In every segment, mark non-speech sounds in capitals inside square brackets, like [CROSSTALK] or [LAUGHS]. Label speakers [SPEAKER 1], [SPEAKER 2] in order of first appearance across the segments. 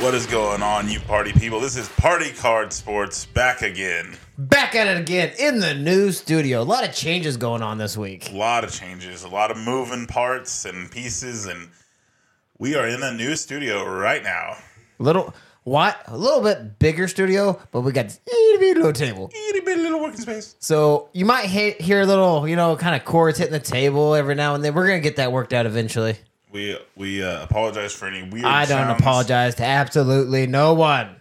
[SPEAKER 1] What is going on, you party people? This is Party Card Sports back again.
[SPEAKER 2] Back at it again in the new studio. A lot of changes going on this week.
[SPEAKER 1] A lot of changes, a lot of moving parts and pieces, and we are in a new studio right now.
[SPEAKER 2] Little what? A little bit bigger studio, but we got this itty bitty little table.
[SPEAKER 1] Itty bitty little working space.
[SPEAKER 2] So you might hit, hear a little, you know, kind of chords hitting the table every now and then. We're gonna get that worked out eventually.
[SPEAKER 1] We we uh, apologize for any weird.
[SPEAKER 2] I don't
[SPEAKER 1] sounds,
[SPEAKER 2] apologize to absolutely no one.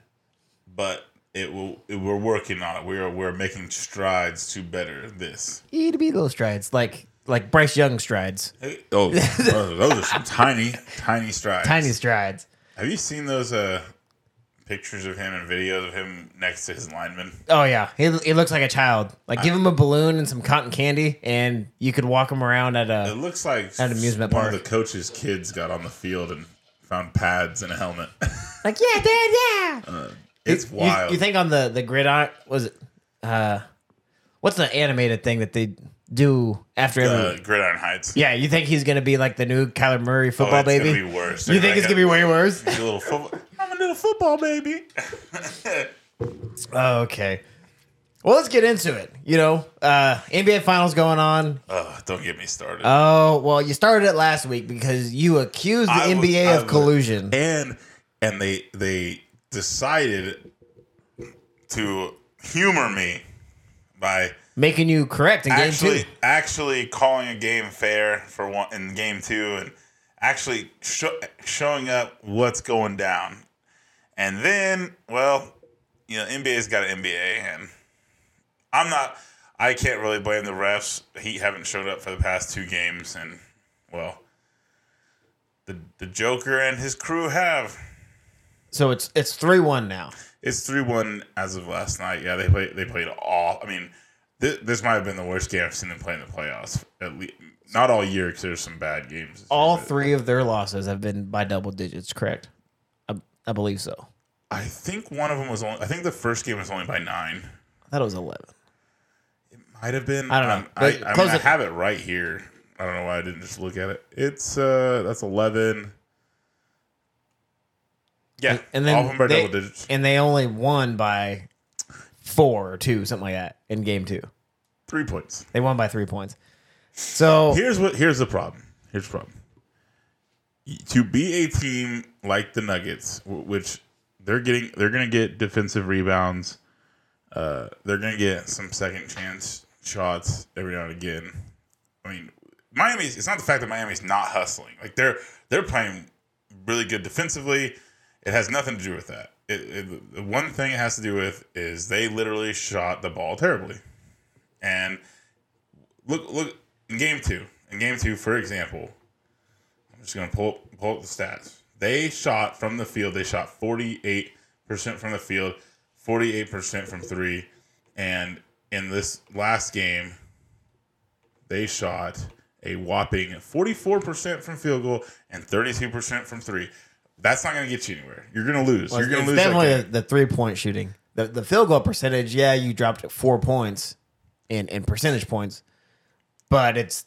[SPEAKER 1] but it will. It, we're working on it. We are we're making strides to better this.
[SPEAKER 2] Itty bitty little strides, like like Bryce Young strides,
[SPEAKER 1] Hey,
[SPEAKER 2] [LAUGHS]
[SPEAKER 1] Oh, those those are some tiny, tiny strides.
[SPEAKER 2] tiny strides.
[SPEAKER 1] Have you seen those uh, pictures of him and videos of him next to his lineman?
[SPEAKER 2] Oh yeah, he, he looks like a child. Like give him a balloon and some cotton candy, and you could walk him around at
[SPEAKER 1] It
[SPEAKER 2] a.
[SPEAKER 1] looks like
[SPEAKER 2] At an amusement
[SPEAKER 1] one of
[SPEAKER 2] park.
[SPEAKER 1] the coach's kids got on the field and found pads and a helmet. [LAUGHS]
[SPEAKER 2] Like yeah, dad, yeah.
[SPEAKER 1] it's
[SPEAKER 2] You-
[SPEAKER 1] wild.
[SPEAKER 2] You, think on the the gridiron was it? Uh, what's the animated thing that they do after
[SPEAKER 1] uh,
[SPEAKER 2] every?
[SPEAKER 1] Gridiron Heights?
[SPEAKER 2] Yeah, you think he's gonna be like the new Kyler Murray football
[SPEAKER 1] Oh, it's gonna
[SPEAKER 2] baby?
[SPEAKER 1] be worse.
[SPEAKER 2] You
[SPEAKER 1] They're
[SPEAKER 2] think it's
[SPEAKER 1] gonna
[SPEAKER 2] gonna be way worse?
[SPEAKER 1] a little football. I'm a little football baby.
[SPEAKER 2] Oh, okay. Well, let's get into it. You know, uh, NBA Finals going on.
[SPEAKER 1] Ugh, don't get me started.
[SPEAKER 2] Oh well, you started it last week because you accused the
[SPEAKER 1] I was-
[SPEAKER 2] NBA
[SPEAKER 1] I
[SPEAKER 2] of
[SPEAKER 1] was-
[SPEAKER 2] collusion.
[SPEAKER 1] and and they they decided to humor me by
[SPEAKER 2] making you correct in game
[SPEAKER 1] actually
[SPEAKER 2] two.
[SPEAKER 1] actually calling a game fair for one in game two and actually sho- showing up what's going down and then well you know nba's got an nba and i'm not i can't really blame the refs he haven't showed up for the past two games and well the, the joker and his crew have
[SPEAKER 2] So it's it's three one now.
[SPEAKER 1] it's three one as of last night. Yeah, they played. They played all. I mean, this, this might have been the worst game I've seen them play in the playoffs. At least not all year because there's some bad games. this
[SPEAKER 2] All
[SPEAKER 1] year, but
[SPEAKER 2] three of their losses have been by double digits. Correct? I, I believe so.
[SPEAKER 1] I think one of them was only. I think the first game was only by nine.
[SPEAKER 2] I thought it was 11.
[SPEAKER 1] Might have been.
[SPEAKER 2] I don't know,
[SPEAKER 1] Um, I,
[SPEAKER 2] but
[SPEAKER 1] I, mean,
[SPEAKER 2] close
[SPEAKER 1] I
[SPEAKER 2] it.
[SPEAKER 1] have it right here. I don't know why I didn't just look at it. It's uh, that's eleven. Yeah,
[SPEAKER 2] And then
[SPEAKER 1] all of them by
[SPEAKER 2] they,
[SPEAKER 1] double digits.
[SPEAKER 2] And they only won by four or two, something like that, in game two.
[SPEAKER 1] Three points.
[SPEAKER 2] They won by three points. So
[SPEAKER 1] Here's what. Here's the problem. Here's the problem. To be a team like the Nuggets, wh- which they're getting, they're going to get defensive rebounds. Uh, they're going to get some second chance shots every now and again. I mean, Miami's. It's not the fact that Miami's not hustling. Like they're they're playing really good defensively. It has nothing to do with that. It, it, the one thing it has to do with is they literally shot the ball terribly, and look look in game two. In game two, for example, I'm just gonna pull up, pull up the stats. They shot from the field. They shot 48 percent from the field, 48 percent from three, and in this last game, they shot a whopping 44 percent from field goal and 32 percent from three. That's not gonna get you anywhere. You're gonna lose. You're gonna
[SPEAKER 2] it's
[SPEAKER 1] lose. that
[SPEAKER 2] definitely
[SPEAKER 1] game.
[SPEAKER 2] the, the three point shooting. The, the field goal percentage, yeah, you dropped four points in, in percentage points, but it's,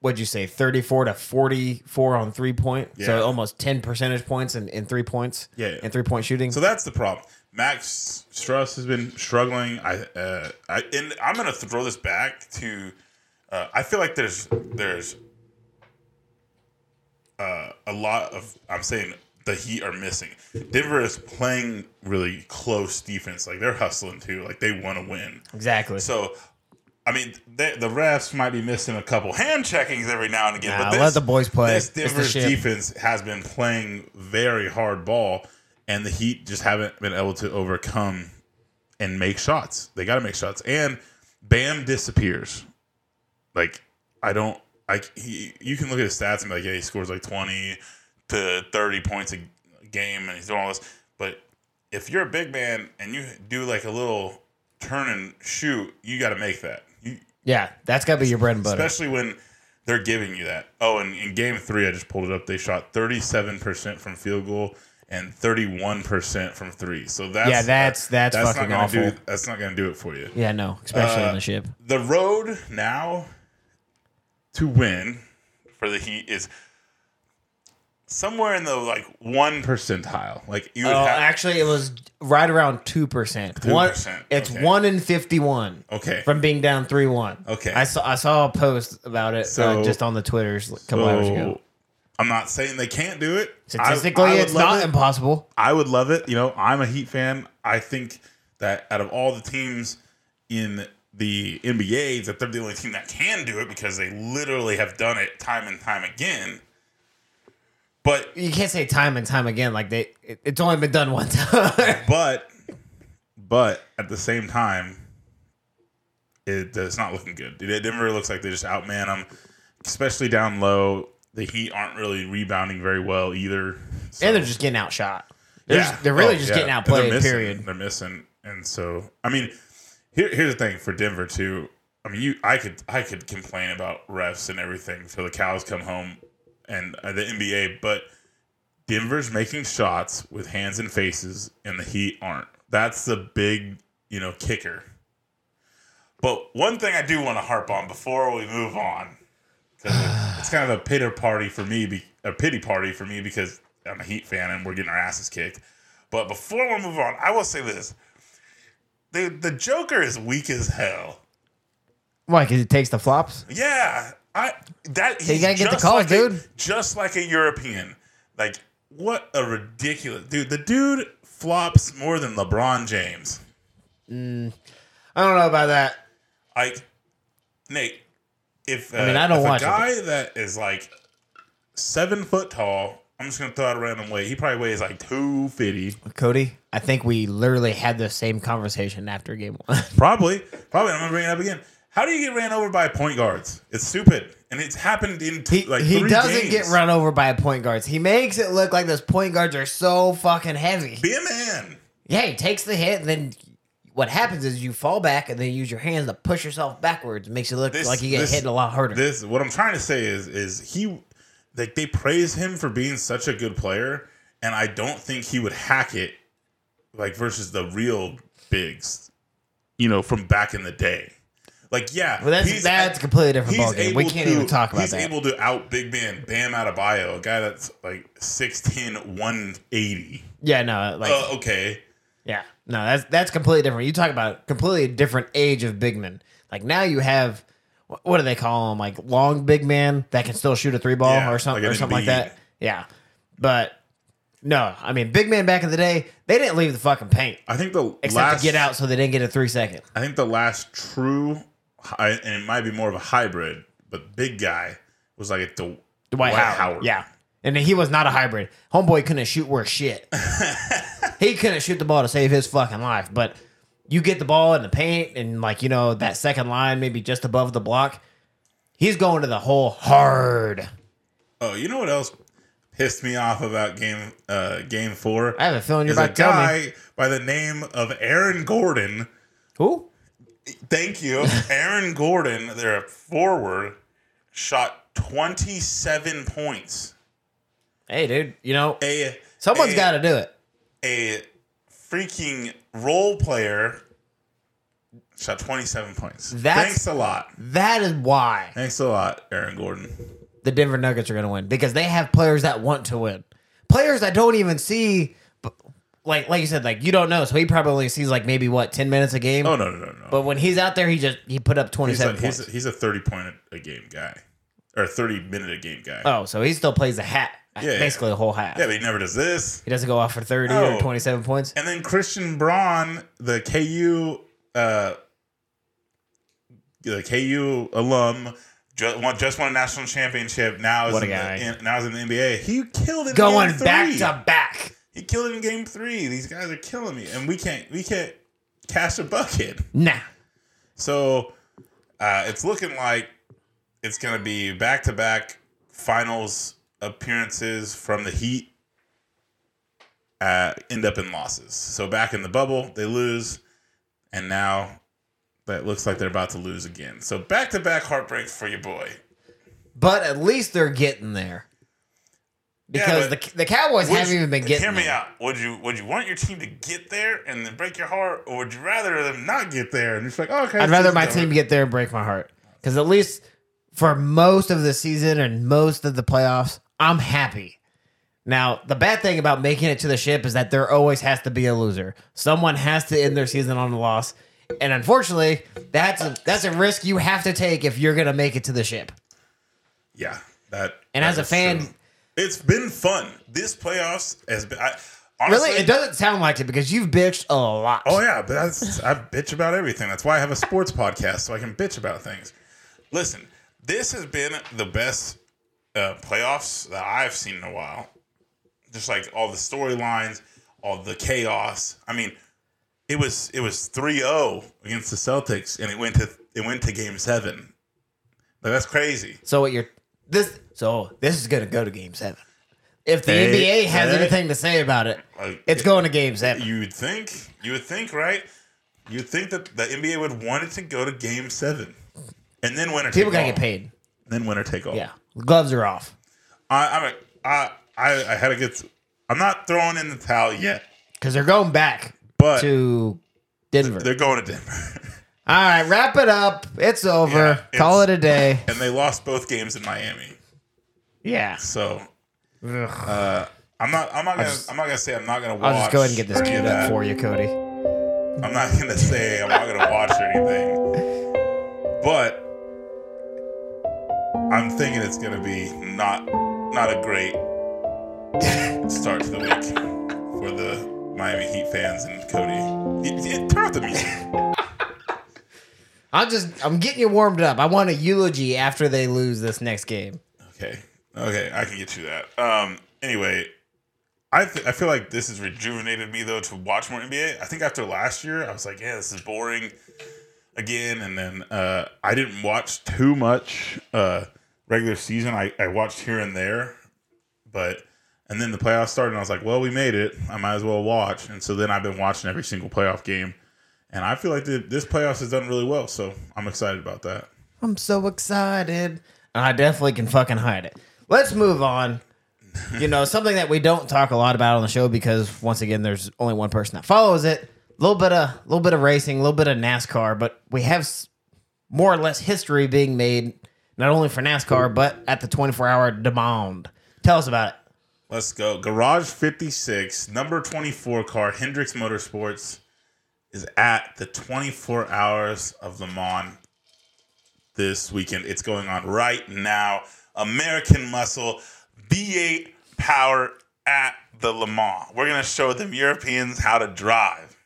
[SPEAKER 2] what'd you say, 34 to 44 on three point?
[SPEAKER 1] Yeah.
[SPEAKER 2] So almost 10 percentage points in, in three points?
[SPEAKER 1] Yeah, yeah.
[SPEAKER 2] In three point shooting?
[SPEAKER 1] So that's the problem. Max Struss has been struggling. I, uh, I and I'm gonna throw this back to. Uh, I feel like there's there's uh, a lot of I'm saying the Heat are missing. Denver is playing really close defense. Like they're hustling too. Like they want to win.
[SPEAKER 2] exactly.
[SPEAKER 1] So. I mean, they, the refs might be missing a couple hand checkings every now and again.
[SPEAKER 2] Nah,
[SPEAKER 1] but this,
[SPEAKER 2] let the boys play.
[SPEAKER 1] This
[SPEAKER 2] It's the
[SPEAKER 1] Denver's
[SPEAKER 2] ship.
[SPEAKER 1] defense has been playing very hard ball, and the Heat just haven't been able to overcome and make shots. They got to make shots, and Bam disappears. Like I don't, I he, you can look at his stats and be like, yeah, he scores like twenty to thirty points a game, and he's doing all this. But if you're a big man and you do like a little turn and shoot, you got to make that. You,
[SPEAKER 2] yeah, that's got to be your bread and butter.
[SPEAKER 1] especially when they're giving you that. Oh, and in game three, I just pulled it up. They shot 37% from field goal and 31% from three. So that's
[SPEAKER 2] Yeah, that's- that's
[SPEAKER 1] not
[SPEAKER 2] fucking
[SPEAKER 1] gonna
[SPEAKER 2] awful.
[SPEAKER 1] Do, that's not going to do it for you.
[SPEAKER 2] Yeah, no, especially
[SPEAKER 1] Uh,
[SPEAKER 2] on the ship.
[SPEAKER 1] The road now to win for the Heat is somewhere in the like one percentile. Like you would
[SPEAKER 2] Oh,
[SPEAKER 1] have.
[SPEAKER 2] actually, it was right around two percent.
[SPEAKER 1] 2%,
[SPEAKER 2] It's
[SPEAKER 1] okay.
[SPEAKER 2] one in fifty-one
[SPEAKER 1] okay.
[SPEAKER 2] from being down three-one.
[SPEAKER 1] Okay.
[SPEAKER 2] I saw I saw a post about it
[SPEAKER 1] So-
[SPEAKER 2] uh, just on the twitters a couple hours
[SPEAKER 1] so
[SPEAKER 2] ago.
[SPEAKER 1] I'm not saying they can't do it. I-
[SPEAKER 2] Statistically,
[SPEAKER 1] I would
[SPEAKER 2] it's
[SPEAKER 1] love
[SPEAKER 2] not
[SPEAKER 1] it.
[SPEAKER 2] impossible.
[SPEAKER 1] I would love it. You know, I'm a Heat fan. I think that out of all the teams in the NBA, that they're the only team that can do it because they literally have done it time and time again. But
[SPEAKER 2] You can't say time and time again like they. It, it's only been done one [LAUGHS] time.
[SPEAKER 1] but but at the same time, it, uh, it's not looking good. Denver looks like they just outman them, especially down low. The Heat aren't really rebounding very well either. So-
[SPEAKER 2] and they're just getting outshot. They're, just, they're really
[SPEAKER 1] Oh,
[SPEAKER 2] just
[SPEAKER 1] yeah.
[SPEAKER 2] getting outplayed.
[SPEAKER 1] They're missing.
[SPEAKER 2] Period.
[SPEAKER 1] They're missing, and so I mean, here, here's the thing for Denver too. I mean, you, I could, I could complain about refs and everything till the cows come home, and uh, the NBA, but Denver's making shots with hands and faces, and the Heat aren't. That's the big, you know, kicker. But one thing I do want to harp on before we move on, 'cause it's kind of a pitter party for me, be- a pity party for me because I'm a Heat fan and we're getting our asses kicked. But before we move on, I will say this: the the Joker is weak as hell.
[SPEAKER 2] Why? Because it takes the flops.
[SPEAKER 1] Yeah, I that he's
[SPEAKER 2] gotta get the
[SPEAKER 1] just
[SPEAKER 2] call,
[SPEAKER 1] like a-
[SPEAKER 2] dude.
[SPEAKER 1] just like a European. Like what a ridiculous dude. The dude flops more than LeBron James.
[SPEAKER 2] I don't know about that.
[SPEAKER 1] Like Nate, if uh,
[SPEAKER 2] mean, I don't
[SPEAKER 1] if
[SPEAKER 2] watch it,
[SPEAKER 1] a guy that is like seven foot tall. I'm just gonna throw out a random weight. He probably weighs like two fifty.
[SPEAKER 2] Cody, I think we literally had the same conversation after game one.
[SPEAKER 1] Probably. Probably. I'm gonna bring it up again. How do you get ran over by point guards? It's stupid, and it's happened in two,
[SPEAKER 2] He,
[SPEAKER 1] like
[SPEAKER 2] he
[SPEAKER 1] three
[SPEAKER 2] doesn't
[SPEAKER 1] games.
[SPEAKER 2] get run over by point guards. He makes it look like those point guards are so fucking heavy.
[SPEAKER 1] Be a man.
[SPEAKER 2] Yeah, he takes the hit, and then what happens is you fall back and then you use your hands to push yourself backwards. It makes it look
[SPEAKER 1] This-
[SPEAKER 2] like you get
[SPEAKER 1] this-
[SPEAKER 2] hit a lot harder.
[SPEAKER 1] This what I'm trying to say is is he like they praise him for being such a good player, and I don't think he would hack it like versus the real bigs, you know, from back in the day. Like yeah,
[SPEAKER 2] but that's,
[SPEAKER 1] he's-
[SPEAKER 2] that's a completely different
[SPEAKER 1] he's
[SPEAKER 2] ballgame. We
[SPEAKER 1] able
[SPEAKER 2] can't
[SPEAKER 1] to-
[SPEAKER 2] even talk about
[SPEAKER 1] he's
[SPEAKER 2] that.
[SPEAKER 1] able to out big man Bam Adebayo, a guy that's like 6'10", 180.
[SPEAKER 2] yeah, no, like
[SPEAKER 1] Uh, okay.
[SPEAKER 2] Yeah. No, that's that's completely different. You talk about completely different age of big men. Like now you have wh- what do they call them? Like long big man that can still shoot a three ball
[SPEAKER 1] Yeah,
[SPEAKER 2] or something
[SPEAKER 1] like
[SPEAKER 2] or
[SPEAKER 1] an
[SPEAKER 2] something like
[SPEAKER 1] Embiid.
[SPEAKER 2] that. Yeah. But no, I mean big man back in the day, they didn't leave the fucking paint
[SPEAKER 1] I think the
[SPEAKER 2] except
[SPEAKER 1] last
[SPEAKER 2] to get out so they didn't get a three second.
[SPEAKER 1] I think the last true, hy- and it might be more of a hybrid, but big guy was like at the
[SPEAKER 2] Dwight Howard. Yeah. And he was not a hybrid. Homeboy couldn't shoot worth shit. he couldn't shoot the ball to save his fucking life. But you get the ball in the paint and like, you know, that second line maybe just above the block. He's going to the hole hard.
[SPEAKER 1] Oh, you know what else pissed me off about game uh, game four?
[SPEAKER 2] I have a feeling you're
[SPEAKER 1] Is a
[SPEAKER 2] about to tell me.
[SPEAKER 1] guy by the name of Aaron Gordon.
[SPEAKER 2] Who?
[SPEAKER 1] Thank
[SPEAKER 2] [LAUGHS]
[SPEAKER 1] you, Aaron Gordon. Their forward shot twenty seven points.
[SPEAKER 2] Hey, dude, you know,
[SPEAKER 1] A
[SPEAKER 2] someone's
[SPEAKER 1] a-
[SPEAKER 2] got to do it.
[SPEAKER 1] a freaking role player shot twenty seven points.
[SPEAKER 2] That's-
[SPEAKER 1] Thanks a lot.
[SPEAKER 2] That is why
[SPEAKER 1] Thanks a lot, Aaron Gordon.
[SPEAKER 2] the Denver Nuggets are going to win because they have players that want to win. Players that don't even see, but like like you said, like you don't know. So he probably only sees like maybe what ten minutes a game.
[SPEAKER 1] Oh no no no no.
[SPEAKER 2] But when he's out there, he just he put up twenty
[SPEAKER 1] he's a,
[SPEAKER 2] seven
[SPEAKER 1] he's,
[SPEAKER 2] points.
[SPEAKER 1] a, he's a thirty point a game guy, or a thirty minute a game guy.
[SPEAKER 2] oh, so he still plays a hat,
[SPEAKER 1] Yeah,
[SPEAKER 2] basically the whole half.
[SPEAKER 1] Yeah, but he never does this.
[SPEAKER 2] he doesn't go off for thirty
[SPEAKER 1] Oh.
[SPEAKER 2] or twenty seven points.
[SPEAKER 1] And then Christian Braun, the KU, uh, the KU alum, just won, just won a national championship. Now is
[SPEAKER 2] What a
[SPEAKER 1] in
[SPEAKER 2] guy.
[SPEAKER 1] the, in, now is in the NBA. He killed it.
[SPEAKER 2] Going
[SPEAKER 1] game three.
[SPEAKER 2] back to back.
[SPEAKER 1] He killed it in game three. These guys are killing me, and we can't we can't cash a bucket.
[SPEAKER 2] Nah.
[SPEAKER 1] So uh, it's looking like it's going to be back to back finals appearances from the Heat. Uh, end up in losses. So back in the bubble, they lose, and now that looks like they're about to lose again. So back to back heartbreak for your boy.
[SPEAKER 2] But at least they're getting there.
[SPEAKER 1] Yeah,
[SPEAKER 2] Because
[SPEAKER 1] but
[SPEAKER 2] the the Cowboys
[SPEAKER 1] Would
[SPEAKER 2] haven't
[SPEAKER 1] you-
[SPEAKER 2] even been getting
[SPEAKER 1] Hear me
[SPEAKER 2] there.
[SPEAKER 1] out. Would you would you want your team to get there and then break your heart, or would you rather them not get there and you're just like, oh, okay.
[SPEAKER 2] I'd
[SPEAKER 1] it's
[SPEAKER 2] rather
[SPEAKER 1] just
[SPEAKER 2] my
[SPEAKER 1] over.
[SPEAKER 2] team get there and break my heart. Because at least for most of the season and most of the playoffs, I'm happy. Now, the bad thing about making it to the ship is that there always has to be a loser. Someone has to end their season on a loss. And unfortunately, that's a, that's a risk you have to take if you're going to make it to the ship.
[SPEAKER 1] Yeah, that.
[SPEAKER 2] And
[SPEAKER 1] that
[SPEAKER 2] as a
[SPEAKER 1] is
[SPEAKER 2] fan-
[SPEAKER 1] true. it's been fun. This playoffs has been. I, honestly,
[SPEAKER 2] Really? It doesn't sound like it because you've bitched a lot.
[SPEAKER 1] Oh yeah, but that's I bitch about everything. That's why I have a sports podcast so I can bitch about things. Listen, this has been the best uh, playoffs that I've seen in a while. Just like all the storylines, all the chaos. I mean, it was it was 3-0 against the Celtics and it went to it went to game 7. Like, that's crazy.
[SPEAKER 2] So what you're this so this is gonna go to game seven. If the
[SPEAKER 1] Hey,
[SPEAKER 2] NBA has
[SPEAKER 1] hey.
[SPEAKER 2] anything to say about it,
[SPEAKER 1] Like,
[SPEAKER 2] it's going to game seven.
[SPEAKER 1] You would think, you would think, right? You would think that the NBA would want it to go to game 7. And then winner
[SPEAKER 2] People
[SPEAKER 1] take
[SPEAKER 2] gotta
[SPEAKER 1] all.
[SPEAKER 2] get paid.
[SPEAKER 1] then winner take all.
[SPEAKER 2] Yeah. Gloves are off.
[SPEAKER 1] I, I'm a, I, I, I had a good. I'm not throwing in the towel yet,
[SPEAKER 2] Because they're going back
[SPEAKER 1] but
[SPEAKER 2] to Denver.
[SPEAKER 1] they're going to Denver, [LAUGHS]
[SPEAKER 2] All right, wrap it up. It's over.
[SPEAKER 1] Yeah, it's-
[SPEAKER 2] Call it a day.
[SPEAKER 1] and they lost both games in Miami.
[SPEAKER 2] Yeah.
[SPEAKER 1] So
[SPEAKER 2] Ugh.
[SPEAKER 1] uh, I'm not. I'm not gonna.
[SPEAKER 2] just-
[SPEAKER 1] I'm not gonna say I'm not gonna watch.
[SPEAKER 2] I'll just go ahead and get this
[SPEAKER 1] any of
[SPEAKER 2] queued up
[SPEAKER 1] that.
[SPEAKER 2] for you, Cody.
[SPEAKER 1] I'm not gonna say I'm not gonna watch or anything, but I'm thinking it's gonna be not not a great start to the week for the Miami Heat fans and Cody. Y- y- Turn off the music.
[SPEAKER 2] I'm just I'm getting you warmed up. I want a eulogy after they lose this next game.
[SPEAKER 1] Okay. Okay, I can get you that. Um. Anyway, I th- I feel like this has rejuvenated me though to watch more NBA. I think after last year, I was like, yeah, this is boring again, and then uh, I didn't watch too much uh, regular season. I I watched here and there, but. And then the playoffs started, and I was like, "Well, we made it. I might as well watch." And so then I've been watching every single playoff game, and I feel like the, this playoffs has done really well. So I'm excited about that.
[SPEAKER 2] I'm so excited. I definitely can fucking hide it. Let's move on. You know, something that we don't talk a lot about on the show because once again there's only one person that follows it. A little bit of little bit of racing, a little bit of NASCAR, but we have s- more or less history being made not only for NASCAR but at the 24-hour demand. Tell us about it.
[SPEAKER 1] Let's go. Garage 56, number 24 car, Hendrix Motorsports, is at the 24 hours of Le Mans this weekend. It's going on right now. American Muscle V8 power at the Le Mans. We're going to show them Europeans how to drive.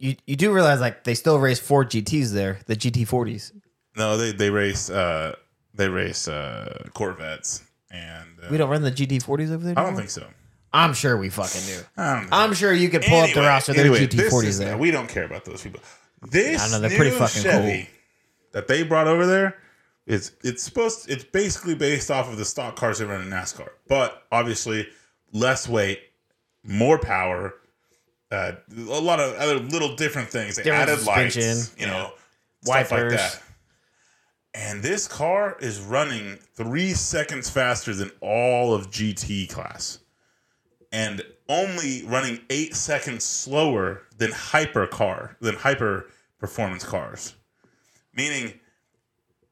[SPEAKER 2] You you do realize like they still race four GTs there, the GT40s.
[SPEAKER 1] No, they, they race uh, they race uh, Corvettes and uh,
[SPEAKER 2] We don't run the GT40s over there.
[SPEAKER 1] I don't
[SPEAKER 2] do we?
[SPEAKER 1] think so.
[SPEAKER 2] I'm sure we fucking do.
[SPEAKER 1] I don't know.
[SPEAKER 2] I'm sure you could pull up the
[SPEAKER 1] Anyway,
[SPEAKER 2] roster. There's
[SPEAKER 1] anyway, this
[SPEAKER 2] GT40s
[SPEAKER 1] is-
[SPEAKER 2] there.
[SPEAKER 1] We don't care about those people. This
[SPEAKER 2] I know,
[SPEAKER 1] they're pretty fucking Chevy cool. that they brought over there is it's supposed it's basically based off of the stock cars they run in NASCAR, but obviously less weight, more power, uh, a lot of other little different things. They
[SPEAKER 2] Different
[SPEAKER 1] added lights, you
[SPEAKER 2] suspension,
[SPEAKER 1] know, stuff
[SPEAKER 2] Wipers.
[SPEAKER 1] like that. And this car is running three seconds faster than all of GT class and only running eight seconds slower than hyper car than hyper performance cars. Meaning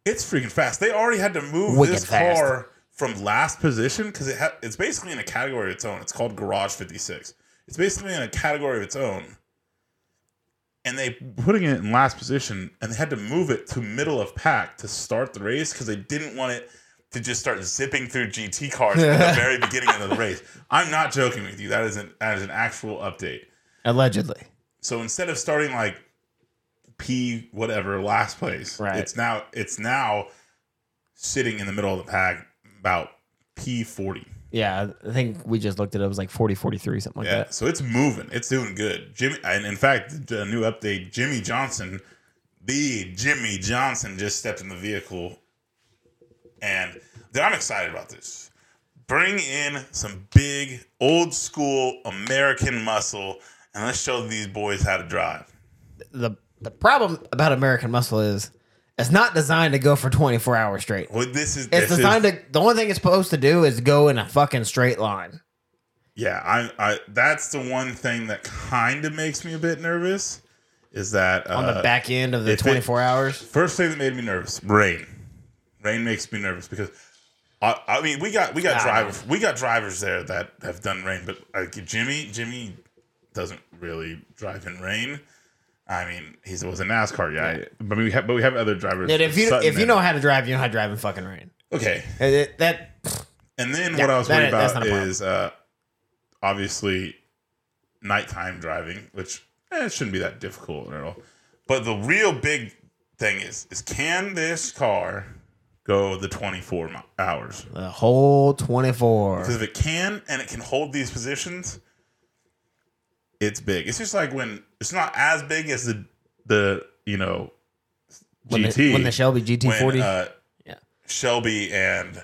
[SPEAKER 1] it's freaking fast. They already had to move
[SPEAKER 2] Wicked
[SPEAKER 1] this
[SPEAKER 2] fast.
[SPEAKER 1] car from last position because it ha- it's basically in a category of its own. It's called Garage 56. It's basically in a category of its own. And they putting it in last position and they had to move it to middle of pack to start the race because they didn't want it to just start zipping through GT cars at the very beginning of the race. I'm not joking with you. That is an that is an actual update.
[SPEAKER 2] Allegedly.
[SPEAKER 1] So instead of starting like P whatever last place,
[SPEAKER 2] Right.
[SPEAKER 1] it's now it's now sitting in the middle of the pack about P forty.
[SPEAKER 2] Yeah, I think we just looked at it. It was like 40, 43, something like
[SPEAKER 1] Yeah,
[SPEAKER 2] that.
[SPEAKER 1] so it's moving. It's doing good. Jimmy, and in fact, a new update: Jimmy Johnson, the Jimmy Johnson, just stepped in the vehicle, and dude, I'm excited about this. Bring in some big, old school American muscle, and let's show these boys how to drive.
[SPEAKER 2] The the problem about American Muscle is it's not designed to go for 24 hours straight.
[SPEAKER 1] Well, this is
[SPEAKER 2] It's
[SPEAKER 1] this is-
[SPEAKER 2] designed to the only thing it's supposed to do is go in a fucking straight line.
[SPEAKER 1] Yeah, I, I that's the one thing that kind of makes me a bit nervous is that uh,
[SPEAKER 2] On the back end of the
[SPEAKER 1] if it-
[SPEAKER 2] 24 hours.
[SPEAKER 1] First thing that made me nervous, rain. Rain makes me nervous because I, I mean, we got we got
[SPEAKER 2] Nah.
[SPEAKER 1] drivers we got drivers there that have done rain, but like Jimmy, Jimmy doesn't really drive in rain. I mean, he was a NASCAR guy, but we have but we have other drivers.
[SPEAKER 2] Dude, if you
[SPEAKER 1] Sutton
[SPEAKER 2] if you
[SPEAKER 1] and-
[SPEAKER 2] know how to drive, you know how to drive in fucking rain.
[SPEAKER 1] okay,
[SPEAKER 2] It- it- that
[SPEAKER 1] and then
[SPEAKER 2] Yeah,
[SPEAKER 1] what I was
[SPEAKER 2] that-
[SPEAKER 1] worried
[SPEAKER 2] that's
[SPEAKER 1] about
[SPEAKER 2] not a problem.
[SPEAKER 1] is uh, obviously nighttime driving, which eh, it shouldn't be that difficult at all. But the real big thing is is can this car go the twenty four hours?
[SPEAKER 2] the whole twenty four.
[SPEAKER 1] Because if it can and it can hold these positions, it's big. It's just like when it's not as big as the the you know
[SPEAKER 2] When
[SPEAKER 1] GT
[SPEAKER 2] the, when the Shelby GT
[SPEAKER 1] when,
[SPEAKER 2] forty
[SPEAKER 1] uh,
[SPEAKER 2] Yeah.
[SPEAKER 1] Shelby and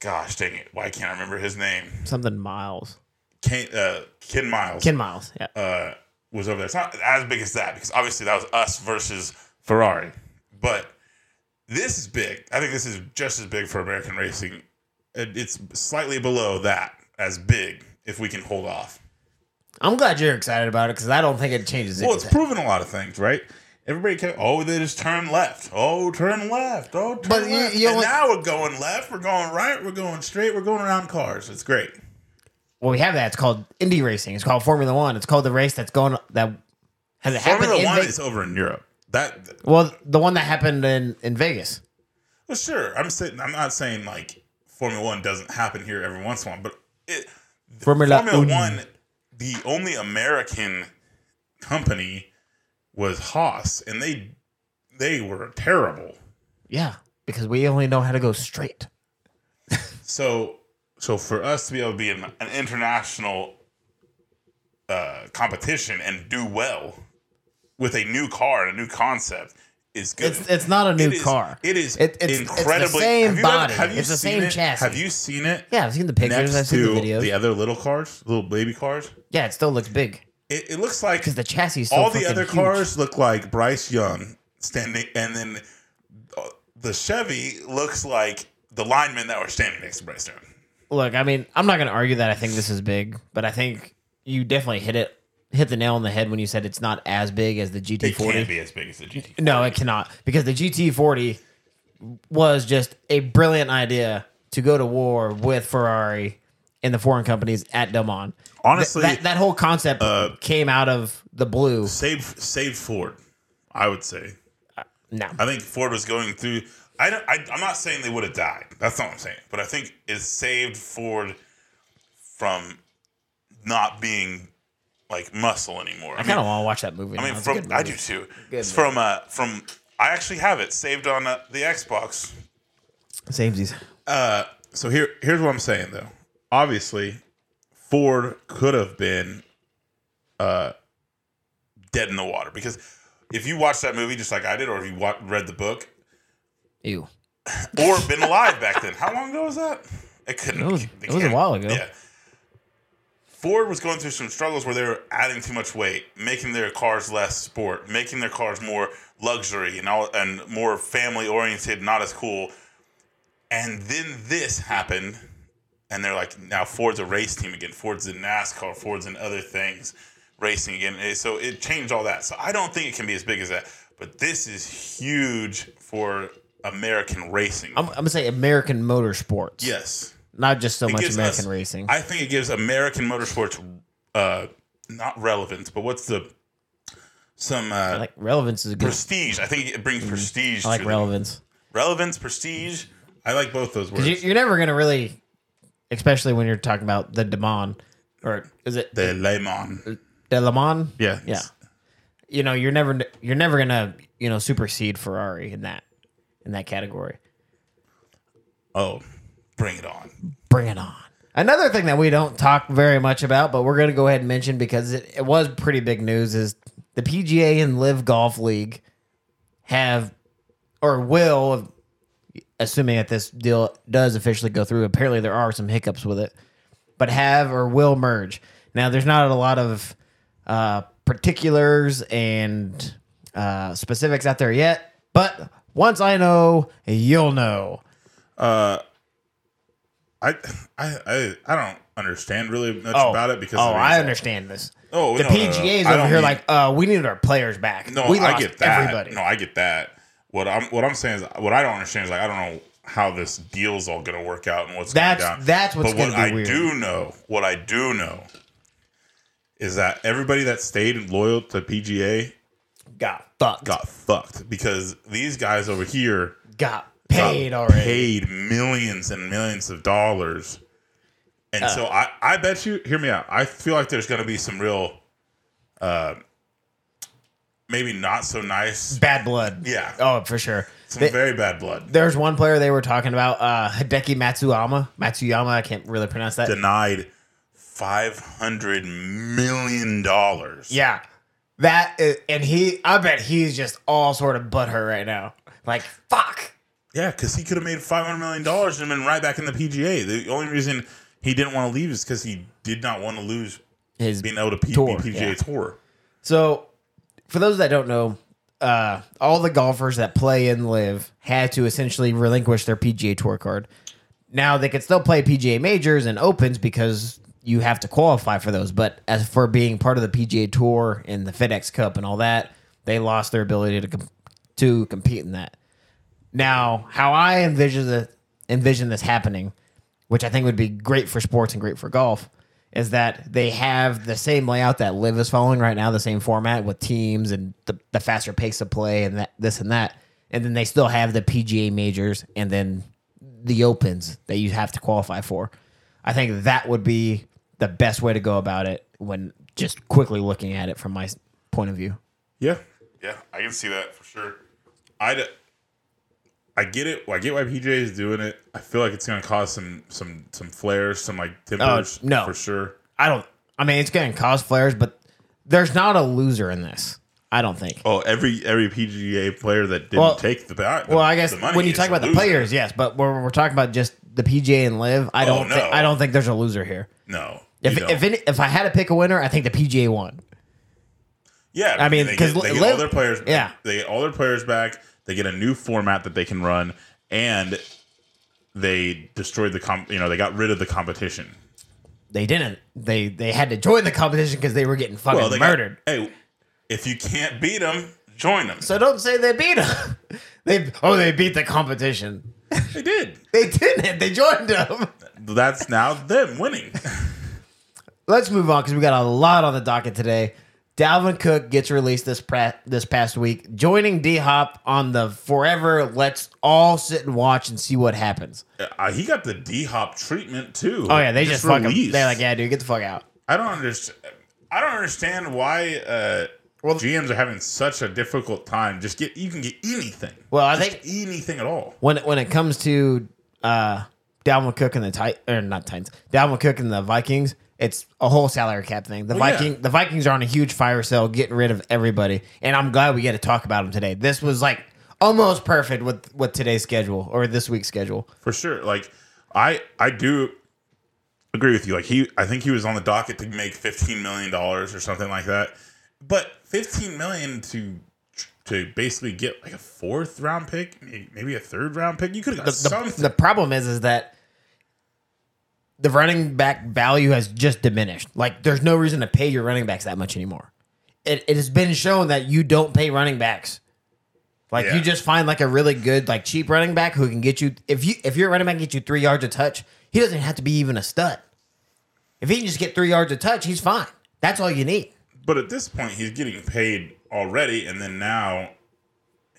[SPEAKER 1] gosh dang it, why can't I remember his name?
[SPEAKER 2] something miles.
[SPEAKER 1] Ken, uh, Ken Miles
[SPEAKER 2] Ken Miles. Yeah.
[SPEAKER 1] uh, was over there. It's not as big as that because obviously that was us versus Ferrari, but this is big. I think this is just as big for American racing. It- It's slightly below that as big if we can hold off.
[SPEAKER 2] I'm glad you're excited about it because I don't think it changes
[SPEAKER 1] Well, it's
[SPEAKER 2] anything.
[SPEAKER 1] proven a lot of things, right? Everybody kept, oh, they just turn left. Oh, turn left. Oh, turn
[SPEAKER 2] But you-
[SPEAKER 1] left.
[SPEAKER 2] you
[SPEAKER 1] and
[SPEAKER 2] only-
[SPEAKER 1] now we're going left. We're going right. We're going straight. We're going around cars. It's great.
[SPEAKER 2] well, we have that. It's called Indy racing. It's called Formula One. It's called the race that's going that has it happened
[SPEAKER 1] Formula
[SPEAKER 2] in
[SPEAKER 1] One
[SPEAKER 2] Vegas.
[SPEAKER 1] is over in Europe. That
[SPEAKER 2] well, the one that happened in in Vegas.
[SPEAKER 1] Well, sure. I'm saying I'm not saying like Formula One doesn't happen here every once in a while, but it,
[SPEAKER 2] Formula,
[SPEAKER 1] Formula One, the only American company was Haas, and they they were terrible.
[SPEAKER 2] Yeah, because we only know how to go straight.
[SPEAKER 1] So so for us to be able to be in an international uh, competition and do well with a new car and a new concept is good.
[SPEAKER 2] It's it's not a new
[SPEAKER 1] It is-
[SPEAKER 2] car.
[SPEAKER 1] It is
[SPEAKER 2] It- it's- it's the
[SPEAKER 1] incredibly.
[SPEAKER 2] same
[SPEAKER 1] have you ever-
[SPEAKER 2] body.
[SPEAKER 1] have you
[SPEAKER 2] It's the
[SPEAKER 1] seen
[SPEAKER 2] same
[SPEAKER 1] it?
[SPEAKER 2] chassis.
[SPEAKER 1] Have you seen it?
[SPEAKER 2] yeah, I've seen the
[SPEAKER 1] next
[SPEAKER 2] pictures. I've seen
[SPEAKER 1] to
[SPEAKER 2] the videos.
[SPEAKER 1] the other little cars, little baby cars.
[SPEAKER 2] yeah, it still looks big
[SPEAKER 1] It, it looks like
[SPEAKER 2] because the chassis. Is so
[SPEAKER 1] all the
[SPEAKER 2] fucking
[SPEAKER 1] other
[SPEAKER 2] huge.
[SPEAKER 1] cars look like Bryce Young standing, and then uh, the Chevy looks like the linemen that were standing next to Bryce Young.
[SPEAKER 2] Look, I mean, I'm not going to argue that I think this is big, but I think you definitely hit it, hit the nail on the head when you said it's not as big as the
[SPEAKER 1] It can't
[SPEAKER 2] GT40.
[SPEAKER 1] be as big as the GT.
[SPEAKER 2] No, it cannot because the GT40 was just a brilliant idea to go to war with Ferrari and the foreign companies at Del Mon.
[SPEAKER 1] Honestly, uh,
[SPEAKER 2] that, that whole concept came out of the blue.
[SPEAKER 1] save save Ford. I would say.
[SPEAKER 2] No,
[SPEAKER 1] I think Ford was going through. I don't, I, I'm not saying they would have died. That's not what I'm saying. But I think it saved Ford from not being like muscle anymore. I
[SPEAKER 2] I kind
[SPEAKER 1] mean,
[SPEAKER 2] of want to watch that movie.
[SPEAKER 1] I
[SPEAKER 2] now.
[SPEAKER 1] mean,
[SPEAKER 2] It's a good
[SPEAKER 1] from I
[SPEAKER 2] movie.
[SPEAKER 1] do too.
[SPEAKER 2] Good
[SPEAKER 1] It's from uh, from I actually have it saved on uh, the Xbox.
[SPEAKER 2] Samesies.
[SPEAKER 1] Uh, so here here's what I'm saying though. Obviously, Ford could have been uh, dead in the water because if you watch that movie just like I did, or if you wa- read the book,
[SPEAKER 2] Ew.
[SPEAKER 1] or been alive back then. How long ago was that? It couldn't.
[SPEAKER 2] It was-
[SPEAKER 1] they
[SPEAKER 2] it was a
[SPEAKER 1] can't-
[SPEAKER 2] while ago.
[SPEAKER 1] Yeah. Ford was going through some struggles where they were adding too much weight, making their cars less sport, making their cars more luxury and all, and more family oriented, not as cool. And then this happened, and they're like, now Ford's a race team again. Ford's in NASCAR. Ford's in other things, racing again. And So it changed all that. So I don't think it can be as big as that. But this is huge for American racing.
[SPEAKER 2] I'm, I'm gonna say American motorsports.
[SPEAKER 1] yes,
[SPEAKER 2] not just so much
[SPEAKER 1] gives
[SPEAKER 2] American
[SPEAKER 1] us-
[SPEAKER 2] racing.
[SPEAKER 1] I think it gives American motorsports uh, not relevance, but what's the some uh,
[SPEAKER 2] I like relevance is a good.
[SPEAKER 1] prestige? I think it brings prestige.
[SPEAKER 2] I like
[SPEAKER 1] to them.
[SPEAKER 2] relevance.
[SPEAKER 1] relevance, prestige. I like both those words.
[SPEAKER 2] You, you're never gonna really, especially when you're talking about the Demon, or is it
[SPEAKER 1] the layman.
[SPEAKER 2] the Le Mans?
[SPEAKER 1] Uh, Yeah.
[SPEAKER 2] yeah. You know, you're never you're never gonna you know supersede Ferrari in that in that category.
[SPEAKER 1] Oh, bring it on.
[SPEAKER 2] Bring it on. Another thing that we don't talk very much about, but we're gonna go ahead and mention because it, it was pretty big news, is the PGA and Live Golf League have or will, assuming that this deal does officially go through. Apparently, there are some hiccups with it, but have or will merge. Now, there's not a lot of uh, particulars and uh, specifics out there yet, but once I know, you'll know.
[SPEAKER 1] Uh, I, I, I, I don't understand really much about it because
[SPEAKER 2] oh,
[SPEAKER 1] of the
[SPEAKER 2] I
[SPEAKER 1] result.
[SPEAKER 2] understand this.
[SPEAKER 1] Oh,
[SPEAKER 2] the
[SPEAKER 1] no, no, no, no.
[SPEAKER 2] PGA is
[SPEAKER 1] I
[SPEAKER 2] over
[SPEAKER 1] don't
[SPEAKER 2] here
[SPEAKER 1] mean-
[SPEAKER 2] like, uh, we need our players back.
[SPEAKER 1] No,
[SPEAKER 2] we
[SPEAKER 1] I
[SPEAKER 2] lost
[SPEAKER 1] get that.
[SPEAKER 2] everybody.
[SPEAKER 1] No, I get that. What I'm what I'm saying is what I don't understand is like I don't know how this deal's all going to work out and what's
[SPEAKER 2] That's-
[SPEAKER 1] going down.
[SPEAKER 2] that's what's
[SPEAKER 1] But
[SPEAKER 2] gonna
[SPEAKER 1] what
[SPEAKER 2] be
[SPEAKER 1] I
[SPEAKER 2] weird.
[SPEAKER 1] do know, what I do know, is that everybody that stayed and loyal to PGA
[SPEAKER 2] Got fucked. Got,
[SPEAKER 1] got fucked because these guys over here got
[SPEAKER 2] paid already.
[SPEAKER 1] paid millions and millions of dollars. And so I, I bet you, hear me out. I feel like there's going to be some real, uh, maybe not so nice,
[SPEAKER 2] Bad blood.
[SPEAKER 1] Yeah.
[SPEAKER 2] Oh, for sure.
[SPEAKER 1] some
[SPEAKER 2] They-
[SPEAKER 1] very bad blood.
[SPEAKER 2] there's one player they were talking about, uh, Hideki Matsuyama. Matsuyama, I can't really pronounce that.
[SPEAKER 1] Denied $500 million.
[SPEAKER 2] Yeah. That is, and he, I bet he's just all sort of butthurt right now. Like, fuck.
[SPEAKER 1] Yeah, because he could have made $500 million and been right back in the PGA. The only reason he didn't want to leave is because he did not want to lose
[SPEAKER 2] His
[SPEAKER 1] being able to P-
[SPEAKER 2] Tour,
[SPEAKER 1] be PGA
[SPEAKER 2] yeah.
[SPEAKER 1] Tour.
[SPEAKER 2] So, for those that don't know, uh, all the golfers that play and live had to essentially relinquish their PGA Tour card. Now they could still play PGA majors and opens because you have to qualify for those. But as for being part of the PGA Tour and the FedEx Cup and all that, they lost their ability to com- to compete in that. Now, how I envision the envision this happening, which I think would be great for sports and great for golf, is that they have the same layout that Live is following right now, the same format with teams and the, the faster pace of play and that this and that, and then they still have the PGA majors and then the opens that you have to qualify for. I think that would be the best way to go about it when just quickly looking at it from my s- point of view.
[SPEAKER 1] Yeah, yeah, I can see that for sure. I I get it. I get why PJ is doing it. I feel like it's gonna cause some some some flares, some like timbers.
[SPEAKER 2] Uh, no.
[SPEAKER 1] for sure.
[SPEAKER 2] I don't. I mean, it's getting cause flares, but there's not a loser in this. I don't think.
[SPEAKER 1] Oh, every every PGA player that didn't
[SPEAKER 2] Well-
[SPEAKER 1] take the back.
[SPEAKER 2] well, I guess when you talk about the players, yes, but when we're talking about just the PGA and Live, I don't.
[SPEAKER 1] Oh, no.
[SPEAKER 2] thi- I don't think there's a loser here.
[SPEAKER 1] no.
[SPEAKER 2] If
[SPEAKER 1] you don't.
[SPEAKER 2] if, any, if I had to pick a winner, I think the PGA won.
[SPEAKER 1] yeah,
[SPEAKER 2] I mean,
[SPEAKER 1] they
[SPEAKER 2] 'cause
[SPEAKER 1] get- they
[SPEAKER 2] li-
[SPEAKER 1] get
[SPEAKER 2] live-
[SPEAKER 1] all their players.
[SPEAKER 2] yeah.
[SPEAKER 1] they get all their players back. They get a new format that they can run, and they destroyed the comp. You know, they got rid of the competition.
[SPEAKER 2] They didn't. They they had to join the competition because they were getting fucking
[SPEAKER 1] they got-
[SPEAKER 2] murdered.
[SPEAKER 1] hey, if you can't beat them, join them.
[SPEAKER 2] so don't say they beat them. [LAUGHS] they oh they beat the competition.
[SPEAKER 1] They did.
[SPEAKER 2] They didn't. They joined them.
[SPEAKER 1] That's now them winning. [LAUGHS]
[SPEAKER 2] let's move on because we got a lot on the docket today. Dalvin Cook gets released this pra- this past week, joining D Hop on the forever. Let's all sit and watch and see what happens.
[SPEAKER 1] Uh, he got the D Hop treatment too.
[SPEAKER 2] Oh yeah, they just, fuck him.
[SPEAKER 1] released.
[SPEAKER 2] They're like, yeah, dude, get the fuck out.
[SPEAKER 1] I don't understand. I don't understand why uh,
[SPEAKER 2] Well-
[SPEAKER 1] GMs are having such a difficult time. Just get you can get anything.
[SPEAKER 2] Well, I
[SPEAKER 1] Just
[SPEAKER 2] think-
[SPEAKER 1] anything at all.
[SPEAKER 2] When when it comes to uh, Dalvin Cook and the Tit or not Titans, Dalvin Cook and the Vikings, it's a whole salary cap thing. The
[SPEAKER 1] Well, Oh, yeah.
[SPEAKER 2] Viking the Vikings are on a huge fire sale, getting rid of everybody, and I'm glad we get to talk about them today. This was like almost perfect with with today's schedule or this week's schedule.
[SPEAKER 1] for sure. Like I I do agree with you. Like he I think he was on the docket to make fifteen million dollars or something like that. But fifteen million to to basically get like a fourth round pick, may- maybe a third round pick, you could have got
[SPEAKER 2] the,
[SPEAKER 1] something.
[SPEAKER 2] the problem is is that the running back value has just diminished. Like there's no reason to pay your running backs that much anymore. It, it has been shown that you don't pay running backs. Like
[SPEAKER 1] Yeah.
[SPEAKER 2] you just find like a really good like cheap running back who can get you if you if your running back gets you 3 yards a touch, he doesn't have to be even a stud. If he can just get 3 yards a touch, he's fine. That's all you need.
[SPEAKER 1] but at this point, he's getting paid already, and then now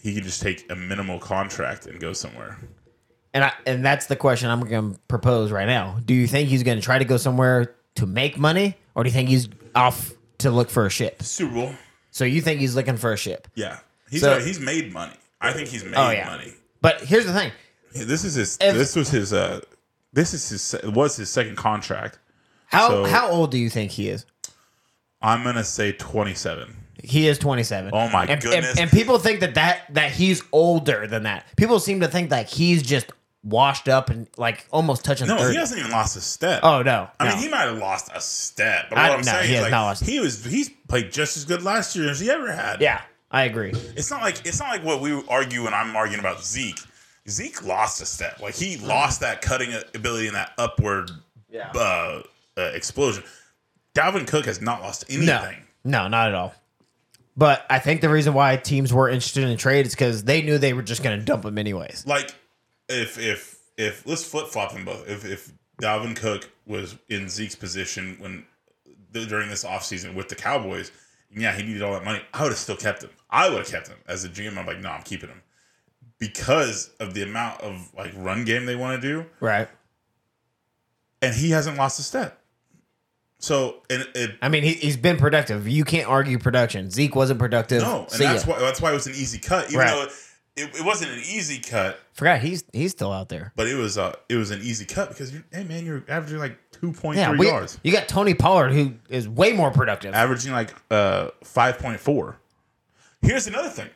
[SPEAKER 1] he could just take a minimal contract and go somewhere.
[SPEAKER 2] And I, and that's the question I'm going to propose right now. Do you think he's going to try to go somewhere to make money, or do you think he's off to look for a ship?
[SPEAKER 1] Super Bowl,
[SPEAKER 2] So you think he's looking for a ship?
[SPEAKER 1] yeah. He's
[SPEAKER 2] So-
[SPEAKER 1] he's made money. I think he's made
[SPEAKER 2] Oh yeah.
[SPEAKER 1] money.
[SPEAKER 2] But here's the thing.
[SPEAKER 1] This is his.
[SPEAKER 2] If-
[SPEAKER 1] this was his. uh This is his. Was his second contract.
[SPEAKER 2] How
[SPEAKER 1] So-
[SPEAKER 2] how old do you think he is?
[SPEAKER 1] I'm gonna say 27.
[SPEAKER 2] He is 27.
[SPEAKER 1] Oh my
[SPEAKER 2] And- and,
[SPEAKER 1] goodness.
[SPEAKER 2] And people think that, that that he's older than that. People seem to think that he's just washed up and like almost touching
[SPEAKER 1] No,
[SPEAKER 2] 30.
[SPEAKER 1] he hasn't even lost a step.
[SPEAKER 2] oh no.
[SPEAKER 1] I
[SPEAKER 2] no.
[SPEAKER 1] mean, he might have lost a step, but
[SPEAKER 2] I-
[SPEAKER 1] what I'm
[SPEAKER 2] no,
[SPEAKER 1] saying
[SPEAKER 2] he
[SPEAKER 1] is
[SPEAKER 2] has
[SPEAKER 1] like
[SPEAKER 2] not lost-
[SPEAKER 1] he was he's played just as good last year as he ever had.
[SPEAKER 2] yeah, I agree.
[SPEAKER 1] it's not like it's not like what we argue when I'm arguing about Zeke. Zeke lost a step, like he lost that cutting ability and that upward
[SPEAKER 2] Yeah.
[SPEAKER 1] uh, uh, explosion. Dalvin Cook has not lost anything.
[SPEAKER 2] No, no, not at all. But I think the reason why teams were interested in trade is because they knew they were just going to dump him anyways.
[SPEAKER 1] Like if if if let's flip flop them both. If if Dalvin Cook was in Zeke's position when during this offseason with the Cowboys, yeah, he needed all that money. I would have still kept him. I would have kept him as a GM. I'm like, no, I'm keeping him because of the amount of like run game they want to do,
[SPEAKER 2] Right.
[SPEAKER 1] and he hasn't lost a step. So and it,
[SPEAKER 2] I mean, he, he's been productive. You can't argue production. Zeke wasn't productive.
[SPEAKER 1] no, and
[SPEAKER 2] See
[SPEAKER 1] that's
[SPEAKER 2] ya.
[SPEAKER 1] why that's why it was an easy cut, even
[SPEAKER 2] Right.
[SPEAKER 1] though. It, it, it wasn't an easy cut,
[SPEAKER 2] Forgot he's he's still out there.
[SPEAKER 1] but it was uh it was an easy cut because you hey man you're averaging like two point
[SPEAKER 2] Yeah,
[SPEAKER 1] three
[SPEAKER 2] we,
[SPEAKER 1] yards.
[SPEAKER 2] you got Tony Pollard who is way more productive.
[SPEAKER 1] averaging like uh, 5.4. Here's another thing.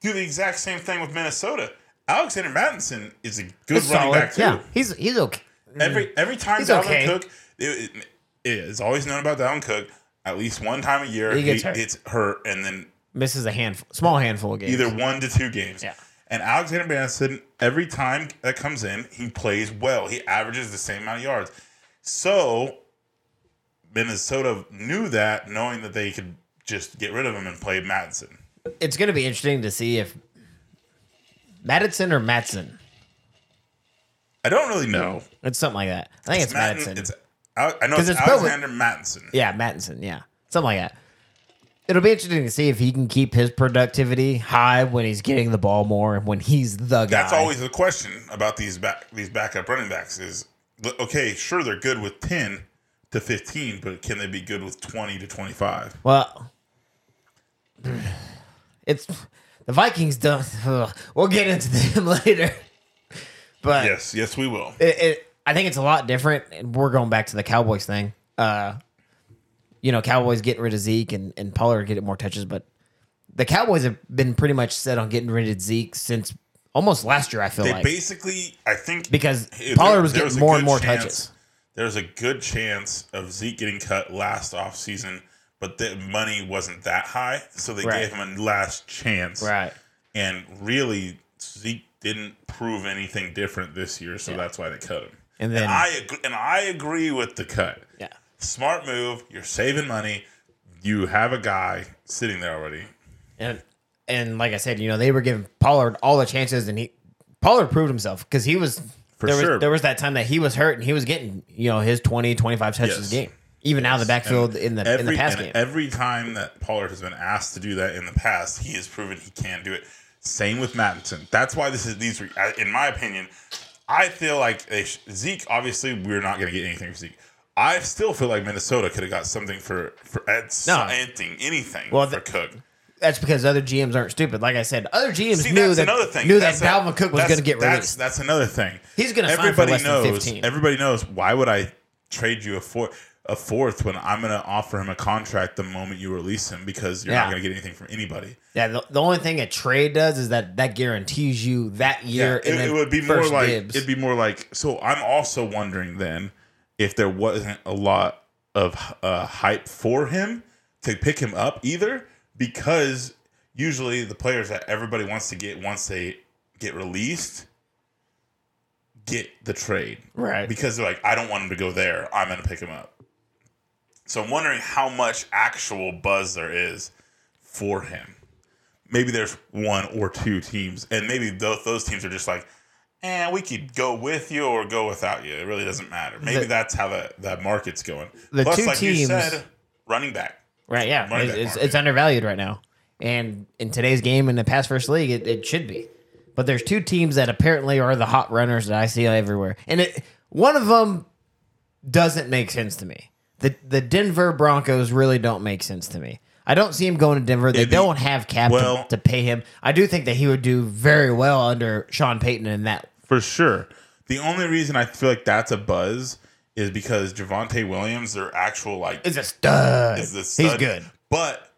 [SPEAKER 1] Do the exact same thing with Minnesota. Alexander Mattinson is a good
[SPEAKER 2] He's
[SPEAKER 1] running
[SPEAKER 2] solid.
[SPEAKER 1] back too.
[SPEAKER 2] Yeah, he's he's okay.
[SPEAKER 1] Every every time
[SPEAKER 2] He's
[SPEAKER 1] Dalvin
[SPEAKER 2] okay.
[SPEAKER 1] Cook it, it- it is always known about Dalvin Cook. At least one time a year
[SPEAKER 2] He gets hurt.
[SPEAKER 1] it's hurt, and then
[SPEAKER 2] Misses a handful, small handful of games.
[SPEAKER 1] either one to two games.
[SPEAKER 2] Yeah.
[SPEAKER 1] And Alexander Madison, every time that comes in, he plays well. He averages the same amount of yards. So Minnesota knew that, knowing that they could just get rid of him and play Madison.
[SPEAKER 2] it's going to be interesting to see if Madison or Matson.
[SPEAKER 1] I don't really know.
[SPEAKER 2] It's something like that. I think it's,
[SPEAKER 1] Madden-
[SPEAKER 2] Madison.
[SPEAKER 1] It's Al- I know
[SPEAKER 2] 'Cause
[SPEAKER 1] it's,
[SPEAKER 2] it's spelled with-
[SPEAKER 1] Alexander Madison.
[SPEAKER 2] yeah, Mattinson. Yeah, something like that. It'll be interesting to see if he can keep his productivity high when he's getting the ball more and when he's the guy.
[SPEAKER 1] That's always the question about these back these backup running backs is look, okay, sure they're good with ten to fifteen, but can they be good with twenty to twenty five?
[SPEAKER 2] Well, [SIGHS] it's the Vikings. Don't. ugh, we'll get into them [LAUGHS] later, but
[SPEAKER 1] Yes, yes, we will.
[SPEAKER 2] it, it, I think it's a lot different. And we're going back to the Cowboys thing. Uh, you know, Cowboys getting rid of Zeke and, and Pollard getting more touches, but the Cowboys have been pretty much set on getting rid of Zeke since almost last year. I feel
[SPEAKER 1] They
[SPEAKER 2] like
[SPEAKER 1] basically, I think,
[SPEAKER 2] because
[SPEAKER 1] Hey,
[SPEAKER 2] Pollard
[SPEAKER 1] there-
[SPEAKER 2] was
[SPEAKER 1] there
[SPEAKER 2] getting
[SPEAKER 1] a
[SPEAKER 2] more and
[SPEAKER 1] good
[SPEAKER 2] more
[SPEAKER 1] chance-
[SPEAKER 2] touches.
[SPEAKER 1] There's a good chance of Zeke getting cut last offseason, but the money wasn't that high, so they
[SPEAKER 2] Right.
[SPEAKER 1] gave him a last chance.
[SPEAKER 2] Right.
[SPEAKER 1] And really, Zeke didn't prove anything different this year, so that's why they cut him.
[SPEAKER 2] And then-
[SPEAKER 1] I agree, and I agree with the cut.
[SPEAKER 2] Yeah.
[SPEAKER 1] Smart move. You're saving money. You have a guy sitting there already.
[SPEAKER 2] And and like I said, you know, they were giving Pollard all the chances, and he Pollard proved himself because he was
[SPEAKER 1] For
[SPEAKER 2] there
[SPEAKER 1] sure.
[SPEAKER 2] Was, there was that time that he was hurt, and he was getting you know his 20, 25 touches
[SPEAKER 1] Yes.
[SPEAKER 2] a game, even out of the backfield in the in the pass
[SPEAKER 1] and
[SPEAKER 2] game.
[SPEAKER 1] Every time that Pollard has been asked to do that in the past, he has proven he can do it. Same with Mattinson. That's why this is these. Re- I- in my opinion, I feel like they sh- Zeke. Obviously, we're not going to get anything for Zeke. I still feel like Minnesota could have got something for for at
[SPEAKER 2] No.
[SPEAKER 1] anything, anything
[SPEAKER 2] Well,
[SPEAKER 1] for
[SPEAKER 2] th-
[SPEAKER 1] Cook.
[SPEAKER 2] That's because other GMs aren't stupid. Like I said, other GMs
[SPEAKER 1] See,
[SPEAKER 2] knew
[SPEAKER 1] that's
[SPEAKER 2] that
[SPEAKER 1] another thing.
[SPEAKER 2] knew
[SPEAKER 1] That's a-
[SPEAKER 2] that Dalvin Cook was
[SPEAKER 1] that's-
[SPEAKER 2] going to get
[SPEAKER 1] that's,
[SPEAKER 2] released.
[SPEAKER 1] That's another thing.
[SPEAKER 2] He's gonna sign for
[SPEAKER 1] Everybody
[SPEAKER 2] less than
[SPEAKER 1] knows.
[SPEAKER 2] 15.
[SPEAKER 1] Everybody knows. Why would I trade you a four, a fourth when I'm going to offer him a contract the moment you release him because you're
[SPEAKER 2] Yeah.
[SPEAKER 1] not going to get anything from anybody.
[SPEAKER 2] Yeah, the, the only thing a trade does is that that guarantees you that year.
[SPEAKER 1] it,
[SPEAKER 2] and then
[SPEAKER 1] it would be more
[SPEAKER 2] first
[SPEAKER 1] like
[SPEAKER 2] dibs.
[SPEAKER 1] it'd be more like. So I'm also wondering then if there wasn't a lot of uh, hype for him to pick him up either, because usually the players that everybody wants to get once they get released get the trade
[SPEAKER 2] right.
[SPEAKER 1] because they're like, I don't want him to go there. I'm going to pick him up. So I'm wondering how much actual buzz there is for him. Maybe there's one or two teams, and maybe those, those teams are just like, eh, we could go with you or go without you. It really doesn't matter. Maybe
[SPEAKER 2] The-
[SPEAKER 1] that's how the, that market's going.
[SPEAKER 2] The
[SPEAKER 1] Plus,
[SPEAKER 2] two
[SPEAKER 1] like you
[SPEAKER 2] teams-
[SPEAKER 1] said, running back.
[SPEAKER 2] Right, yeah.
[SPEAKER 1] Running
[SPEAKER 2] It's,
[SPEAKER 1] back
[SPEAKER 2] it's,
[SPEAKER 1] market.
[SPEAKER 2] it's undervalued right now. And in today's game in the pass first league, it, it should be. But there's two teams that apparently are the hot runners that I see everywhere. And it, one of them doesn't make sense to me. The the Denver Broncos really don't make sense to me. I don't see him going to Denver. They
[SPEAKER 1] It'd be-
[SPEAKER 2] don't have cap to-
[SPEAKER 1] well-
[SPEAKER 2] to, pay him. I do think that he would do very well under Sean Payton in that.
[SPEAKER 1] For sure. The only reason I feel like that's a buzz is because Javante Williams, their actual like
[SPEAKER 2] It's a stud.
[SPEAKER 1] is the
[SPEAKER 2] He's
[SPEAKER 1] stud.
[SPEAKER 2] good.
[SPEAKER 1] But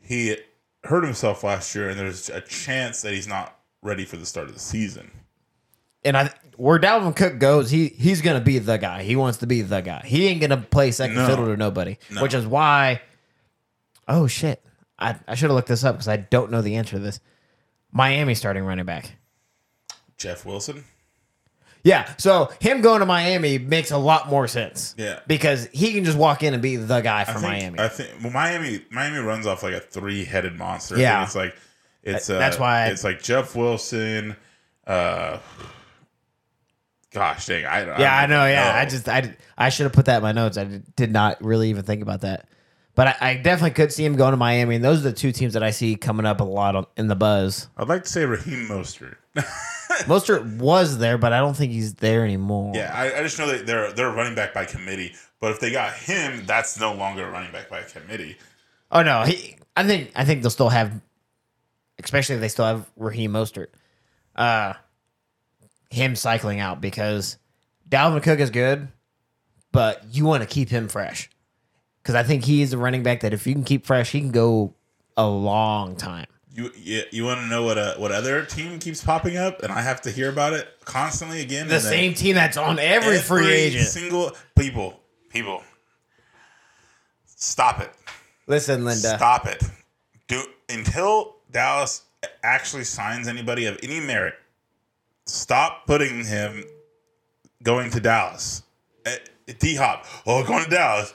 [SPEAKER 1] he hurt himself last year, and there's a chance that he's not ready for the start of the season.
[SPEAKER 2] and I where Dalvin Cook goes, he he's gonna be the guy. He wants to be the guy. He ain't gonna play second
[SPEAKER 1] No.
[SPEAKER 2] fiddle to nobody, which is why. Oh shit! I I should have looked this up because I don't know the answer to this. Miami starting running back.
[SPEAKER 1] Jeff Wilson.
[SPEAKER 2] Yeah, so him going to Miami makes a lot more sense.
[SPEAKER 1] Yeah.
[SPEAKER 2] because he can just walk in and be the guy for
[SPEAKER 1] I think,
[SPEAKER 2] Miami.
[SPEAKER 1] I think well, Miami. Miami runs off like a three-headed monster. I think
[SPEAKER 2] Yeah.
[SPEAKER 1] it's like it's uh,
[SPEAKER 2] That's why I-
[SPEAKER 1] it's like Jeff Wilson. Uh, Gosh dang, I don't.
[SPEAKER 2] Yeah, I
[SPEAKER 1] don't
[SPEAKER 2] know. Yeah, I just I did- I should have put that in my notes. I did did not really even think about that, but I, I definitely could see him going to Miami. And those are the two teams that I see coming up a lot on, in the buzz.
[SPEAKER 1] I'd like to say Raheem
[SPEAKER 2] [LAUGHS]
[SPEAKER 1] Mostert.
[SPEAKER 2] Mostert was there, but I don't think he's there anymore.
[SPEAKER 1] Yeah, I, I just know that they're they're running back by committee. But if they got him, that's no longer a running back by committee.
[SPEAKER 2] Oh no, he. I think I think they'll still have, especially if they still have Raheem Mostert, uh, him cycling out because Dalvin Cook is good, but you want to keep him fresh because I think he is a running back that if you can keep fresh, he can go a long time.
[SPEAKER 1] You you, you want to know what uh, what other team keeps popping up, and I have to hear about it constantly again.
[SPEAKER 2] The
[SPEAKER 1] and then
[SPEAKER 2] same team that's on every, free agent.
[SPEAKER 1] single people people. Stop it!
[SPEAKER 2] Listen, Linda,
[SPEAKER 1] Stop it! Do until Dallas actually signs anybody of any merit. Stop putting him going to Dallas. D Hop, oh, going to Dallas.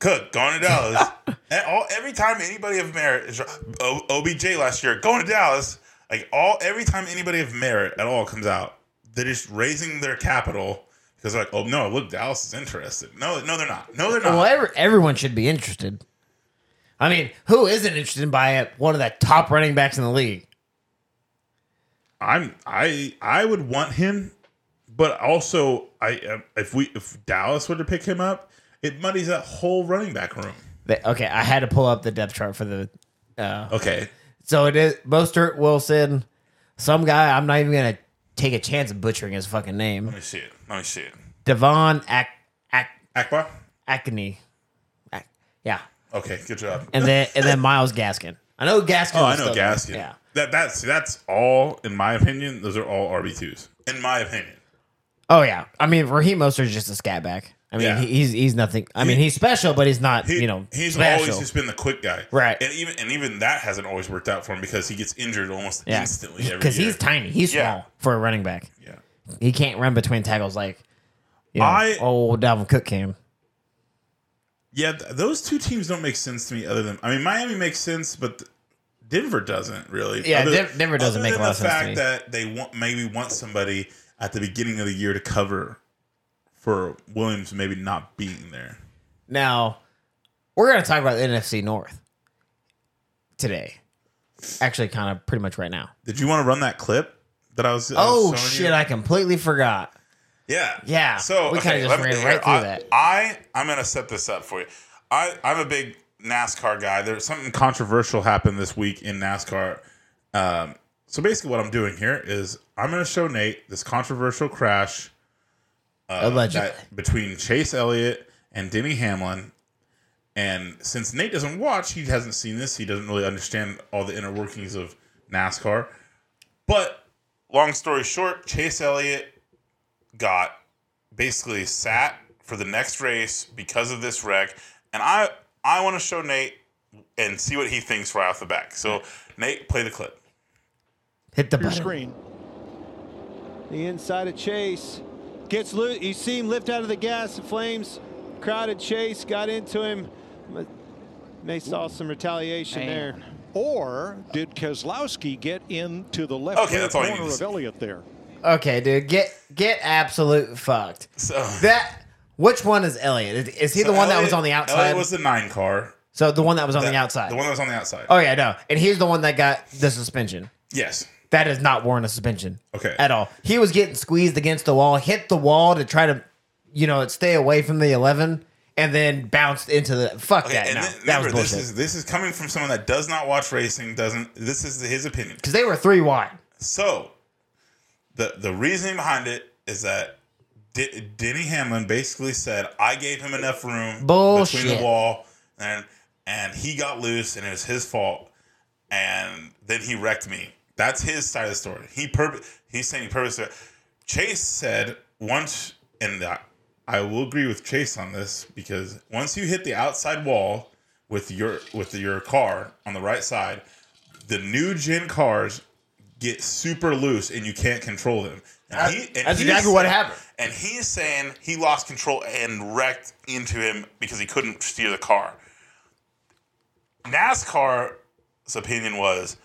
[SPEAKER 1] Cook going to Dallas. and all every time anybody of merit is O- OBJ last year going to Dallas. Like all every time anybody of merit at all comes out, they're just raising their capital because they're like, oh no, look, Dallas is interested. No, no, they're not. No, they're not.
[SPEAKER 2] well, every, everyone should be interested. I mean, who isn't interested in by a- one of the top running backs in the league?
[SPEAKER 1] I'm I I would want him, but also I um, if we if Dallas were to pick him up, it muddies that whole running back room.
[SPEAKER 2] They, okay, I had to pull up the depth chart for the. Uh,
[SPEAKER 1] Okay,
[SPEAKER 2] so it is Mostert, Wilson, some guy. I'm not even gonna take a chance of butchering his fucking name.
[SPEAKER 1] let me see it. Let me see it.
[SPEAKER 2] Devon Ak Ak
[SPEAKER 1] Akbar.
[SPEAKER 2] Akne, Ak, yeah,
[SPEAKER 1] Okay, good job.
[SPEAKER 2] and then and then Miles Gaskin. I know Gaskin.
[SPEAKER 1] Oh, I
[SPEAKER 2] was
[SPEAKER 1] know
[SPEAKER 2] still there.
[SPEAKER 1] Gaskin.
[SPEAKER 2] Yeah,
[SPEAKER 1] That that's that's all in my opinion. Those are all RB twos in my opinion.
[SPEAKER 2] Oh yeah, I mean Raheem Mostert is just a scat back. I mean
[SPEAKER 1] Yeah.
[SPEAKER 2] he he's he's nothing. I mean he's special, but he's not
[SPEAKER 1] He-
[SPEAKER 2] you know
[SPEAKER 1] he's
[SPEAKER 2] special.
[SPEAKER 1] always just been the quick guy,
[SPEAKER 2] Right.
[SPEAKER 1] And even and even that hasn't always worked out for him because he gets injured almost
[SPEAKER 2] yeah,
[SPEAKER 1] instantly every year.
[SPEAKER 2] because he's tiny. He's
[SPEAKER 1] Yeah.
[SPEAKER 2] small for a running back.
[SPEAKER 1] yeah.
[SPEAKER 2] He can't run between tackles like you know,
[SPEAKER 1] I-
[SPEAKER 2] old Dalvin Cook can.
[SPEAKER 1] Yeah, th- those two teams don't make sense to me. Other than I mean, Miami makes sense, but th- Denver doesn't really.
[SPEAKER 2] Yeah,
[SPEAKER 1] Other-
[SPEAKER 2] Dev- Denver doesn't
[SPEAKER 1] other
[SPEAKER 2] make a
[SPEAKER 1] than
[SPEAKER 2] lot of
[SPEAKER 1] The
[SPEAKER 2] sense to
[SPEAKER 1] fact
[SPEAKER 2] me.
[SPEAKER 1] that they want maybe want somebody at the beginning of the year to cover for Williams maybe not being there.
[SPEAKER 2] Now, we're going to talk about the NFC North today. Actually, kind of pretty much right now.
[SPEAKER 1] Did you want to run that clip that I was? I was
[SPEAKER 2] Oh
[SPEAKER 1] showing you?
[SPEAKER 2] shit! I completely forgot.
[SPEAKER 1] Yeah.
[SPEAKER 2] Yeah,
[SPEAKER 1] So
[SPEAKER 2] we kinda
[SPEAKER 1] okay,
[SPEAKER 2] just
[SPEAKER 1] let me-
[SPEAKER 2] ran
[SPEAKER 1] here,
[SPEAKER 2] right through
[SPEAKER 1] I,
[SPEAKER 2] that.
[SPEAKER 1] I I'm gonna set this up for you. I I'm a big NASCAR guy. There's something controversial happened this week in NASCAR. Um, so basically, what I'm doing here is I'm gonna show Nate this controversial crash uh,
[SPEAKER 2] Allegedly,
[SPEAKER 1] that between Chase Elliott and Denny Hamlin. And since Nate doesn't watch, he hasn't seen this. He doesn't really understand all the inner workings of NASCAR. But long story short, Chase Elliott got basically sat for the next race because of this wreck. And I I want to show Nate and see what he thinks right off the back. So Nate, play the clip.
[SPEAKER 2] hit the
[SPEAKER 3] your
[SPEAKER 2] button.
[SPEAKER 3] screen.
[SPEAKER 4] The inside of Chase gets loose. You see him lift out of the gas. The flames crowded Chase, got into him. But They saw some retaliation there.
[SPEAKER 3] Or did Keselowski get into the left
[SPEAKER 1] Okay,
[SPEAKER 3] rear
[SPEAKER 1] that's all you
[SPEAKER 3] corner
[SPEAKER 1] need to
[SPEAKER 3] of
[SPEAKER 1] see.
[SPEAKER 3] Elliott there?
[SPEAKER 2] Okay, dude, get get absolute fucked.
[SPEAKER 1] So
[SPEAKER 2] That which one is Elliot? Is, is he the one that
[SPEAKER 1] Elliott-
[SPEAKER 2] was on the outside?
[SPEAKER 1] Elliott was the nine car.
[SPEAKER 2] so the one that was on the
[SPEAKER 1] That-
[SPEAKER 2] outside.
[SPEAKER 1] The one that was on the outside.
[SPEAKER 2] oh yeah, no, and he's the one that got the suspension.
[SPEAKER 1] Yes.
[SPEAKER 2] That is not warrant a suspension.
[SPEAKER 1] Okay.
[SPEAKER 2] At all. He was getting squeezed against the wall, hit the wall to try to, you know, stay away from the 11, and then bounced into the. Fuck
[SPEAKER 1] Okay,
[SPEAKER 2] that.
[SPEAKER 1] and
[SPEAKER 2] no,
[SPEAKER 1] then,
[SPEAKER 2] that
[SPEAKER 1] remember,
[SPEAKER 2] was
[SPEAKER 1] this
[SPEAKER 2] bullshit.
[SPEAKER 1] is this is coming from someone that does not watch racing. Doesn't this is his opinion?
[SPEAKER 2] Because they were three wide.
[SPEAKER 1] So, the the reasoning behind it is that D- Denny Hamlin basically said, "I gave him enough room between
[SPEAKER 2] Bullshit.
[SPEAKER 1] the wall, and and he got loose, and it was his fault, and then he wrecked me." That's his side of the story. He purpo- he's saying he purposely. Chase said once, and I, I will agree with Chase on this because once you hit the outside wall with your with your car on the right side, the new gen cars get super loose and you can't control them. And he, and
[SPEAKER 2] That's
[SPEAKER 1] he's-
[SPEAKER 2] exactly what happened.
[SPEAKER 1] And he's saying he lost control and wrecked into him because he couldn't steer the car. NASCAR's opinion was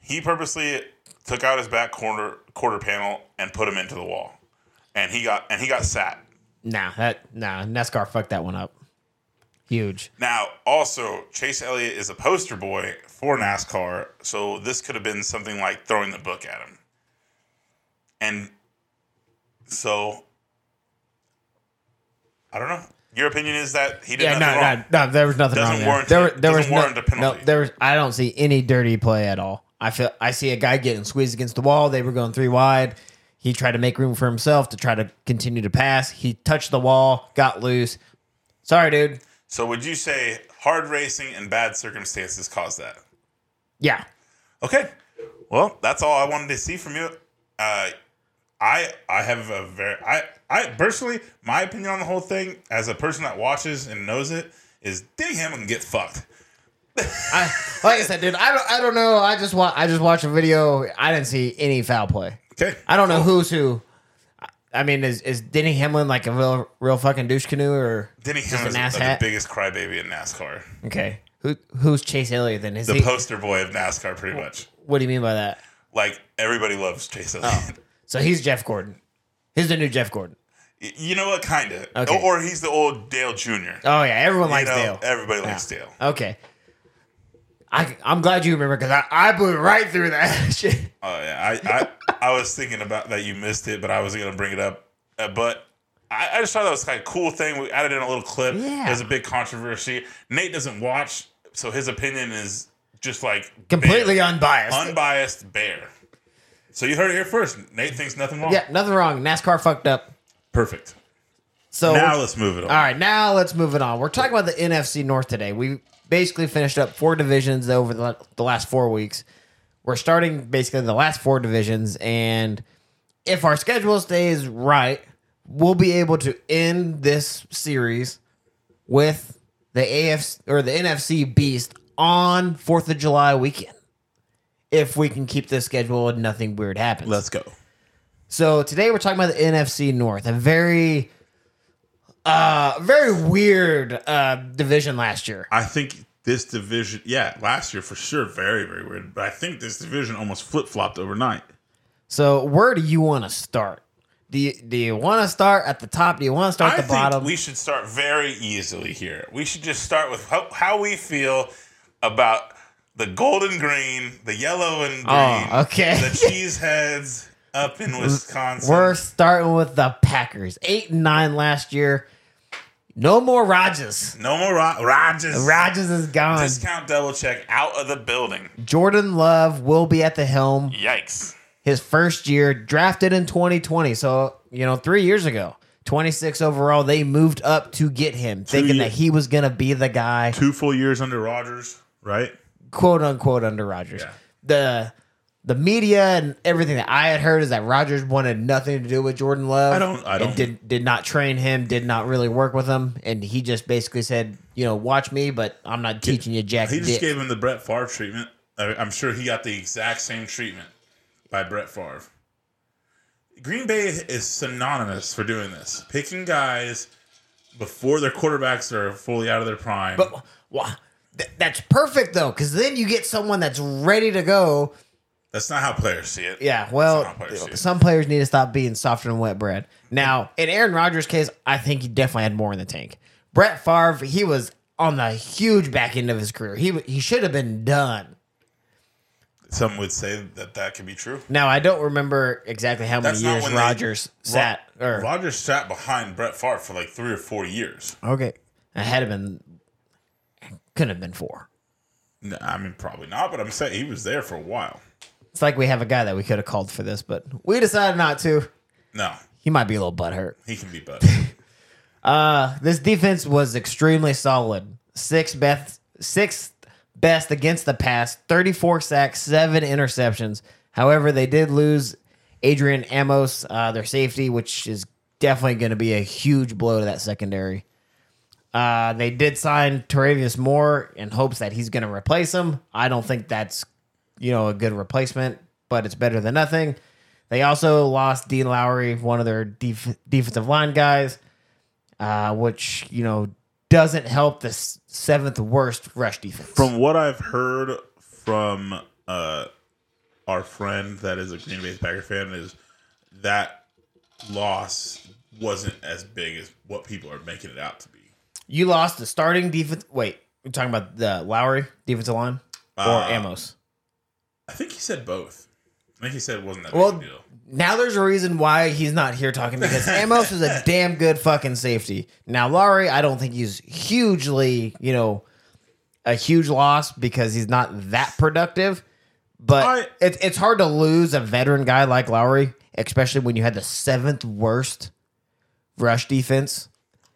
[SPEAKER 1] he purposely took out his back corner quarter panel and put him into the wall. and he got and he got sat.
[SPEAKER 2] Nah, that nah, NASCAR fucked that one up. Huge.
[SPEAKER 1] Now, also, Chase Elliott is a poster boy for NASCAR, so this could have been something like throwing the book at him. And so, I don't know. Your opinion is that he did
[SPEAKER 2] Yeah,
[SPEAKER 1] nothing wrong.
[SPEAKER 2] no, no, no, there was nothing
[SPEAKER 1] Doesn't
[SPEAKER 2] wrong there.
[SPEAKER 1] warrant
[SPEAKER 2] there.
[SPEAKER 1] it.
[SPEAKER 2] were- there
[SPEAKER 1] Doesn't
[SPEAKER 2] was
[SPEAKER 1] warrant
[SPEAKER 2] no,
[SPEAKER 1] a penalty.
[SPEAKER 2] no, there was. I don't see any dirty play at all. I feel I see a guy getting squeezed against the wall. They were going three wide. He tried to make room for himself to try to continue to pass. He touched the wall, got loose. Sorry, dude.
[SPEAKER 1] So, would you say hard racing and bad circumstances caused that?
[SPEAKER 2] Yeah,
[SPEAKER 1] Okay. Well, that's all I wanted to see from you. Uh, I I have a very I I personally my opinion on the whole thing as a person that watches and knows it is Denny Hamlin can get fucked.
[SPEAKER 2] I, like I said, dude. I don't. I don't know. I just want. I just watched a video. I didn't see any foul play.
[SPEAKER 1] Okay.
[SPEAKER 2] I don't know who's who. I mean, is is Denny Hamlin like a real real fucking douche canoe or
[SPEAKER 1] Denny
[SPEAKER 2] just
[SPEAKER 1] Hamlin's
[SPEAKER 2] an
[SPEAKER 1] the, the
[SPEAKER 2] asshat?
[SPEAKER 1] biggest crybaby in NASCAR.
[SPEAKER 2] Okay. Who who's Chase Elliott then? Is
[SPEAKER 1] The
[SPEAKER 2] he
[SPEAKER 1] poster boy of NASCAR pretty much.
[SPEAKER 2] what do you mean by that?
[SPEAKER 1] Like everybody loves
[SPEAKER 2] oh.
[SPEAKER 1] Chase Elliott. [LAUGHS]
[SPEAKER 2] So he's Jeff Gordon. He's the new Jeff Gordon.
[SPEAKER 1] Y- You know what kind of.
[SPEAKER 2] Okay.
[SPEAKER 1] Or he's the old Dale Jr.
[SPEAKER 2] Oh yeah, everyone
[SPEAKER 1] you
[SPEAKER 2] likes
[SPEAKER 1] know,
[SPEAKER 2] Dale.
[SPEAKER 1] everybody likes Dale.
[SPEAKER 2] Okay. I I'm glad you remember because I, I blew right through that [LAUGHS] shit.
[SPEAKER 1] Oh yeah, I, I I was thinking about that. You missed it, but I wasn't gonna bring it up. Uh, but I, I just thought that was like a cool thing. We added in a little clip.
[SPEAKER 2] Yeah.
[SPEAKER 1] There's a big controversy. Nate doesn't watch, so his opinion is just like
[SPEAKER 2] Completely
[SPEAKER 1] bare.
[SPEAKER 2] unbiased.
[SPEAKER 1] unbiased, bare. So you heard it here first. Nate thinks nothing wrong.
[SPEAKER 2] yeah, nothing wrong. NASCAR fucked up.
[SPEAKER 1] Perfect.
[SPEAKER 2] So
[SPEAKER 1] Now let's move it on.
[SPEAKER 2] All right, now let's move it on. We're talking about the NFC North today. We basically finished up four divisions over the, the last four weeks. We're starting basically the last four divisions, and if our schedule stays right, we'll be able to end this series with the AFC or the NFC Beast on Fourth of July weekend. If we can keep this schedule and nothing weird happens.
[SPEAKER 1] Let's go.
[SPEAKER 2] So today we're talking about the NFC North, a very, uh, very weird uh, division last year.
[SPEAKER 1] I think this division, yeah, last year for sure, very very weird. But I think this division almost flip flopped overnight.
[SPEAKER 2] So where do you want to start? Do you do you want to start at the top? Do you want to start
[SPEAKER 1] I
[SPEAKER 2] at the
[SPEAKER 1] think
[SPEAKER 2] bottom?
[SPEAKER 1] we should start very easily here. We should just start with how, how we feel about the golden green, the yellow and green,
[SPEAKER 2] Oh, okay.
[SPEAKER 1] the cheese heads up
[SPEAKER 2] [LAUGHS]
[SPEAKER 1] in Wisconsin.
[SPEAKER 2] We're starting with the Packers, eight and nine last year. No more Rogers.
[SPEAKER 1] no more Ro- Rogers.
[SPEAKER 2] Rogers is gone.
[SPEAKER 1] Discount double check out of the building.
[SPEAKER 2] Jordan Love will be at the helm.
[SPEAKER 1] Yikes.
[SPEAKER 2] his first year, drafted in 2020. So, you know, three years ago, 26 overall, they moved up to get him, thinking
[SPEAKER 1] years.
[SPEAKER 2] that he was going to be the guy,
[SPEAKER 1] Two full years under Rogers, right?
[SPEAKER 2] quote unquote, under Rodgers.
[SPEAKER 1] Yeah.
[SPEAKER 2] The. The media and everything that I had heard is that Rodgers wanted nothing to do with Jordan Love.
[SPEAKER 1] I don't- I don't-
[SPEAKER 2] And did did not train him. Did not really work with him. And he just basically said, you know, watch me, but I'm not teaching you jack
[SPEAKER 1] He just
[SPEAKER 2] dick.
[SPEAKER 1] gave him the Brett Favre treatment. I- I'm sure he got the exact same treatment by Brett Favre. Green Bay is synonymous for doing this, picking guys before their quarterbacks are fully out of their prime.
[SPEAKER 2] But wha- th- that's perfect though, because then you get someone that's ready to go,
[SPEAKER 1] That's not how players see it.
[SPEAKER 2] Yeah, well,
[SPEAKER 1] That's not how players oh, see it.
[SPEAKER 2] some players need to stop being softer than wet bread. Now, in Aaron Rodgers' case, I think he definitely had more in the tank. Brett Favre, he was on the huge back end of his career. He he should have been done.
[SPEAKER 1] Some would say that that could be true.
[SPEAKER 2] Now, I don't remember exactly how many
[SPEAKER 1] That's not
[SPEAKER 2] years
[SPEAKER 1] when they-
[SPEAKER 2] Rodgers sat. Or
[SPEAKER 1] Rodgers sat behind Brett Favre for like three or four years.
[SPEAKER 2] okay, it had to been couldn't have been four.
[SPEAKER 1] No, I mean, probably not, but I'm saying he was there for a while.
[SPEAKER 2] It's like we have a guy that we could have called for this, but we decided not to.
[SPEAKER 1] No,
[SPEAKER 2] He might be a little butthurt.
[SPEAKER 1] he can be better.
[SPEAKER 2] This defense was extremely solid. Six best, sixth best against the pass, 34 sacks, seven interceptions. However, they did lose Adrian Amos, uh, their safety, which is definitely going to be a huge blow to that secondary. Uh, they did sign Teravius Moore in hopes that he's going to replace him. I don't think that's you know a good replacement, but it's better than nothing. They also lost Dean Lowry, one of their def- defensive line guys uh, which you know doesn't help the s- seventh worst rush defense.
[SPEAKER 1] From what I've heard from uh, our friend that is a Green Bay Packer fan, is that loss wasn't as big as what people are making it out to be.
[SPEAKER 2] You lost the starting defense. Wait, we're talking about the Lowry defensive line or
[SPEAKER 1] Uh,
[SPEAKER 2] Amos.
[SPEAKER 1] I think he said both. I think he said it wasn't that
[SPEAKER 2] Well,
[SPEAKER 1] big a deal.
[SPEAKER 2] Now there's a reason why he's not here
[SPEAKER 1] [LAUGHS]
[SPEAKER 2] talking because Amos is a damn good fucking safety. Now Lowry, I don't think he's hugely, you know, a huge loss because he's not that productive. But
[SPEAKER 1] I-
[SPEAKER 2] it, it's hard to lose a veteran guy like Lowry, especially when you had the seventh worst rush defense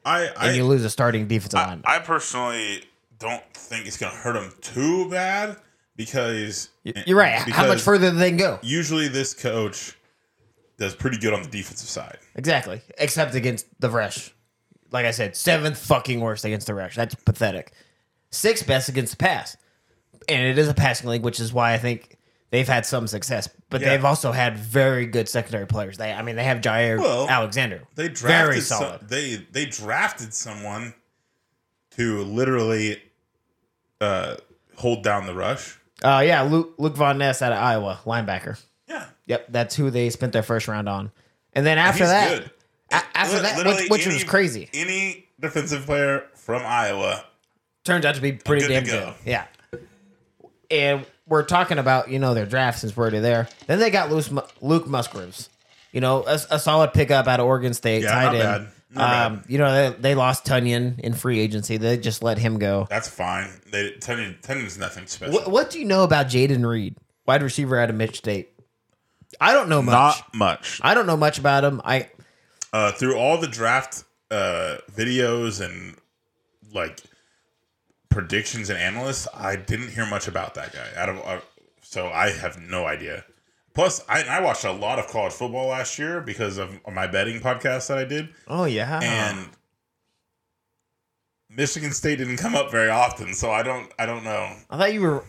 [SPEAKER 1] I I,
[SPEAKER 2] and you lose a starting defensive
[SPEAKER 1] I,
[SPEAKER 2] line.
[SPEAKER 1] I personally don't think it's gonna hurt him too bad because
[SPEAKER 2] You're right. How much
[SPEAKER 1] because
[SPEAKER 2] further do they go?
[SPEAKER 1] Usually, this coach does pretty good on the defensive side.
[SPEAKER 2] Exactly. Except against the Resh. Like I said, seventh fucking worst against the Resh. That's pathetic. Sixth best against the pass. And it is a passing league, which is why I think they've had some success. But
[SPEAKER 1] Yeah.
[SPEAKER 2] they've also had very good secondary players. They I mean they have Jair
[SPEAKER 1] Well,
[SPEAKER 2] Alexander.
[SPEAKER 1] They drafted
[SPEAKER 2] very
[SPEAKER 1] some-
[SPEAKER 2] solid.
[SPEAKER 1] they they drafted someone to literally uh, hold down the rush.
[SPEAKER 2] uh yeah, Luke Luke Von Ness out of Iowa, linebacker.
[SPEAKER 1] Yeah,
[SPEAKER 2] Yep, that's who they spent their first round on. And then after
[SPEAKER 1] he's
[SPEAKER 2] that
[SPEAKER 1] good.
[SPEAKER 2] a- after
[SPEAKER 1] Li-
[SPEAKER 2] that
[SPEAKER 1] literally
[SPEAKER 2] which, which
[SPEAKER 1] any-
[SPEAKER 2] was crazy.
[SPEAKER 1] Any defensive player from Iowa,
[SPEAKER 2] turns out to be pretty
[SPEAKER 1] good
[SPEAKER 2] damn
[SPEAKER 1] to
[SPEAKER 2] good.
[SPEAKER 1] go.
[SPEAKER 2] Yeah. And we're talking about you know their draft since we're already there. Then they got Luke, Luke Musgraves, you know a, a solid pickup out of Oregon State.
[SPEAKER 1] Yeah,
[SPEAKER 2] tight
[SPEAKER 1] not
[SPEAKER 2] end.
[SPEAKER 1] bad. Not
[SPEAKER 2] um, You know they, they lost Tunyon in free agency. They just let him go.
[SPEAKER 1] that's fine. They Tenon- Tenon's nothing special.
[SPEAKER 2] What, what do you know about Jaden Reed, wide receiver out of Mitch State? I don't know much.
[SPEAKER 1] Not much.
[SPEAKER 2] I don't know much about him. I
[SPEAKER 1] uh, through all the draft uh, videos and like predictions and analysts, I didn't hear much about that guy. Out of uh, so, I have no idea. Plus, I, I watched a lot of college football last year because of my betting podcast that I did,
[SPEAKER 2] oh yeah,
[SPEAKER 1] and Michigan State didn't come up very often, so I don't I don't know.
[SPEAKER 2] I thought you were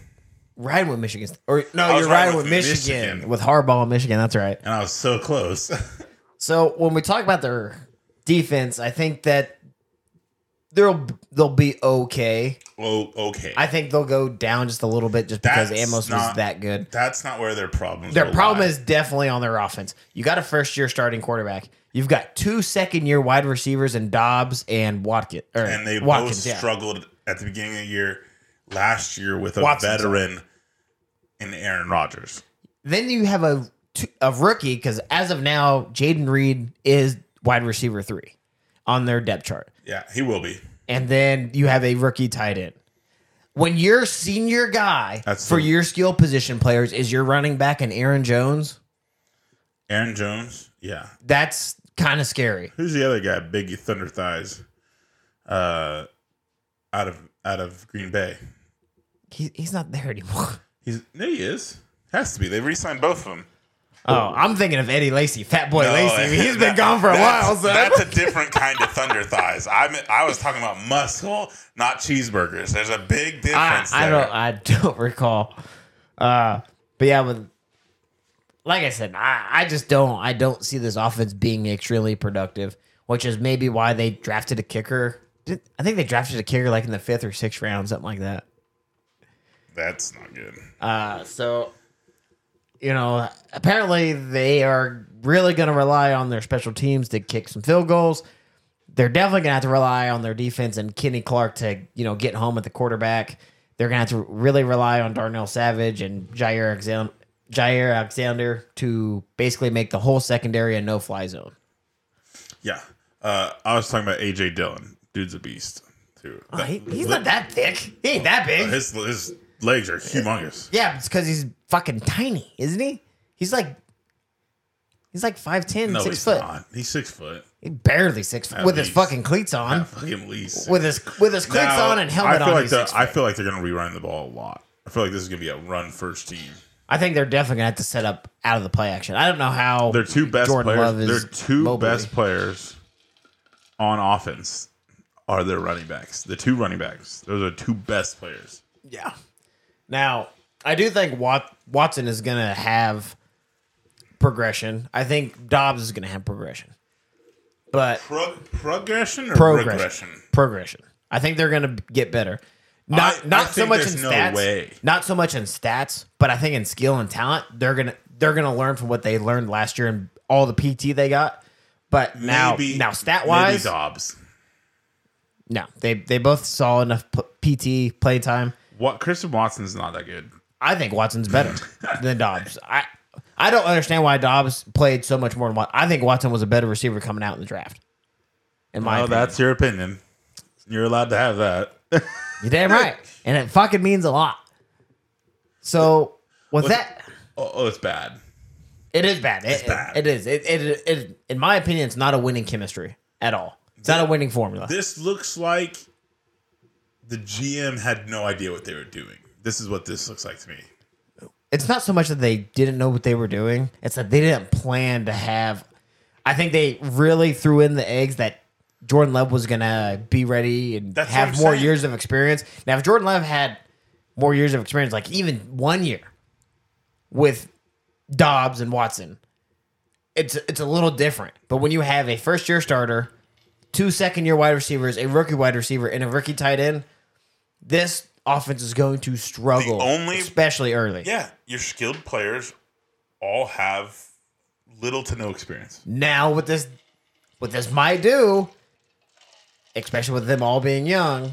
[SPEAKER 2] riding with Michigan, State. or
[SPEAKER 1] I
[SPEAKER 2] no,
[SPEAKER 1] was riding
[SPEAKER 2] you're riding with
[SPEAKER 1] with
[SPEAKER 2] Michigan,
[SPEAKER 1] Michigan.
[SPEAKER 2] with Harbaugh, in Michigan. That's right.
[SPEAKER 1] And I was so close. [LAUGHS]
[SPEAKER 2] So when we talk about their defense, I think that they'll they'll be okay.
[SPEAKER 1] oh, okay.
[SPEAKER 2] I think they'll go down just a little bit just because
[SPEAKER 1] That's
[SPEAKER 2] Amos was
[SPEAKER 1] not-
[SPEAKER 2] that good.
[SPEAKER 1] That's not where their problems.
[SPEAKER 2] Their
[SPEAKER 1] will
[SPEAKER 2] problem
[SPEAKER 1] lie.
[SPEAKER 2] is definitely on their offense. You got a first year starting quarterback. You've got two second year wide receivers in Dobbs and Watkins. Or
[SPEAKER 1] and they
[SPEAKER 2] Watkins,
[SPEAKER 1] both
[SPEAKER 2] yeah.
[SPEAKER 1] struggled at the beginning of the year last year with a
[SPEAKER 2] Watson's
[SPEAKER 1] veteran in Aaron Rodgers.
[SPEAKER 2] Then you have a two- a rookie because as of now, Jaden Reed is wide receiver three on their depth chart.
[SPEAKER 1] Yeah, he will be.
[SPEAKER 2] and then you have a rookie tight end. When your senior guy
[SPEAKER 1] That's
[SPEAKER 2] for
[SPEAKER 1] the-
[SPEAKER 2] your skill position players is your running back and Aaron Jones,
[SPEAKER 1] Aaron Jones. Yeah.
[SPEAKER 2] that's kind of scary.
[SPEAKER 1] Who's the other guy? Biggie Thunder Thighs. Uh, out of out of Green Bay.
[SPEAKER 2] He, he's not there anymore.
[SPEAKER 1] He's no, he is. Has to be. They re-signed both of them. Oh,
[SPEAKER 2] Oh, I'm thinking of Eddie Lacy, Fat Boy Lacy. He's been
[SPEAKER 1] that-
[SPEAKER 2] gone
[SPEAKER 1] [LAUGHS]
[SPEAKER 2] for a
[SPEAKER 1] that's-
[SPEAKER 2] while. So.
[SPEAKER 1] That's a different kind of thunder thighs. I mean, I was talking about muscle, not cheeseburgers. There's a big
[SPEAKER 2] I,
[SPEAKER 1] difference.
[SPEAKER 2] I
[SPEAKER 1] there.
[SPEAKER 2] don't I don't [LAUGHS] recall. Uh, but yeah, with like I said, I, I just don't I don't see this offense being extremely productive, which is maybe why they drafted a kicker. Did, I think they drafted a kicker like in the fifth or sixth round, something like that.
[SPEAKER 1] That's not good.
[SPEAKER 2] Uh, so you know, apparently they are really going to rely on their special teams to kick some field goals. They're definitely going to have to rely on their defense and Kenny Clark to you know get home at the quarterback. They're going to have to really rely on Darnell Savage and Jair Alexander, Jair Alexander to basically make the whole secondary a no fly zone.
[SPEAKER 1] Yeah. Uh, I was talking about AJ Dillon. Dude's a beast too.
[SPEAKER 2] Oh, he- he's not that thick. He ain't that big.
[SPEAKER 1] His his legs are humongous.
[SPEAKER 2] Yeah, it's because he's fucking tiny, isn't he? He's like he's like 5'10",
[SPEAKER 1] No,
[SPEAKER 2] 6
[SPEAKER 1] he's
[SPEAKER 2] foot.
[SPEAKER 1] not. He's six foot.
[SPEAKER 2] He barely six foot
[SPEAKER 1] At
[SPEAKER 2] with his
[SPEAKER 1] least.
[SPEAKER 2] fucking cleats on,
[SPEAKER 1] At fucking least.
[SPEAKER 2] with his with his cleats
[SPEAKER 1] Now,
[SPEAKER 2] on and helmet
[SPEAKER 1] I feel
[SPEAKER 2] on.
[SPEAKER 1] Like
[SPEAKER 2] he's
[SPEAKER 1] they're-
[SPEAKER 2] six
[SPEAKER 1] I
[SPEAKER 2] foot.
[SPEAKER 1] feel like they're gonna rerun the ball a lot. I feel like this is gonna be a run first team.
[SPEAKER 2] I think they're definitely gonna have to set up out of the play action. I don't know how
[SPEAKER 1] Their two best
[SPEAKER 2] Jordan
[SPEAKER 1] players.
[SPEAKER 2] Love is
[SPEAKER 1] Their two
[SPEAKER 2] Mobley.
[SPEAKER 1] best players on offense are their running backs. The two running backs. Those are two best players.
[SPEAKER 2] Yeah. Now I do think Wat- Watson is gonna have progression. I think Dobbs is gonna have progression, but
[SPEAKER 1] Pro- progression or
[SPEAKER 2] progression,
[SPEAKER 1] regression?
[SPEAKER 2] progression. I think they're gonna get better. Not
[SPEAKER 1] I- I
[SPEAKER 2] not so
[SPEAKER 1] think
[SPEAKER 2] much
[SPEAKER 1] there's
[SPEAKER 2] in
[SPEAKER 1] no
[SPEAKER 2] stats,
[SPEAKER 1] way.
[SPEAKER 2] not so much in stats, but I think in skill and talent, they're gonna they're gonna learn from what they learned last year and all the PT they got. But now,
[SPEAKER 1] maybe
[SPEAKER 2] now stat
[SPEAKER 1] maybe
[SPEAKER 2] wise,
[SPEAKER 1] Dobbs.
[SPEAKER 2] no, they they both saw enough p- PT play time.
[SPEAKER 1] What Christian Watson's not that good.
[SPEAKER 2] I think
[SPEAKER 1] [LAUGHS]
[SPEAKER 2] Watson's better than Dobbs. I I don't understand why Dobbs played so much more than Watson. I think Watson was a better receiver coming out in the draft. In my
[SPEAKER 1] Oh,
[SPEAKER 2] opinion.
[SPEAKER 1] that's your opinion. You're allowed to have that.
[SPEAKER 2] You're damn right. And it fucking means a lot. So with
[SPEAKER 1] What's-
[SPEAKER 2] that
[SPEAKER 1] [LAUGHS] Oh, oh, it's bad.
[SPEAKER 2] it is bad. It,
[SPEAKER 1] bad.
[SPEAKER 2] it is. It, it, it in my opinion, it's not a winning chemistry at all. It's not a winning formula.
[SPEAKER 1] This looks like the GM had no idea what they were doing. This is what this looks like to me.
[SPEAKER 2] it's not so much that they didn't know what they were doing. It's that they didn't plan to have. I think they really threw in the eggs that Jordan Love was gonna be ready and
[SPEAKER 1] That's what
[SPEAKER 2] have
[SPEAKER 1] I'm
[SPEAKER 2] more
[SPEAKER 1] saying.
[SPEAKER 2] years of experience. Now, if Jordan Love had more years of experience, like even one year with Dobbs and Watson, it's it's a little different. But when you have a first year starter, two second year wide receivers, a rookie wide receiver, and a rookie tight end, this offense is going to struggle,
[SPEAKER 1] only-
[SPEAKER 2] especially early.
[SPEAKER 1] Yeah, your skilled players all have little to no experience.
[SPEAKER 2] Now what this what this might do, especially with them all being young,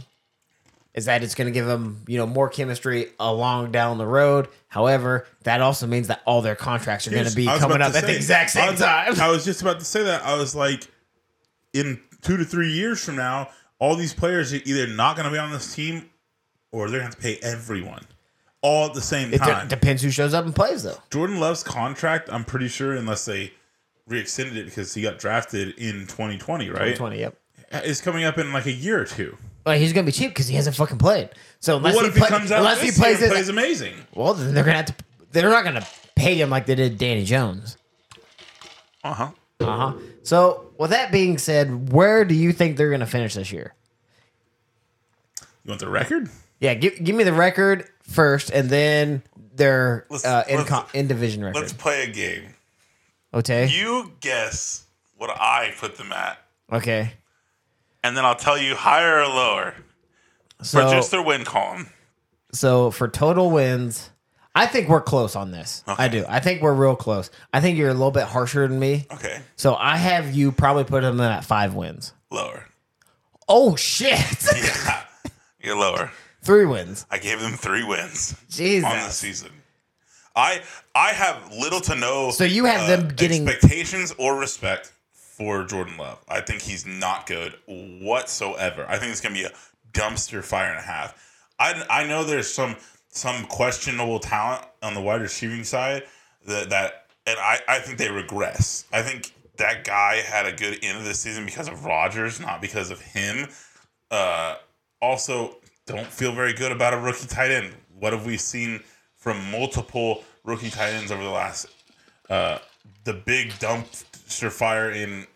[SPEAKER 2] is that it's going to give them you know more chemistry along down the road. However, that also means that all their contracts are going
[SPEAKER 1] Here's-
[SPEAKER 2] to be
[SPEAKER 1] I was
[SPEAKER 2] coming
[SPEAKER 1] about
[SPEAKER 2] up
[SPEAKER 1] to
[SPEAKER 2] at the
[SPEAKER 1] say-
[SPEAKER 2] exact
[SPEAKER 1] I
[SPEAKER 2] same
[SPEAKER 1] was-
[SPEAKER 2] time.
[SPEAKER 1] I was just about to say that. I was like, in two to three years from now, all these players are either not going to be on this team or they're going to have to pay everyone all at the same
[SPEAKER 2] It de-
[SPEAKER 1] time.
[SPEAKER 2] depends who shows up and plays though.
[SPEAKER 1] Jordan Love's contract, I'm pretty sure, unless they re-extended it because he got drafted in 2020, right? Uh,
[SPEAKER 2] Twenty, yep.
[SPEAKER 1] Is coming up in like a year or two.
[SPEAKER 2] But he's going to be cheap because he hasn't fucking played. So unless
[SPEAKER 1] what
[SPEAKER 2] he,
[SPEAKER 1] if he
[SPEAKER 2] play-
[SPEAKER 1] comes out
[SPEAKER 2] unless
[SPEAKER 1] this
[SPEAKER 2] he plays
[SPEAKER 1] year and
[SPEAKER 2] this,
[SPEAKER 1] plays amazing?
[SPEAKER 2] well, then they're going to have to. They're not going to pay him like they did Danny Jones.
[SPEAKER 1] Uh huh.
[SPEAKER 2] Uh huh. So with that being said, where do you think they're going to finish this year?
[SPEAKER 1] You want the record?
[SPEAKER 2] Yeah, give, give me the record first, and then their
[SPEAKER 1] Let's-
[SPEAKER 2] uh, in,
[SPEAKER 1] let's-
[SPEAKER 2] co- in division record.
[SPEAKER 1] play a game.
[SPEAKER 2] Okay.
[SPEAKER 1] You guess what I put them at,
[SPEAKER 2] okay.
[SPEAKER 1] and then I'll tell you higher or lower
[SPEAKER 2] So
[SPEAKER 1] their win column.
[SPEAKER 2] so for total wins, I think we're close on this. I do. I think we're real close. I think you're a little bit harsher than me.
[SPEAKER 1] Okay,
[SPEAKER 2] So I have you probably put them at five wins.
[SPEAKER 1] lower. [LAUGHS]
[SPEAKER 2] Oh shit! [LAUGHS]
[SPEAKER 1] Yeah, you're lower.
[SPEAKER 2] Three wins.
[SPEAKER 1] I gave them three wins. on the
[SPEAKER 2] Jesus.
[SPEAKER 1] season. I I have little to no. uh,
[SPEAKER 2] So you have them getting-
[SPEAKER 1] expectations or respect for Jordan Love. I think he's not good whatsoever. I think it's gonna be a dumpster fire and a half. I I know there's some some questionable talent on the wide receiving side that that and I I think they regress. I think that guy had a good end of the season because of Rodgers, not because of him. Uh, also, don't feel very good about a rookie tight end. What have we seen from multiple rookie tight ends over the last? Uh, the big dumpster fire in,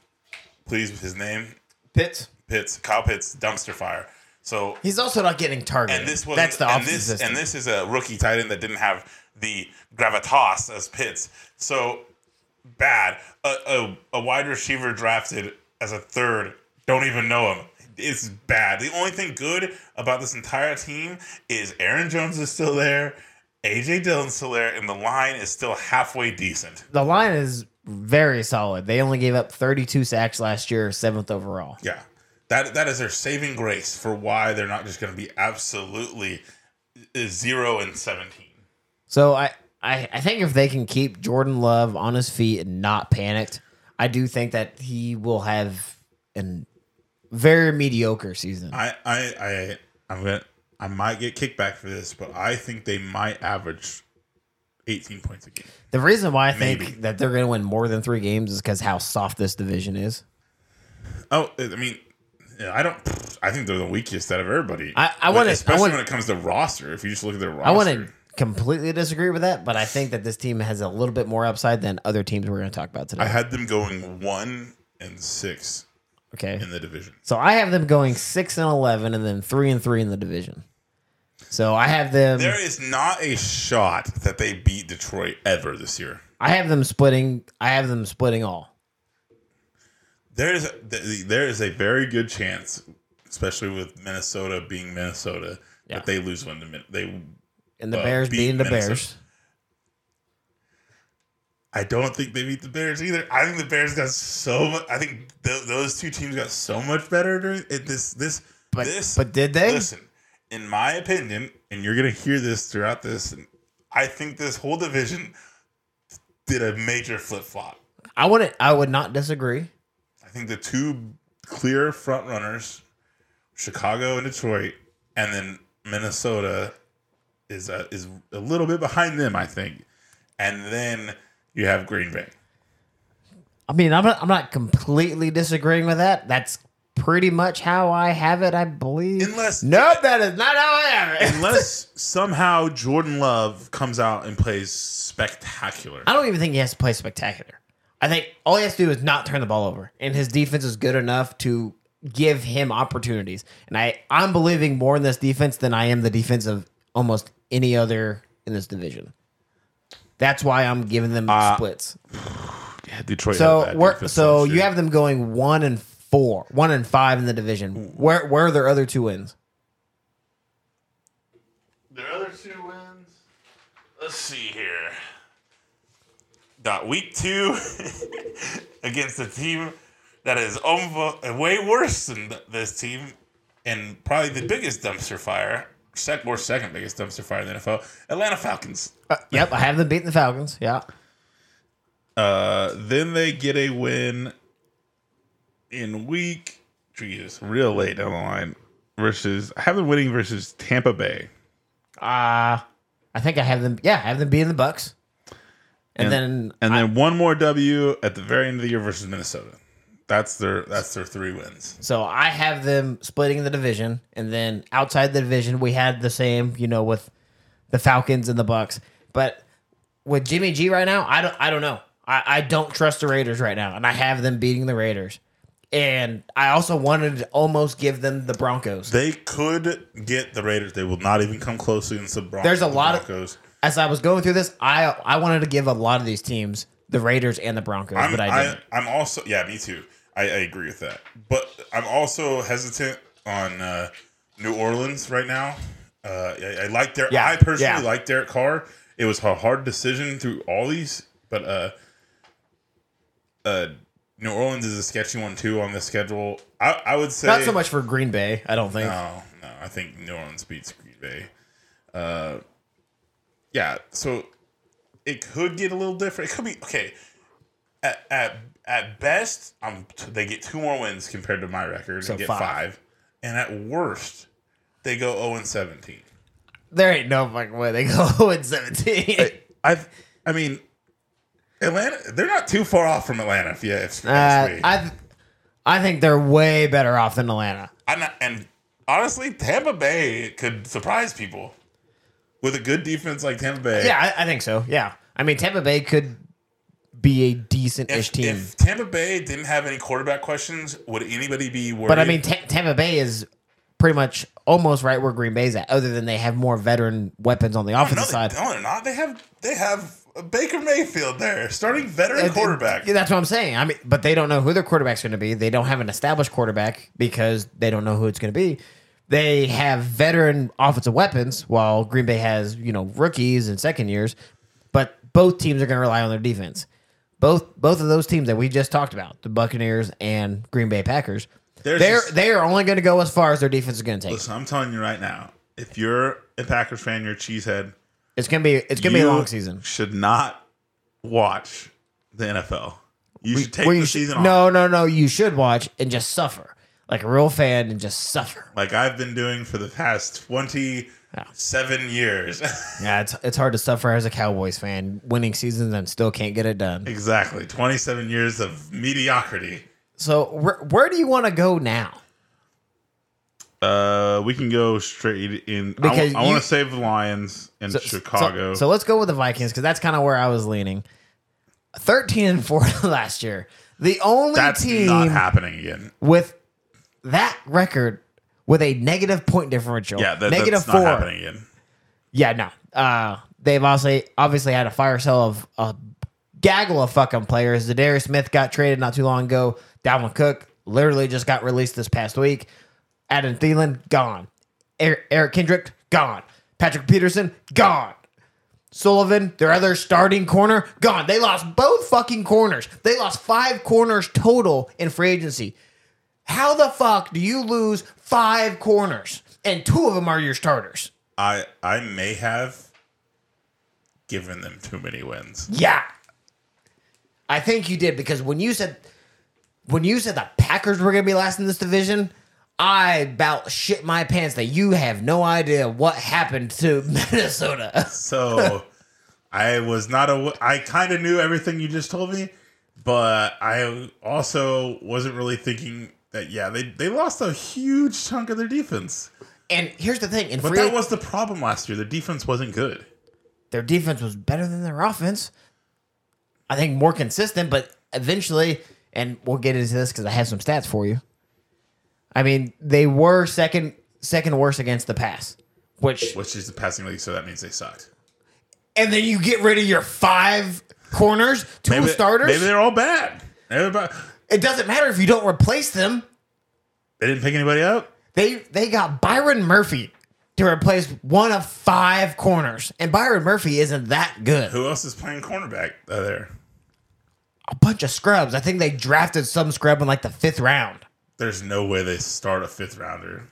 [SPEAKER 1] please, his name
[SPEAKER 2] Pitts.
[SPEAKER 1] Pitts, Kyle Pitts, dumpster fire. So
[SPEAKER 2] He's also not getting targeted.
[SPEAKER 1] and this was
[SPEAKER 2] that's the
[SPEAKER 1] and
[SPEAKER 2] opposite
[SPEAKER 1] this,
[SPEAKER 2] system.
[SPEAKER 1] And this is a rookie tight end that didn't have the gravitas as Pitts. So bad. A, a, a wide receiver drafted as a third. Don't even know him. It's bad. The only thing good about this entire team is Aaron Jones is still there, AJ Dillon's still there, and the line is still halfway decent.
[SPEAKER 2] the line is very solid. They only gave up 32 sacks last year, seventh overall.
[SPEAKER 1] Yeah. That that is their saving grace for why they're not just going to be absolutely uh, 0 and 17.
[SPEAKER 2] So I, I, I think if they can keep Jordan Love on his feet and not panicked, I do think that he will have an very mediocre season.
[SPEAKER 1] I I I I'm gonna I might get kickback for this, but I think they might average 18 points a game.
[SPEAKER 2] The reason why I think
[SPEAKER 1] Maybe.
[SPEAKER 2] that they're going to win more than three games is because how soft this division is.
[SPEAKER 1] Oh, I mean, I don't. I think they're the weakest out of everybody.
[SPEAKER 2] I- I wanna- I
[SPEAKER 1] especially
[SPEAKER 2] wanna-
[SPEAKER 1] when it comes to roster. If you just look at their roster,
[SPEAKER 2] I want to completely disagree with that, but I think that this team has a little bit more upside than other teams we're going to talk about
[SPEAKER 1] I
[SPEAKER 2] today.
[SPEAKER 1] had them going one and six
[SPEAKER 2] Okay.
[SPEAKER 1] in the division.
[SPEAKER 2] So I have them going 6 and 11 and then 3 and 3 in the division. So I have them
[SPEAKER 1] There is not a shot that they beat Detroit ever this year.
[SPEAKER 2] I have them splitting I have them splitting all.
[SPEAKER 1] There is th- there is a very good chance, especially with Minnesota being Minnesota,
[SPEAKER 2] Yeah.
[SPEAKER 1] that they lose one to Min- they
[SPEAKER 2] and the
[SPEAKER 1] uh,
[SPEAKER 2] Bears
[SPEAKER 1] beat
[SPEAKER 2] beating the
[SPEAKER 1] Minnesota.
[SPEAKER 2] Bears.
[SPEAKER 1] I don't think they beat the Bears either. I think the Bears got so much. I think th- those two teams got so much better during it, this. This.
[SPEAKER 2] But-
[SPEAKER 1] this.
[SPEAKER 2] but did they?
[SPEAKER 1] Listen, in my opinion, and you're gonna hear this throughout this. And I think this whole division did a major flip flop.
[SPEAKER 2] I wouldn't. I would not disagree.
[SPEAKER 1] I think the two clear front runners, Chicago and Detroit, and then Minnesota is a, is a little bit behind them, I think. And then you have Green Bay.
[SPEAKER 2] I mean, I'm not. I'm not completely disagreeing with that. That's pretty much how I have it. I believe.
[SPEAKER 1] Unless-
[SPEAKER 2] no, that is not how I have it. [LAUGHS]
[SPEAKER 1] Unless somehow Jordan Love comes out and plays spectacular.
[SPEAKER 2] I don't even think he has to play spectacular. I think all he has to do is not turn the ball over, and his defense is good enough to give him opportunities. And I, I'm believing more in this defense than I am the defense of almost any other in this division. That's why I'm giving them
[SPEAKER 1] Uh,
[SPEAKER 2] splits.
[SPEAKER 1] Yeah, Detroit. had a
[SPEAKER 2] So
[SPEAKER 1] bad
[SPEAKER 2] we're,
[SPEAKER 1] defense
[SPEAKER 2] so
[SPEAKER 1] last
[SPEAKER 2] you
[SPEAKER 1] year.
[SPEAKER 2] have them going one and four, one and five in the division.
[SPEAKER 1] Hmm.
[SPEAKER 2] Where where are their other two wins?
[SPEAKER 1] Their other two wins. Let's see here. Got week two [LAUGHS] against a team that is almo- way worse than th- this team, and probably the biggest dumpster fire, sec- or second biggest dumpster fire in the NFL, Atlanta Falcons.
[SPEAKER 2] Yep, I have them beating the Falcons. Yeah,
[SPEAKER 1] Uh, then they get a win in week. Jesus, real late down the line. Versus, I have them winning versus Tampa Bay. Ah.
[SPEAKER 2] uh, I think I have them. Yeah, I have them beating the Bucks, and, then
[SPEAKER 1] and then one more W at the very end of the year versus Minnesota. That's their that's their three wins.
[SPEAKER 2] So I have them splitting the division, and then outside the division, we had the same, you know, with the Falcons and the Bucks. But with Jimmy G right now, I don't, I don't know. I, I don't trust the Raiders right now, and I have them beating the Raiders. And I also wanted to almost give them the Broncos.
[SPEAKER 1] They could get the Raiders. They will not even come close against the Broncos.
[SPEAKER 2] There's a lot of-
[SPEAKER 1] Broncos.
[SPEAKER 2] As I was going through this, I I wanted to give a lot of these teams the Raiders and the Broncos,
[SPEAKER 1] I'm,
[SPEAKER 2] but I
[SPEAKER 1] I
[SPEAKER 2] didn't.
[SPEAKER 1] I, am also yeah, me too. I, I agree with that. But I'm also hesitant on uh, New Orleans right now. Uh, I, I like their.
[SPEAKER 2] Yeah,
[SPEAKER 1] I personally
[SPEAKER 2] yeah.
[SPEAKER 1] like Derek Carr. It was a hard decision through all these, but uh, uh, New Orleans is a sketchy one too on the schedule. I, I would say
[SPEAKER 2] Not so much for Green Bay, I don't think.
[SPEAKER 1] No, no, I think New Orleans beats Green Bay. Uh, yeah, so it could get a little different. It could be okay. At at, at best, um, t- they get two more wins compared to my record
[SPEAKER 2] So
[SPEAKER 1] and get
[SPEAKER 2] five.
[SPEAKER 1] five. and at worst, they go zero and seventeen.
[SPEAKER 2] There ain't no fucking way they go [LAUGHS] in seventeen.
[SPEAKER 1] I I mean, Atlanta, they're not too far off from Atlanta. If yeah, if
[SPEAKER 2] Uh,
[SPEAKER 1] me.
[SPEAKER 2] I, th- I think they're way better off than Atlanta.
[SPEAKER 1] I'm not, and honestly, Tampa Bay could surprise people with a good defense like Tampa Bay.
[SPEAKER 2] Yeah, I, I think so. Yeah, I mean Tampa Bay could be a decent-ish
[SPEAKER 1] If,
[SPEAKER 2] team,
[SPEAKER 1] if Tampa Bay didn't have any quarterback questions, would anybody be worried?
[SPEAKER 2] but I mean Ta- Tampa Bay is pretty much almost right where Green Bay's at, other than they have more veteran weapons on the offensive
[SPEAKER 1] no, they,
[SPEAKER 2] side.
[SPEAKER 1] no, they're not. They have they have Baker Mayfield there, starting veteran
[SPEAKER 2] And- and-
[SPEAKER 1] quarterback.
[SPEAKER 2] yeah, that's what I'm saying. I mean, but they don't know who their quarterback's going to be. They don't have an established quarterback because they don't know who it's going to be. They have veteran offensive weapons, while Green Bay has you know rookies and second years. But both teams are going to rely on their defense. Both both of those teams that we just talked about, the Buccaneers and Green Bay Packers,
[SPEAKER 1] There's
[SPEAKER 2] they're
[SPEAKER 1] just-
[SPEAKER 2] they are only going to go as far as their defense is going to take.
[SPEAKER 1] Listen, I'm telling you right now, if you're a Packers fan, you're a cheesehead.
[SPEAKER 2] It's going to be it's going to be
[SPEAKER 1] you
[SPEAKER 2] a long season.
[SPEAKER 1] Should not watch the NFL. You should take
[SPEAKER 2] Well,
[SPEAKER 1] the
[SPEAKER 2] you should-
[SPEAKER 1] season off.
[SPEAKER 2] no, no, no. You should watch and just suffer like a real fan and just suffer.
[SPEAKER 1] Like I've been doing for the past 27 years.
[SPEAKER 2] Yeah, it's it's hard to suffer as a Cowboys fan, winning seasons and still can't get it
[SPEAKER 1] [LAUGHS]
[SPEAKER 2] done.
[SPEAKER 1] exactly. 27 years of mediocrity.
[SPEAKER 2] So where, where do you want to go now?
[SPEAKER 1] Uh, we can go straight in.
[SPEAKER 2] Because
[SPEAKER 1] I, want
[SPEAKER 2] you-
[SPEAKER 1] to save the Lions in
[SPEAKER 2] So-
[SPEAKER 1] Chicago.
[SPEAKER 2] So, so let's go with the Vikings because that's kind of where I was leaning. Thirteen and four [LAUGHS] last year. The only
[SPEAKER 1] That's
[SPEAKER 2] team
[SPEAKER 1] not happening again.
[SPEAKER 2] with that record with a negative point differential.
[SPEAKER 1] Yeah, that,
[SPEAKER 2] negative
[SPEAKER 1] that's not happening again.
[SPEAKER 2] Yeah, no. Uh, they've obviously obviously had a fire sale of a gaggle of fucking players. Zadarius Smith got traded not too long ago. Dalvin Cook literally just got released this past week. Adam Thielen gone. Er- Eric Kendrick gone. Patrick Peterson gone. Sullivan, their other starting corner, gone. They lost both fucking corners. They lost five corners total in free agency. How the fuck do you lose five corners and two of them are your starters?
[SPEAKER 1] I I may have given them too many wins.
[SPEAKER 2] Yeah. I think you did because when you said when you said the Packers were gonna be last in this division, I about shit my pants that you have no idea what happened to [LAUGHS] Minnesota. [LAUGHS]
[SPEAKER 1] So I was not a. I kind of knew everything you just told me, but I also wasn't really thinking that. Yeah, they they lost a huge chunk of their defense,
[SPEAKER 2] And here's the thing: in
[SPEAKER 1] but
[SPEAKER 2] free,
[SPEAKER 1] that was the problem last year. Their defense wasn't good.
[SPEAKER 2] their defense was better than their offense. I think more consistent, but eventually, and we'll get into this because I have some stats for you. I mean, they were second second worst against the pass, which
[SPEAKER 1] which is the passing league, so that means they sucked.
[SPEAKER 2] and then you get rid of your five corners, two
[SPEAKER 1] Maybe,
[SPEAKER 2] starters.
[SPEAKER 1] maybe they're all bad. Everybody,
[SPEAKER 2] it doesn't matter if you don't replace them.
[SPEAKER 1] they didn't pick anybody up.
[SPEAKER 2] They they got Byron Murphy to replace one of five corners, and Byron Murphy isn't that good.
[SPEAKER 1] Who else is playing cornerback uh, there?
[SPEAKER 2] A bunch of scrubs. I think they drafted some scrub in like the fifth round.
[SPEAKER 1] There's no way they start a fifth rounder.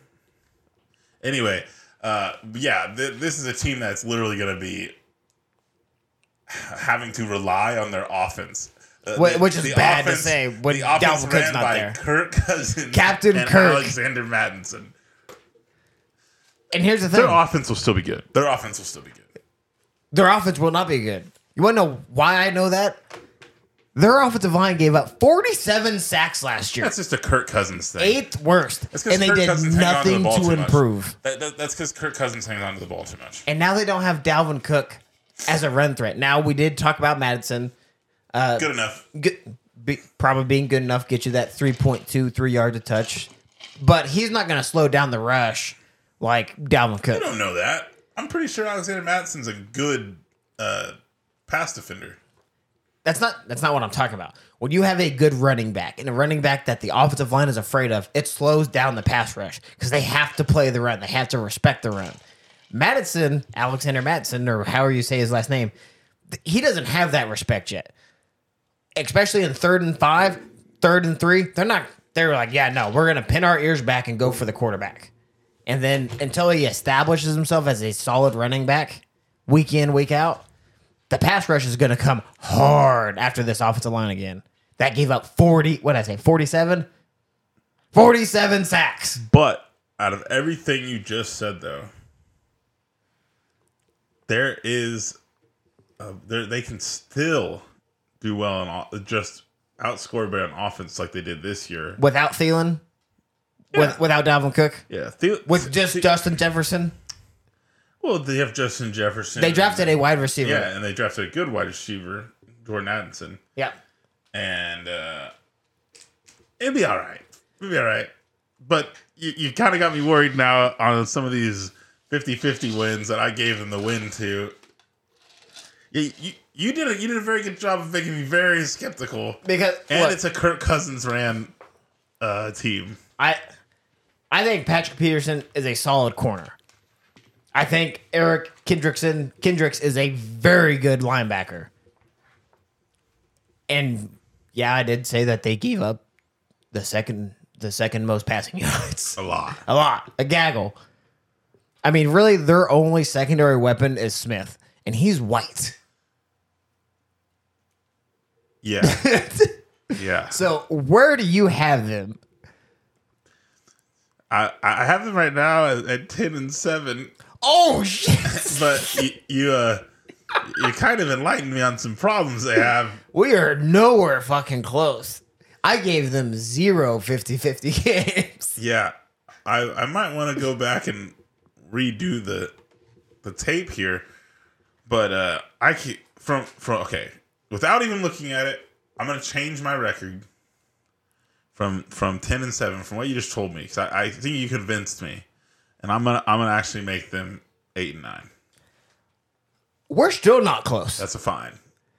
[SPEAKER 1] Anyway, uh, yeah, th- this is a team that's literally going to be having to rely on their offense. Uh,
[SPEAKER 2] Wh- which is bad to say when
[SPEAKER 1] the offense
[SPEAKER 2] Dalvin Cook's
[SPEAKER 1] ran
[SPEAKER 2] not
[SPEAKER 1] by
[SPEAKER 2] there.
[SPEAKER 1] Kirk Cousins,
[SPEAKER 2] [LAUGHS] Captain
[SPEAKER 1] and
[SPEAKER 2] Kirk.
[SPEAKER 1] Alexander Mattinson.
[SPEAKER 2] And here's the thing:
[SPEAKER 1] Their offense will still be good. Their offense will still be good.
[SPEAKER 2] their offense will not be good. You want to know why I know that? Their offensive line gave up 47 sacks last year,
[SPEAKER 1] That's just a Kirk Cousins thing.
[SPEAKER 2] eighth worst,
[SPEAKER 1] That's 'cause
[SPEAKER 2] and they
[SPEAKER 1] Kirk
[SPEAKER 2] did
[SPEAKER 1] Cousins hang on to the
[SPEAKER 2] nothing
[SPEAKER 1] ball
[SPEAKER 2] to
[SPEAKER 1] too much.
[SPEAKER 2] improve.
[SPEAKER 1] That, that, that's because Kirk Cousins hangs on to the ball too much.
[SPEAKER 2] And now they don't have Dalvin Cook as a run threat. Now we did talk about Madison, Uh,
[SPEAKER 1] Good enough.
[SPEAKER 2] good, be, probably being good enough get you that 3.2 three yard to touch, but he's not going to slow down the rush like Dalvin Cook.
[SPEAKER 1] I don't know that. I'm pretty sure Alexander Madison's a good uh, pass defender.
[SPEAKER 2] That's not that's not what I'm talking about. When you have a good running back and a running back that the offensive line is afraid of, it slows down the pass rush because they have to play the run. They have to respect the run. Madison, Alexander Madison, or however you say his last name, th- he doesn't have that respect yet. Especially in third and five, third and three, they're not. They're like, yeah, no, we're gonna pin our ears back and go for the quarterback. And then until he establishes himself as a solid running back, week in week out, the pass rush is going to come hard after this offensive line again. That gave up 40, what did I say, 47? 47 sacks.
[SPEAKER 1] But out of everything you just said, though, there is uh, there they can still do well on all, just outscored by an offense like they did this year.
[SPEAKER 2] Without Thielen, with, without Dalvin Cook,
[SPEAKER 1] Yeah, Thiel-
[SPEAKER 2] with just Justin Jefferson.
[SPEAKER 1] well, they have Justin Jefferson.
[SPEAKER 2] They drafted a wide receiver.
[SPEAKER 1] yeah, and they drafted a good wide receiver, Jordan Addison.
[SPEAKER 2] Yep.
[SPEAKER 1] and uh, it'd be all right. It'd be all right. But you, you kind of got me worried now on some of these 50 50 wins that I gave them the win to. You, you, you did a, you did a very good job of making me very skeptical.
[SPEAKER 2] Because
[SPEAKER 1] and
[SPEAKER 2] look,
[SPEAKER 1] it's a Kirk Cousins ran uh, team.
[SPEAKER 2] I I think Patrick Peterson is a solid corner. I think Eric Kendrickson Kendricks is a very good linebacker. And yeah, I did say that they gave up the second the second most passing [LAUGHS] yards.
[SPEAKER 1] A lot.
[SPEAKER 2] A lot. A gaggle. I mean, really their only secondary weapon is Smith, and he's white. [LAUGHS]
[SPEAKER 1] Yeah. yeah.
[SPEAKER 2] So where do you have them?
[SPEAKER 1] I, I have them right now at, at 10 and 7.
[SPEAKER 2] Oh shit.
[SPEAKER 1] But you, you, uh, you kind of enlightened me on some problems they have.
[SPEAKER 2] We are nowhere fucking close. I gave them zero 50 50 [LAUGHS] games.
[SPEAKER 1] Yeah, I I might want to go back and redo the the tape here, but uh, I keep from from okay without even looking at it, I'm gonna change my record from from ten and seven from what you just told me because I, I think you convinced me, and I'm gonna I'm gonna actually make them eight and nine.
[SPEAKER 2] We're still not close.
[SPEAKER 1] That's a fine.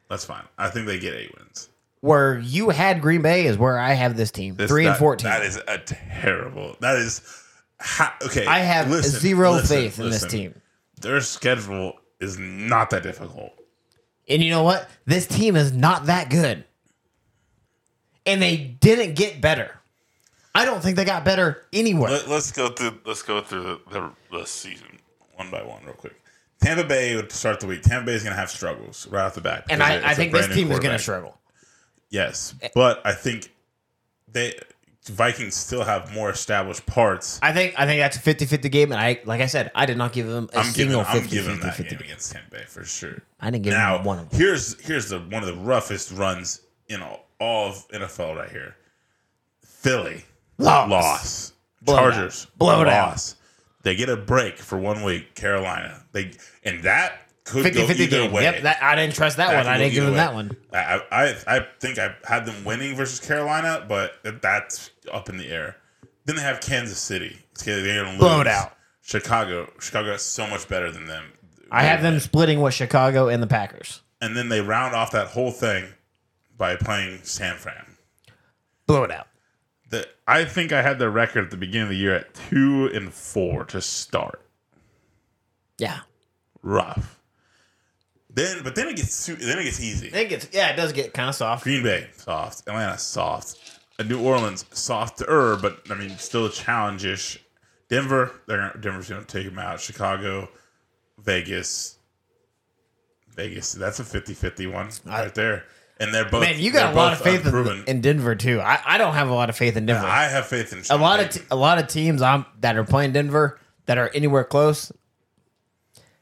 [SPEAKER 1] That's fine. I think they get eight wins.
[SPEAKER 2] Where you had Green Bay is where I have this team.
[SPEAKER 1] That's
[SPEAKER 2] Three and
[SPEAKER 1] not-
[SPEAKER 2] 14.
[SPEAKER 1] That is a terrible. That is. Ha, okay.
[SPEAKER 2] I have
[SPEAKER 1] listen,
[SPEAKER 2] zero
[SPEAKER 1] listen,
[SPEAKER 2] faith in this
[SPEAKER 1] listen.
[SPEAKER 2] team.
[SPEAKER 1] their schedule is not that difficult.
[SPEAKER 2] And you know what? This team is not that good. And they didn't get better. I don't think they got better anywhere.
[SPEAKER 1] Let, us go through. Let's go through the, the, the season one by one real quick. Tampa Bay would start the week. Tampa Bay is going to have struggles right off the bat.
[SPEAKER 2] and
[SPEAKER 1] because
[SPEAKER 2] I, I
[SPEAKER 1] it's a
[SPEAKER 2] think this
[SPEAKER 1] brand new
[SPEAKER 2] team is going to
[SPEAKER 1] quarterback.
[SPEAKER 2] struggle.
[SPEAKER 1] Yes, but I think they Vikings still have more established parts.
[SPEAKER 2] I think I think that's a 50-50 game. And I, like I said, I did not give them a
[SPEAKER 1] I'm giving,
[SPEAKER 2] single
[SPEAKER 1] I'm
[SPEAKER 2] 50
[SPEAKER 1] giving
[SPEAKER 2] 50
[SPEAKER 1] that game
[SPEAKER 2] 50
[SPEAKER 1] against Tampa Bay for sure.
[SPEAKER 2] I didn't give
[SPEAKER 1] now
[SPEAKER 2] them one of them.
[SPEAKER 1] here's here's the one of the roughest runs in all, all of NFL right here. Philly
[SPEAKER 2] Loss.
[SPEAKER 1] loss.
[SPEAKER 2] Blowout.
[SPEAKER 1] Chargers
[SPEAKER 2] Blowout.
[SPEAKER 1] loss. They get a break for one week. Carolina they and that could
[SPEAKER 2] 50
[SPEAKER 1] go
[SPEAKER 2] 50
[SPEAKER 1] either
[SPEAKER 2] game.
[SPEAKER 1] way.
[SPEAKER 2] Yep, that, I didn't trust that,
[SPEAKER 1] That
[SPEAKER 2] one.
[SPEAKER 1] could
[SPEAKER 2] I
[SPEAKER 1] go
[SPEAKER 2] didn't give
[SPEAKER 1] either
[SPEAKER 2] them that
[SPEAKER 1] way.
[SPEAKER 2] one.
[SPEAKER 1] I, I I think I had them winning versus Carolina, but that's up in the air. Then they have Kansas City. It's gonna- They're gonna lose.
[SPEAKER 2] Blown out.
[SPEAKER 1] Chicago. Chicago is so much better than them.
[SPEAKER 2] I have them splitting with Chicago and the Packers.
[SPEAKER 1] And then they round off that whole thing by playing San Fran.
[SPEAKER 2] Blow it out.
[SPEAKER 1] The, I think I had their record at the beginning of the year at two and four to start.
[SPEAKER 2] Yeah.
[SPEAKER 1] Rough. Then, but then it gets su- then it gets easy.
[SPEAKER 2] I think it's yeah, it does get kind of soft.
[SPEAKER 1] Green Bay, soft. Atlanta, soft. And New Orleans, softer, but I mean, still a challenge-ish. Denver, they're gonna, Denver's going to take them out. Chicago, Vegas, Vegas. That's a 50-50 one right there. And they're both.
[SPEAKER 2] Man, you got
[SPEAKER 1] they're
[SPEAKER 2] a lot
[SPEAKER 1] both
[SPEAKER 2] of faith in,
[SPEAKER 1] unproven.
[SPEAKER 2] in Denver too. I, I don't have a lot of faith in Denver.
[SPEAKER 1] I have faith in
[SPEAKER 2] a lot of
[SPEAKER 1] Payton.
[SPEAKER 2] t- a lot of teams I'm, that are playing Denver that are anywhere close.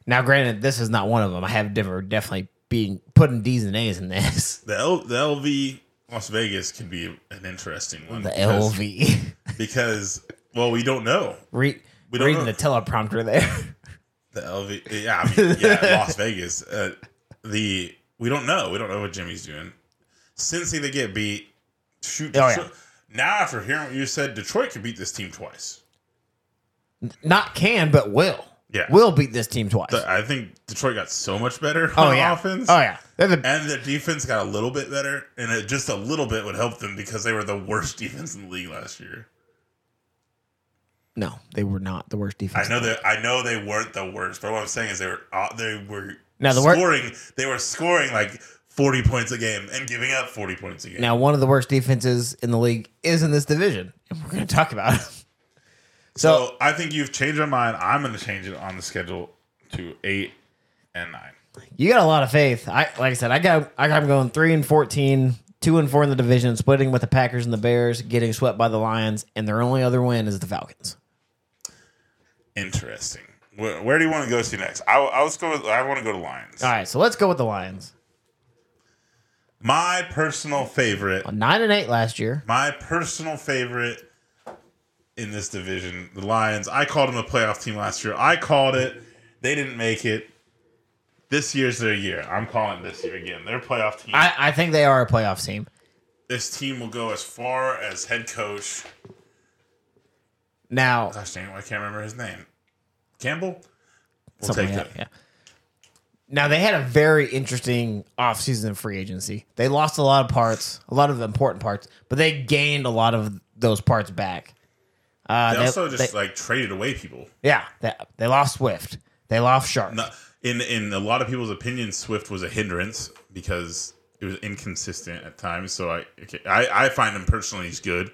[SPEAKER 2] Now, granted, this is not one of them. I have Denver definitely being putting D's and A's in this. [LAUGHS]
[SPEAKER 1] the L, the LV Las Vegas could be an interesting one.
[SPEAKER 2] The
[SPEAKER 1] because-
[SPEAKER 2] LV
[SPEAKER 1] [LAUGHS] because well, we don't know
[SPEAKER 2] [LAUGHS] Re-
[SPEAKER 1] We don't
[SPEAKER 2] reading
[SPEAKER 1] know.
[SPEAKER 2] the teleprompter there. [LAUGHS]
[SPEAKER 1] the LV. Yeah, I mean, yeah, Las Vegas. Uh, the we don't know. We don't know what Jimmy's doing. Cincy they get beat. Shoot.
[SPEAKER 2] Oh, yeah.
[SPEAKER 1] Detroit- Now after hearing what you said, Detroit could beat this team twice.
[SPEAKER 2] not can, but will.
[SPEAKER 1] Yeah.
[SPEAKER 2] will beat this team twice.
[SPEAKER 1] But I think Detroit got so much better
[SPEAKER 2] oh
[SPEAKER 1] on
[SPEAKER 2] yeah,
[SPEAKER 1] offense. Eh.
[SPEAKER 2] oh yeah. They're the
[SPEAKER 1] And their defense got a little bit better, and it just a little bit would help them because they were the worst [LAUGHS] defense in the league last year.
[SPEAKER 2] no, they were not the worst defense.
[SPEAKER 1] I know that I know they weren't the worst, but what I'm saying is they were uh, they were
[SPEAKER 2] Now, the wor-
[SPEAKER 1] scoring they were scoring like 40 points a game and giving up 40 points a game.
[SPEAKER 2] Now, one of the worst defenses in the league is in this division, and we're going to talk about it. [LAUGHS] So,
[SPEAKER 1] So I think you've changed my mind. I'm going to change it on the schedule to eight and nine.
[SPEAKER 2] you got a lot of faith. I like I said, I got I got 'em going three and 14, two and four in the division, splitting with the Packers and the Bears, getting swept by the Lions, and their only other win is the Falcons.
[SPEAKER 1] Interesting. Where, where do you want to go to next? I, I let's go. With, I want to go to Lions.
[SPEAKER 2] All right, so let's go with the Lions.
[SPEAKER 1] My personal favorite.
[SPEAKER 2] Nine and eight last year.
[SPEAKER 1] My personal favorite in this division, the Lions. I called them a playoff team last year. I called it. They didn't make it. This year's their year. I'm calling this year again. Their playoff team.
[SPEAKER 2] I, I think they are a playoff team.
[SPEAKER 1] this team will go as far as head coach.
[SPEAKER 2] Now,
[SPEAKER 1] Gosh dang it, I can't remember his name. Campbell? We'll
[SPEAKER 2] Something
[SPEAKER 1] take
[SPEAKER 2] like
[SPEAKER 1] that.
[SPEAKER 2] that, Yeah. Now they had a very interesting offseason of free agency. They lost a lot of parts, a lot of important parts, but they gained a lot of those parts back. Uh,
[SPEAKER 1] They
[SPEAKER 2] they-
[SPEAKER 1] also just
[SPEAKER 2] they-
[SPEAKER 1] like traded away people.
[SPEAKER 2] yeah, they, they lost Swift. They lost Sharp.
[SPEAKER 1] No- In in a lot of people's opinions, Swift was a hindrance because it was inconsistent at times. So I I, I find him personally he's good,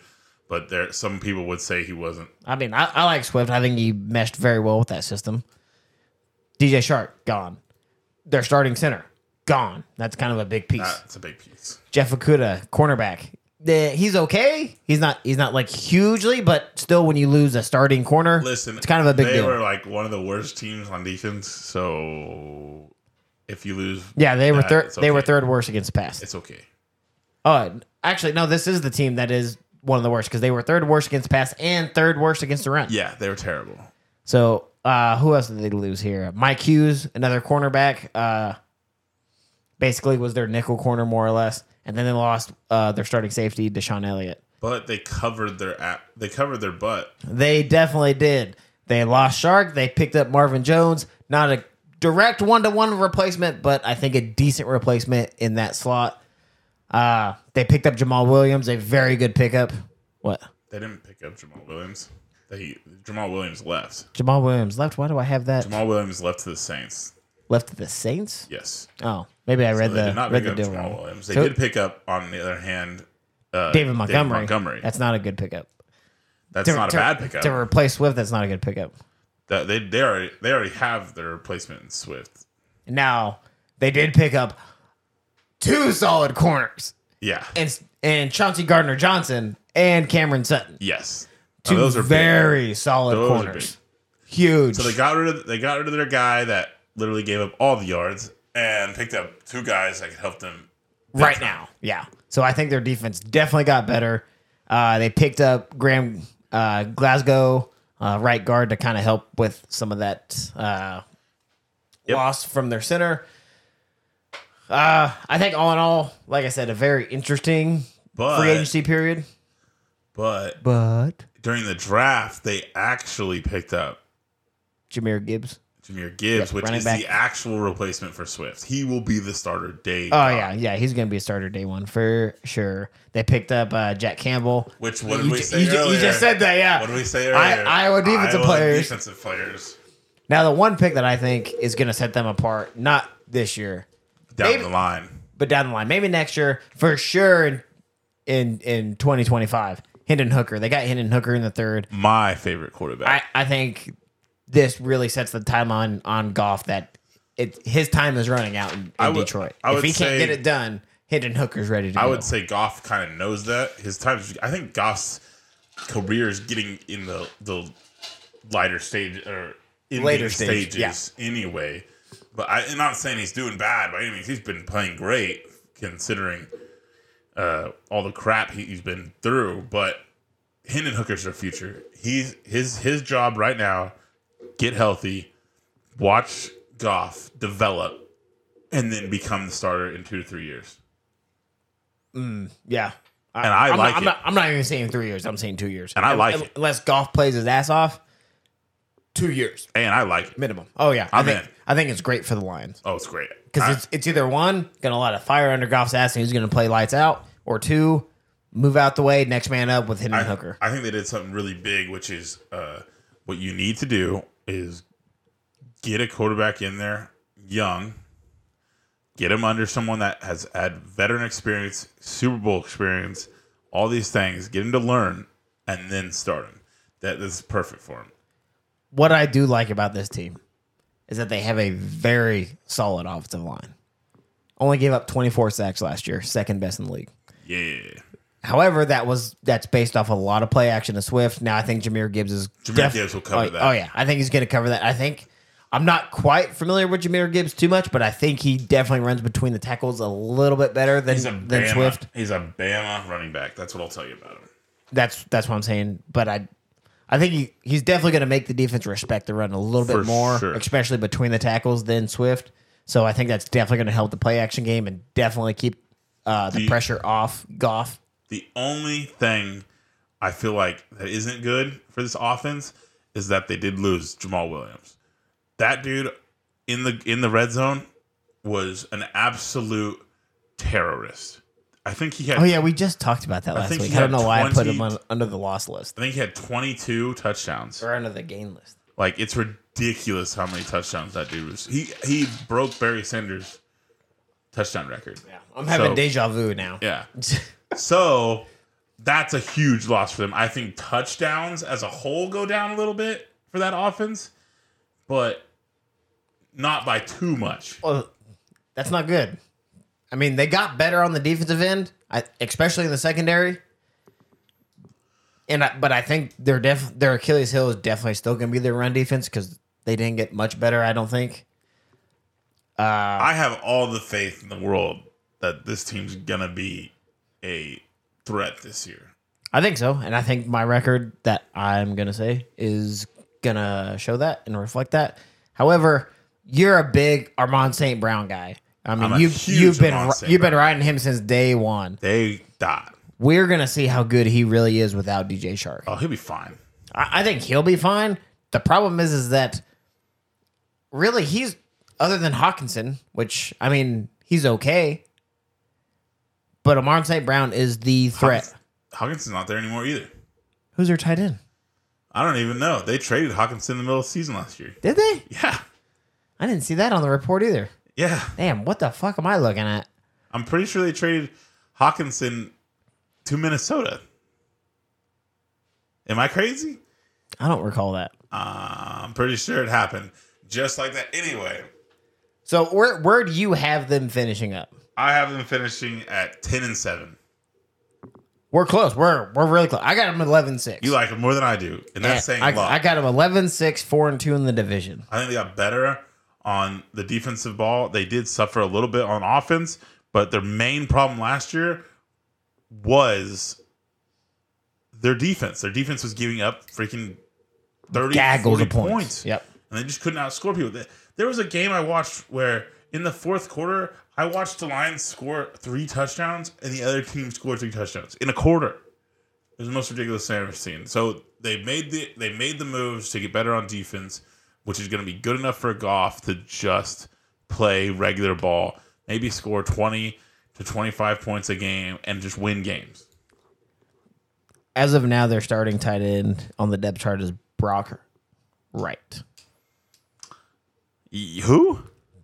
[SPEAKER 1] but there some people would say he wasn't.
[SPEAKER 2] I mean, I, I like Swift. I think he meshed very well with that system. DJ Sharp gone. Their starting center gone. That's kind of a big piece.
[SPEAKER 1] That's a big piece.
[SPEAKER 2] Jeff Okuda, cornerback. The- he's okay. He's not. He's not like hugely, but still, when you lose a starting corner,
[SPEAKER 1] Listen,
[SPEAKER 2] it's kind of a big
[SPEAKER 1] They
[SPEAKER 2] deal.
[SPEAKER 1] were like one of the worst teams on defense. So if you lose,
[SPEAKER 2] yeah, they were
[SPEAKER 1] that,
[SPEAKER 2] third.
[SPEAKER 1] it's
[SPEAKER 2] They were
[SPEAKER 1] okay.
[SPEAKER 2] third worst against pass.
[SPEAKER 1] It's okay.
[SPEAKER 2] Oh, actually, no. This is the team that is one of the worst because they were third worst against pass and third worst against the run.
[SPEAKER 1] Yeah, they were terrible.
[SPEAKER 2] So, uh, who else did they lose here? Mike Hughes, another cornerback. Uh, basically, was their nickel corner more or less, and then they lost uh, their starting safety, Deshaun Elliott.
[SPEAKER 1] But they covered their app. They covered their butt.
[SPEAKER 2] They definitely did. They lost Shark. They picked up Marvin Jones. Not a direct one to one replacement, but I think a decent replacement in that slot. Uh, they picked up Jamal Williams, a very good pickup. What?
[SPEAKER 1] They didn't pick up Jamal Williams. They Jamal Williams left.
[SPEAKER 2] Jamal Williams left. Why do I have that?
[SPEAKER 1] Jamal Williams left to the Saints.
[SPEAKER 2] left to the Saints.
[SPEAKER 1] Yes.
[SPEAKER 2] Oh, maybe I read
[SPEAKER 1] They did
[SPEAKER 2] the
[SPEAKER 1] not
[SPEAKER 2] read
[SPEAKER 1] pick
[SPEAKER 2] the
[SPEAKER 1] up
[SPEAKER 2] deal
[SPEAKER 1] Jamal
[SPEAKER 2] wrong.
[SPEAKER 1] Williams. They
[SPEAKER 2] So-
[SPEAKER 1] did pick up, on the other hand, uh,
[SPEAKER 2] David Montgomery.
[SPEAKER 1] Montgomery.
[SPEAKER 2] That's not a good pickup.
[SPEAKER 1] That's not a bad pickup.
[SPEAKER 2] To replace Swift, that's not a good pickup.
[SPEAKER 1] That- they they already they already have their replacement in Swift.
[SPEAKER 2] Now they did pick up two solid corners
[SPEAKER 1] Yeah.
[SPEAKER 2] and and Chauncey Gardner Johnson and Cameron Sutton.
[SPEAKER 1] yes. Now,
[SPEAKER 2] Two
[SPEAKER 1] Oh, big.
[SPEAKER 2] very solid
[SPEAKER 1] Those are
[SPEAKER 2] corners. Huge.
[SPEAKER 1] So they got rid of they got rid of their guy that literally gave up all the yards and picked up two guys that could help them
[SPEAKER 2] right now. Yeah. So I think their defense definitely got better. Uh, they picked up Graham uh, Glasgow, uh, right guard, to kind of help with some of that uh,
[SPEAKER 1] Yep.
[SPEAKER 2] loss from their center. Uh, I think all in all, like I said, a very interesting
[SPEAKER 1] But-
[SPEAKER 2] free agency period.
[SPEAKER 1] But
[SPEAKER 2] But
[SPEAKER 1] during the draft, they actually picked up
[SPEAKER 2] Jameer Gibbs.
[SPEAKER 1] Jameer Gibbs,
[SPEAKER 2] Yeah,
[SPEAKER 1] which
[SPEAKER 2] running
[SPEAKER 1] is
[SPEAKER 2] back.
[SPEAKER 1] the actual replacement for Swift. He will be the starter day.
[SPEAKER 2] Oh yeah, yeah, he's gonna be a starter day one for sure. They picked up uh, Jack Campbell.
[SPEAKER 1] Which what did
[SPEAKER 2] you,
[SPEAKER 1] we
[SPEAKER 2] ju-
[SPEAKER 1] say
[SPEAKER 2] you ju- you
[SPEAKER 1] earlier?
[SPEAKER 2] just said that, yeah.
[SPEAKER 1] What did we say earlier?
[SPEAKER 2] I- Iowa defensive players.
[SPEAKER 1] Defensive players
[SPEAKER 2] Now the one pick that I think is gonna set them apart, not this year,
[SPEAKER 1] down
[SPEAKER 2] Maybe-
[SPEAKER 1] the line.
[SPEAKER 2] but down the line, maybe next year for sure in in, in 2025. Hendon Hooker, they got Hendon Hooker in the third.
[SPEAKER 1] My favorite quarterback.
[SPEAKER 2] I, I think this really sets the timeline on golf that it his time is running out in, in
[SPEAKER 1] I would-
[SPEAKER 2] Detroit.
[SPEAKER 1] I
[SPEAKER 2] if
[SPEAKER 1] would
[SPEAKER 2] he can't
[SPEAKER 1] say-
[SPEAKER 2] get it done, Hendon Hooker's ready to
[SPEAKER 1] I,
[SPEAKER 2] go.
[SPEAKER 1] would say Goff kind of knows that. His time's I think Goff's career is getting in the the lighter stage or in
[SPEAKER 2] Later
[SPEAKER 1] later
[SPEAKER 2] stage,
[SPEAKER 1] stages anyway. But I, and I'm not saying he's doing bad by any means. He's been playing great considering uh, all the crap he, he's been through. But Hendon Hooker's their future. He's his his job right now. Get healthy, watch Goff develop, and then become the starter in two to three years.
[SPEAKER 2] yeah.
[SPEAKER 1] And I
[SPEAKER 2] I'm
[SPEAKER 1] like
[SPEAKER 2] not, I'm
[SPEAKER 1] it.
[SPEAKER 2] not, I'm not even saying three years. I'm saying two years.
[SPEAKER 1] And I like it.
[SPEAKER 2] Unless golf plays his ass off, two years
[SPEAKER 1] and I like it.
[SPEAKER 2] minimum. Oh yeah, I
[SPEAKER 1] I'm
[SPEAKER 2] think
[SPEAKER 1] in.
[SPEAKER 2] I think it's great for the Lions
[SPEAKER 1] Oh, it's great.
[SPEAKER 2] because
[SPEAKER 1] I-
[SPEAKER 2] it's it's either one gonna light a fire under golf's ass and he's gonna play lights out, or two move out the way, next man up with Hendon
[SPEAKER 1] I,
[SPEAKER 2] Hooker.
[SPEAKER 1] I think they did something really big, which is uh, what you need to do is get a quarterback in there young, get him under someone that has had veteran experience, Super Bowl experience, all these things, get him to learn, and then start him. That this is perfect for him.
[SPEAKER 2] What I do like about this team is that they have a very solid offensive line. Only gave up 24 sacks last year, second best in the league.
[SPEAKER 1] Yeah,
[SPEAKER 2] However, that was that's based off a lot of play action to Swift. Now I think Jameer Gibbs is
[SPEAKER 1] Jameer Gibbs will cover
[SPEAKER 2] oh,
[SPEAKER 1] that.
[SPEAKER 2] Oh yeah, I think he's going to cover that. I think I'm not quite familiar with Jameer Gibbs too much, but I think he definitely runs between the tackles a little bit better than
[SPEAKER 1] he's a
[SPEAKER 2] than
[SPEAKER 1] Bama.
[SPEAKER 2] Swift.
[SPEAKER 1] He's a Bama running back. That's what I'll tell you about him.
[SPEAKER 2] That's that's what I'm saying. But I I think he, he's definitely going to make the defense respect the run a little
[SPEAKER 1] For
[SPEAKER 2] bit more,
[SPEAKER 1] sure.
[SPEAKER 2] especially between the tackles than Swift. So I think that's definitely going to help the play action game and definitely keep uh, the
[SPEAKER 1] you-
[SPEAKER 2] pressure off Goff.
[SPEAKER 1] The only thing I feel like that isn't good for this offense is that they did lose Jamal Williams. That dude in the in the red zone was an absolute terrorist. I think he had
[SPEAKER 2] Oh yeah, we just talked about that last
[SPEAKER 1] think
[SPEAKER 2] week.
[SPEAKER 1] he
[SPEAKER 2] I don't
[SPEAKER 1] had
[SPEAKER 2] know why I put
[SPEAKER 1] 20
[SPEAKER 2] him on, under the loss list
[SPEAKER 1] I think he had 22 touchdowns.
[SPEAKER 2] or under the gain list.
[SPEAKER 1] Like it's ridiculous how many touchdowns that dude was. He he broke Barry Sanders' touchdown record. Yeah.
[SPEAKER 2] I'm having
[SPEAKER 1] So-
[SPEAKER 2] deja vu now.
[SPEAKER 1] Yeah. So that's a huge loss for them. I think touchdowns as a whole go down a little bit for that offense, but not by too much.
[SPEAKER 2] [LAUGHS] well, that's not good. I mean, they got better on the defensive end, I, especially in the secondary. And I, but I think their def, their Achilles heel is definitely still going to be their run defense because they didn't get much better. I don't think.
[SPEAKER 1] I have all the faith in the world that this team's gonna be a threat this year.
[SPEAKER 2] I think so, and I think my record that I'm gonna say is gonna show that and reflect that. However, you're a big Armand St. Brown guy. I mean,
[SPEAKER 1] I'm a
[SPEAKER 2] you
[SPEAKER 1] huge
[SPEAKER 2] you've been
[SPEAKER 1] Armand
[SPEAKER 2] ri-
[SPEAKER 1] St.
[SPEAKER 2] you've been riding him since day one.
[SPEAKER 1] They dot.
[SPEAKER 2] We're gonna see how good he really is without DJ Shark.
[SPEAKER 1] Oh, he'll be fine.
[SPEAKER 2] I, I think he'll be fine. The problem is, is that really he's other than Hawkinson, which I mean he's okay, but Armand St. Brown is the threat.
[SPEAKER 1] Hawkins- Hawkinson's not there anymore either.
[SPEAKER 2] Who's their tight end?
[SPEAKER 1] I don't even know. They traded Hawkinson in the middle of the season last year.
[SPEAKER 2] Did they?
[SPEAKER 1] Yeah.
[SPEAKER 2] I didn't see that on the report either.
[SPEAKER 1] Yeah,
[SPEAKER 2] Damn, what the fuck am I looking at?
[SPEAKER 1] I'm pretty sure they traded Hawkinson to Minnesota. Am I crazy? Uh,
[SPEAKER 2] I don't recall that.
[SPEAKER 1] I'm pretty sure it happened just like that. Anyway,
[SPEAKER 2] So where where do you have them finishing up?
[SPEAKER 1] I have them finishing at 10 and 7.
[SPEAKER 2] We're close. We're we're really close. I got them 11-6.
[SPEAKER 1] You like them more than I do, and that's saying
[SPEAKER 2] I,
[SPEAKER 1] a lot.
[SPEAKER 2] I got them 11-6, 4 and 2 in the division.
[SPEAKER 1] I think they got better on the defensive ball. They did suffer a little bit on offense, but their main problem last year was their defense. Their defense was giving up freaking 30
[SPEAKER 2] Gaggles
[SPEAKER 1] 40
[SPEAKER 2] of points.
[SPEAKER 1] points.
[SPEAKER 2] Yep.
[SPEAKER 1] And they just couldn't outscore people. Th- There was a game I watched where in the fourth quarter, I watched the Lions score three touchdowns and the other team scored three touchdowns in a quarter. It was the most ridiculous thing I've ever seen. So they made the they made the moves to get better on defense, which is going to be good enough for Goff to just play regular ball, maybe score twenty to twenty five points a game, and just win games.
[SPEAKER 2] As of now, their starting tight end on the depth chart is Brock Right.
[SPEAKER 1] Y- Who?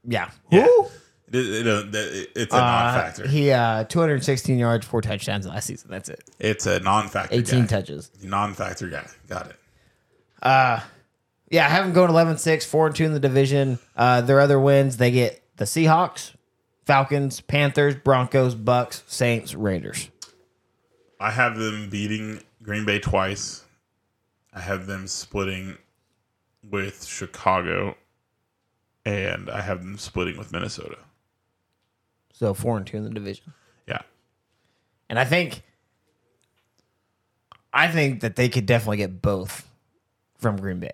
[SPEAKER 2] Yeah.
[SPEAKER 1] Yeah.
[SPEAKER 2] Who?
[SPEAKER 1] It, it- it- it- it's a non factor.
[SPEAKER 2] He uh 216 yards, four touchdowns last season. That's it.
[SPEAKER 1] It's a non factor.
[SPEAKER 2] 18
[SPEAKER 1] guy.
[SPEAKER 2] touches.
[SPEAKER 1] Non-factor guy. Got it.
[SPEAKER 2] Yeah, I have them going 11 6, 4 and 2 in the division. Uh, their other wins, they get the Seahawks, Falcons, Panthers, Broncos, Bucks, Saints, Raiders.
[SPEAKER 1] I have them beating Green Bay twice. I have them splitting with Chicago, and I have them splitting with Minnesota.
[SPEAKER 2] So 4 and 2 in the division.
[SPEAKER 1] Yeah,
[SPEAKER 2] And I think I think that they could definitely get both from Green Bay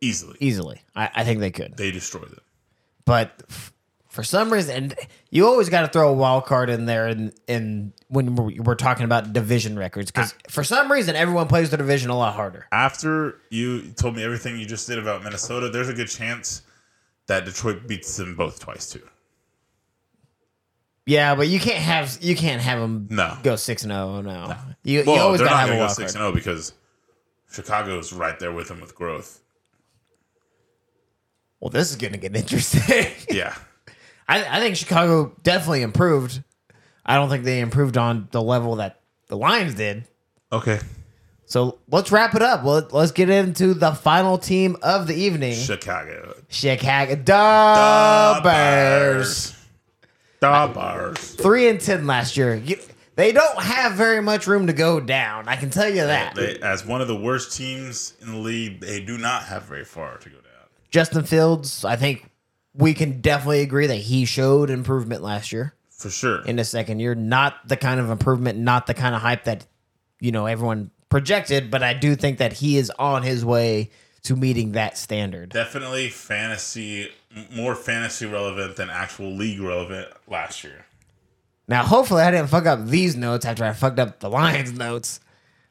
[SPEAKER 1] easily.
[SPEAKER 2] easily. I, I think they could.
[SPEAKER 1] They destroy them.
[SPEAKER 2] But f- for some reason, and you always got to throw a wild card in there and, and when we're, we're talking about division records, because for some reason, everyone plays their division a lot harder.
[SPEAKER 1] After you told me everything you just did about Minnesota, there's a good chance that Detroit beats them both twice too.
[SPEAKER 2] Yeah, but you can't have you can't have them
[SPEAKER 1] No.
[SPEAKER 2] go six and zero. No, you, you
[SPEAKER 1] Well,
[SPEAKER 2] always
[SPEAKER 1] they're
[SPEAKER 2] gotta
[SPEAKER 1] not
[SPEAKER 2] have
[SPEAKER 1] going
[SPEAKER 2] a
[SPEAKER 1] to go
[SPEAKER 2] wild
[SPEAKER 1] six
[SPEAKER 2] card.
[SPEAKER 1] and oh. zero because Chicago's right there with them with growth.
[SPEAKER 2] [LAUGHS] Well, this is gonna get [LAUGHS] interesting.
[SPEAKER 1] Yeah,
[SPEAKER 2] I, I think Chicago definitely improved. I don't think they improved on the level that the Lions did.
[SPEAKER 1] Okay.
[SPEAKER 2] So let's wrap it up. Let, let's get into the final team of the evening.
[SPEAKER 1] Chicago.
[SPEAKER 2] Chicago the Bears.
[SPEAKER 1] The Bears.
[SPEAKER 2] Three and ten last year. You- they don't have very much room to go down. I can tell you that.
[SPEAKER 1] They, as one of the worst teams in the league, they do not have very far to go down.
[SPEAKER 2] Justin Fields, I think we can definitely agree that he showed improvement last year
[SPEAKER 1] For sure.
[SPEAKER 2] in his second year. Not the kind of improvement, not the kind of hype that, you know, everyone projected, but I do think that he is on his way to meeting that standard.
[SPEAKER 1] Definitely fantasy, m- more fantasy relevant than actual league relevant last year.
[SPEAKER 2] Now, hopefully, I didn't fuck up these notes after I fucked up the Lions notes.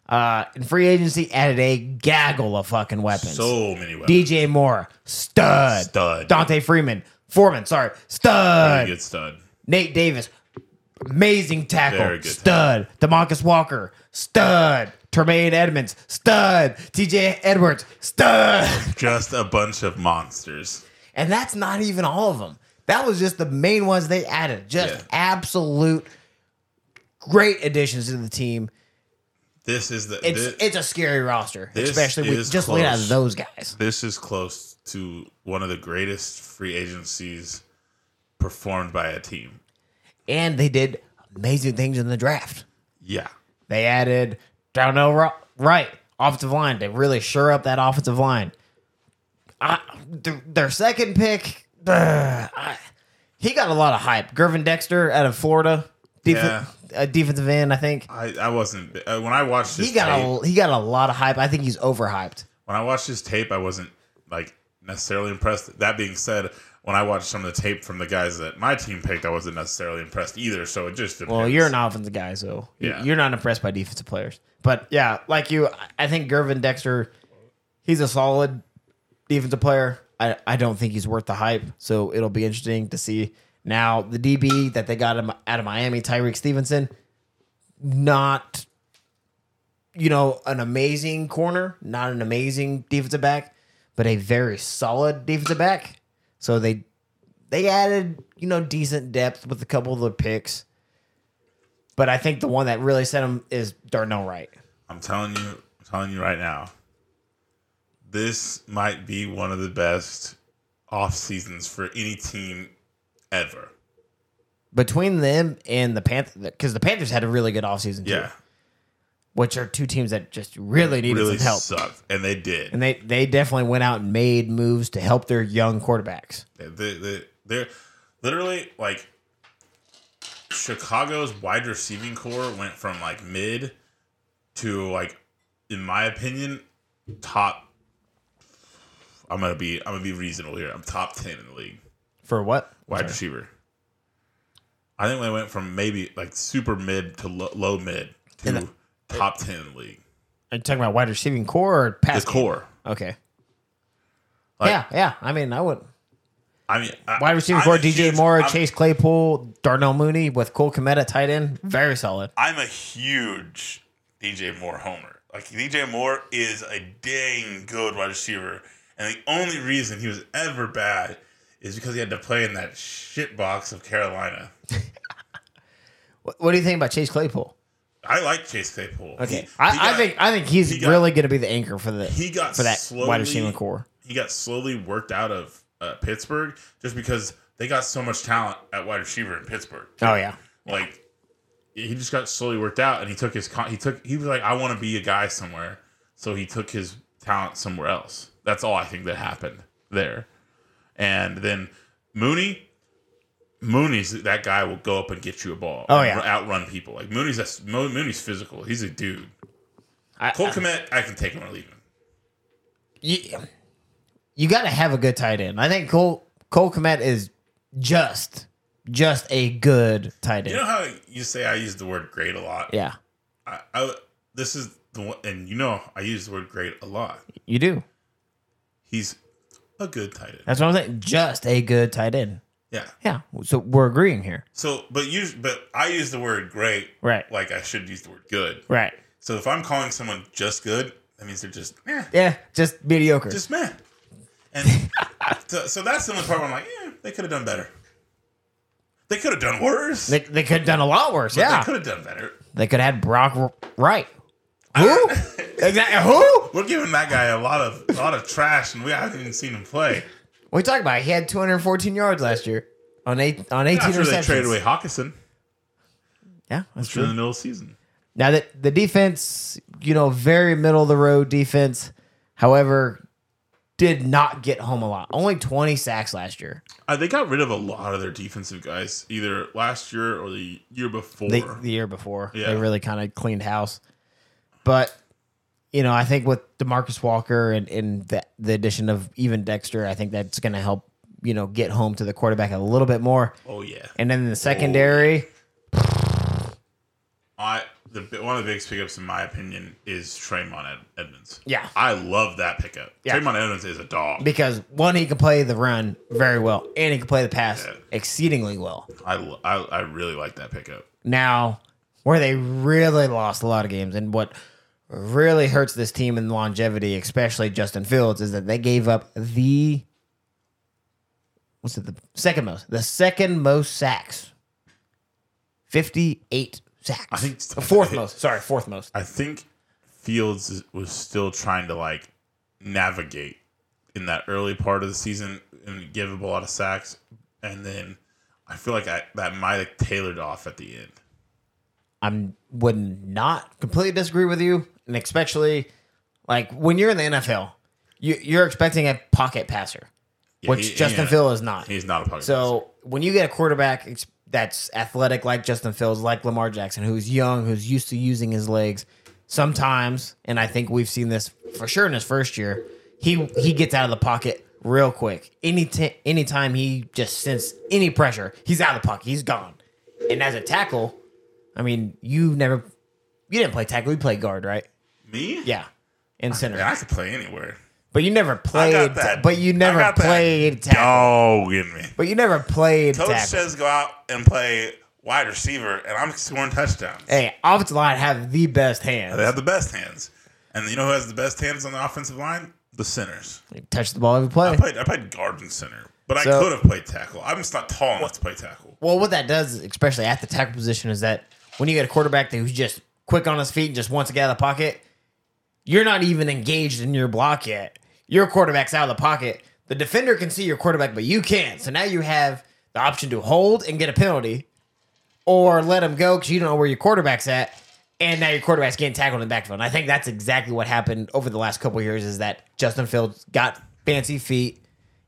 [SPEAKER 2] Uh, and free agency added a gaggle of fucking weapons.
[SPEAKER 1] So many weapons.
[SPEAKER 2] DJ Moore, stud.
[SPEAKER 1] Stud.
[SPEAKER 2] Dante Freeman, Foreman, sorry,
[SPEAKER 1] Very
[SPEAKER 2] stud.
[SPEAKER 1] good stud.
[SPEAKER 2] Nate Davis, amazing
[SPEAKER 1] Very
[SPEAKER 2] tackle,
[SPEAKER 1] good
[SPEAKER 2] stud. Demarcus Walker, stud. Tremaine Edmonds, stud. T.J. Edwards, stud. [LAUGHS]
[SPEAKER 1] Just a bunch of monsters.
[SPEAKER 2] And that's not even all of them. That was just the main ones they added. Just
[SPEAKER 1] Yeah.
[SPEAKER 2] absolute great additions to the team.
[SPEAKER 1] This is the
[SPEAKER 2] It's
[SPEAKER 1] this,
[SPEAKER 2] it's a scary roster,
[SPEAKER 1] this
[SPEAKER 2] especially with
[SPEAKER 1] is
[SPEAKER 2] just laid out
[SPEAKER 1] close.
[SPEAKER 2] those guys.
[SPEAKER 1] this is close to one of the greatest free agencies performed by a team.
[SPEAKER 2] And they did amazing things in the draft.
[SPEAKER 1] Yeah.
[SPEAKER 2] They added Darnell Ro- Wright, offensive line, to really shore up that offensive line. I, their, their second pick, ugh, I- he got a lot of hype. Gervin Dexter out of Florida, def-
[SPEAKER 1] Yeah.
[SPEAKER 2] uh, defensive end, I think.
[SPEAKER 1] I, I wasn't uh, when I watched this
[SPEAKER 2] He got
[SPEAKER 1] tape-
[SPEAKER 2] a he got a lot of hype. I think he's overhyped.
[SPEAKER 1] when I watched his tape, I wasn't like necessarily impressed. That being said, when I watched some of the tape from the guys that my team picked, I wasn't necessarily impressed either. So it just depends.
[SPEAKER 2] Well, you're an offensive guy, so you-
[SPEAKER 1] Yeah.
[SPEAKER 2] you're not impressed by defensive players. But yeah, like you, I- I think Gervin Dexter, he's a solid defensive player. I, I don't think he's worth the hype, so it'll be interesting to see. Now, the DB that they got him out of Miami, Tyreek Stevenson, not, you know, an amazing corner, not an amazing defensive back, but a very solid defensive back. So they they added, you know, decent depth with a couple of the picks. But I think the one that really set them is Darnell Wright.
[SPEAKER 1] I'm telling you, I'm telling you right now. This might be one of the best off seasons for any team ever.
[SPEAKER 2] Between them and the Panthers, because the Panthers had a really good offseason, too,
[SPEAKER 1] Yeah,
[SPEAKER 2] which are two teams that just really needed
[SPEAKER 1] really
[SPEAKER 2] some help.
[SPEAKER 1] sucked, and they did.
[SPEAKER 2] And they, they definitely went out and made moves to help their young quarterbacks.
[SPEAKER 1] they, they, they're literally like Chicago's wide receiving core went from like mid to like, in my opinion, top. I'm gonna be I'm gonna be reasonable here. I'm top ten in the league
[SPEAKER 2] For what?
[SPEAKER 1] wide receiver. I think they went from maybe like super mid to lo- low mid to
[SPEAKER 2] And the-
[SPEAKER 1] top ten in the league.
[SPEAKER 2] Are you talking about wide receiving core or
[SPEAKER 1] The
[SPEAKER 2] pass game?
[SPEAKER 1] core.
[SPEAKER 2] Okay.
[SPEAKER 1] Like-
[SPEAKER 2] yeah, yeah. I mean, I would
[SPEAKER 1] I mean, I-
[SPEAKER 2] wide receiver
[SPEAKER 1] I'm
[SPEAKER 2] core:
[SPEAKER 1] a
[SPEAKER 2] DJ
[SPEAKER 1] huge-
[SPEAKER 2] Moore,
[SPEAKER 1] I'm-
[SPEAKER 2] Chase Claypool, Darnell Mooney with Cole Komet at tight end. Very solid.
[SPEAKER 1] I'm a huge DJ Moore homer. Like DJ Moore is a dang good wide receiver, and the only reason he was ever bad is because he had to play in that shit box of Carolina.
[SPEAKER 2] What, what do you think about Chase Claypool?
[SPEAKER 1] I like Chase Claypool.
[SPEAKER 2] Okay,
[SPEAKER 1] He-
[SPEAKER 2] I,
[SPEAKER 1] he
[SPEAKER 2] I
[SPEAKER 1] got-
[SPEAKER 2] think I think he's
[SPEAKER 1] he got-
[SPEAKER 2] really going to be the anchor for the
[SPEAKER 1] he got
[SPEAKER 2] for that
[SPEAKER 1] slowly,
[SPEAKER 2] wide receiver core.
[SPEAKER 1] He got slowly worked out of uh, Pittsburgh just because they got so much talent at wide receiver in Pittsburgh.
[SPEAKER 2] Oh yeah,
[SPEAKER 1] like he just got slowly worked out and he took his con- he took he was like i want to be a guy somewhere so he took his talent somewhere else that's all i think that happened there and then mooney mooney's that guy will go up and get you a ball
[SPEAKER 2] Oh,
[SPEAKER 1] and
[SPEAKER 2] yeah.
[SPEAKER 1] ru- outrun people like mooney's that's Mo- mooney's physical he's a dude
[SPEAKER 2] I,
[SPEAKER 1] cole
[SPEAKER 2] I-
[SPEAKER 1] Kmet, i can take him or leave him
[SPEAKER 2] you, you got to have a good tight end. I think Cole Cole Komet is just just a good tight end.
[SPEAKER 1] you know how you say i use the word great a lot
[SPEAKER 2] yeah,
[SPEAKER 1] I, I this is the one and you know i use the word great a lot
[SPEAKER 2] you do.
[SPEAKER 1] he's a good tight end
[SPEAKER 2] That's what I'm saying. Just a good tight end.
[SPEAKER 1] yeah
[SPEAKER 2] Yeah. So we're agreeing here.
[SPEAKER 1] So, but you, but I use the word great,
[SPEAKER 2] Right.
[SPEAKER 1] Like I should use the word good.
[SPEAKER 2] Right.
[SPEAKER 1] So if I'm calling someone just good, that means they're just eh,
[SPEAKER 2] Yeah. Just mediocre.
[SPEAKER 1] just meh.
[SPEAKER 2] [LAUGHS]
[SPEAKER 1] And so, so that's the only part where I'm like, yeah, they could have done better. They could have done worse.
[SPEAKER 2] they they could have done a lot worse.
[SPEAKER 1] but
[SPEAKER 2] yeah.
[SPEAKER 1] they could have done better.
[SPEAKER 2] They could have had Brock R- Wright. Who? [LAUGHS] exactly. Who?
[SPEAKER 1] We're giving that guy a lot of a lot of trash, and we haven't even seen him play.
[SPEAKER 2] What are you talking about? He had 214 yards last year on eight on 18
[SPEAKER 1] After they
[SPEAKER 2] receptions.
[SPEAKER 1] traded away Hawkinson
[SPEAKER 2] Yeah, that's
[SPEAKER 1] during the
[SPEAKER 2] true.
[SPEAKER 1] middle of the season,
[SPEAKER 2] Now that the defense, you know, very middle of the road defense, however, did not get home a lot. Only 20 sacks last year.
[SPEAKER 1] uh, they got rid of a lot of their defensive guys either last year or the year before.
[SPEAKER 2] the, the year before.
[SPEAKER 1] Yeah.
[SPEAKER 2] They really kind of cleaned house. But, you know, I think with Demarcus Walker and, and the, the addition of even Dexter, I think that's going to help, you know, get home to the quarterback a little bit more.
[SPEAKER 1] oh yeah,
[SPEAKER 2] And then the secondary,
[SPEAKER 1] I the bi- one of the biggest pickups in my opinion is Traymon Ed- Edmonds.
[SPEAKER 2] Yeah.
[SPEAKER 1] I love that pickup.
[SPEAKER 2] Yeah.
[SPEAKER 1] Traymon Edmonds is a dog.
[SPEAKER 2] because one, he can play the run very well and he can play the pass
[SPEAKER 1] Yeah.
[SPEAKER 2] exceedingly well.
[SPEAKER 1] I, lo- I I really like that pickup.
[SPEAKER 2] Now, where they really lost a lot of games and what really hurts this team in longevity, especially Justin Fields, is that they gave up the what's it the second most the second most sacks. 58 sacks.
[SPEAKER 1] I think- [LAUGHS]
[SPEAKER 2] The fourth most. Sorry, fourth most.
[SPEAKER 1] I think Fields is- was still trying to like navigate in that early part of the season and give up a lot of sacks, and then I feel like I, that might have tailored off at the end.
[SPEAKER 2] I'm would not completely disagree with you, and especially like when you're in the NFL, you, you're expecting a pocket passer,
[SPEAKER 1] Yeah,
[SPEAKER 2] which
[SPEAKER 1] he-
[SPEAKER 2] Justin
[SPEAKER 1] yeah.
[SPEAKER 2] Fields is not.
[SPEAKER 1] He's not a pocket.
[SPEAKER 2] So when you get a quarterback ex- that's athletic like Justin Fields, like Lamar Jackson, who's young, who's used to using his legs, sometimes, and I think we've seen this for sure in his first year, he he gets out of the pocket real quick. Any t- anytime he just senses any pressure, he's out of the pocket, he's gone. And as a tackle, I mean, you've never you didn't play tackle, you played guard, right?
[SPEAKER 1] passer. me,
[SPEAKER 2] Yeah, and center,
[SPEAKER 1] Man, I could play anywhere.
[SPEAKER 2] but you
[SPEAKER 1] I
[SPEAKER 2] never
[SPEAKER 1] got
[SPEAKER 2] played. ta-
[SPEAKER 1] that-
[SPEAKER 2] But you
[SPEAKER 1] I
[SPEAKER 2] never
[SPEAKER 1] got that
[SPEAKER 2] played tackle.
[SPEAKER 1] Dog in me.
[SPEAKER 2] But you never played
[SPEAKER 1] Coach
[SPEAKER 2] tackle.
[SPEAKER 1] says go out and play wide receiver, and I'm scoring touchdowns.
[SPEAKER 2] Hey, offensive line have the best
[SPEAKER 1] They
[SPEAKER 2] hands.
[SPEAKER 1] have the best hands, and you know who has the best hands on the offensive line? The centers.
[SPEAKER 2] Touch the ball every play.
[SPEAKER 1] I played I played guard and center, But I
[SPEAKER 2] So-
[SPEAKER 1] could have played tackle. I'm just not tall enough to play tackle.
[SPEAKER 2] Well, what that does, especially at the tackle position, is that when you get a quarterback that who's just quick on his feet and just wants to get out of the pocket, you're not even engaged in your block yet. Your quarterback's out of the pocket. The defender can see your quarterback, but you can't. So now you have the option to hold and get a penalty or let him go because you don't know where your quarterback's at. And now your quarterback's getting tackled in the backfield. And I think that's exactly what happened over the last couple of years is that Justin Fields got fancy feet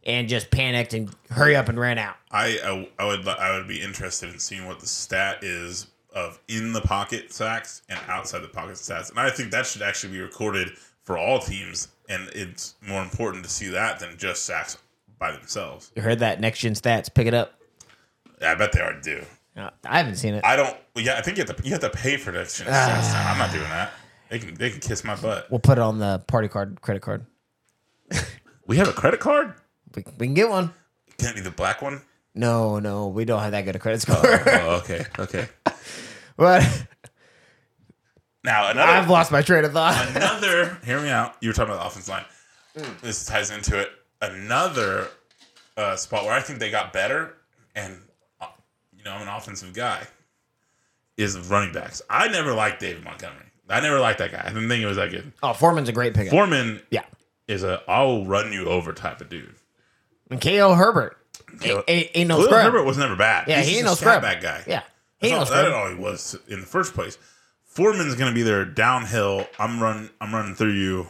[SPEAKER 2] and just panicked and hurry up and ran out.
[SPEAKER 1] I, I I would li- I would be interested in seeing what the stat is of in the pocket sacks and outside the pocket stats, and I think that should actually be recorded for all teams. And it's more important to see that than just sacks by themselves.
[SPEAKER 2] You heard that next gen stats pick it up.
[SPEAKER 1] I bet they are due.
[SPEAKER 2] Uh, I haven't seen it.
[SPEAKER 1] I don't. Yeah, I think you have to you have to pay for that shit.
[SPEAKER 2] Ah.
[SPEAKER 1] stats now. I'm not doing that. They can they can kiss my butt.
[SPEAKER 2] We'll put it on the party card, credit card.
[SPEAKER 1] We have a credit card.
[SPEAKER 2] We, we can get one.
[SPEAKER 1] Can it be the black one?
[SPEAKER 2] No, no, we don't have that good a credit score.
[SPEAKER 1] Oh, okay, okay.
[SPEAKER 2] [LAUGHS] but
[SPEAKER 1] Now another
[SPEAKER 2] [LAUGHS] I've lost Mm. my train of [LAUGHS] thought.
[SPEAKER 1] another hear me out you were talking about the offense line this ties into it another uh, spot where i think they got better and uh, you know i'm an offensive guy is running backs i never liked david montgomery i never liked that guy i didn't think it was that good
[SPEAKER 2] Oh, Foreman's a great pickup.
[SPEAKER 1] foreman
[SPEAKER 2] yeah.
[SPEAKER 1] is a i'll run you over type of dude
[SPEAKER 2] And K.O. Herbert. Ain't, ain't, ain't no
[SPEAKER 1] Khalil
[SPEAKER 2] scrub.
[SPEAKER 1] Herbert was never bad.
[SPEAKER 2] yeah,
[SPEAKER 1] He's
[SPEAKER 2] he
[SPEAKER 1] just
[SPEAKER 2] ain't
[SPEAKER 1] a
[SPEAKER 2] no scrub.
[SPEAKER 1] Bad guy.
[SPEAKER 2] Yeah. He
[SPEAKER 1] That's
[SPEAKER 2] ain't no
[SPEAKER 1] all, that
[SPEAKER 2] scrub.
[SPEAKER 1] all he was in the first place. Foreman's going to be their downhill. I'm run. I'm running through you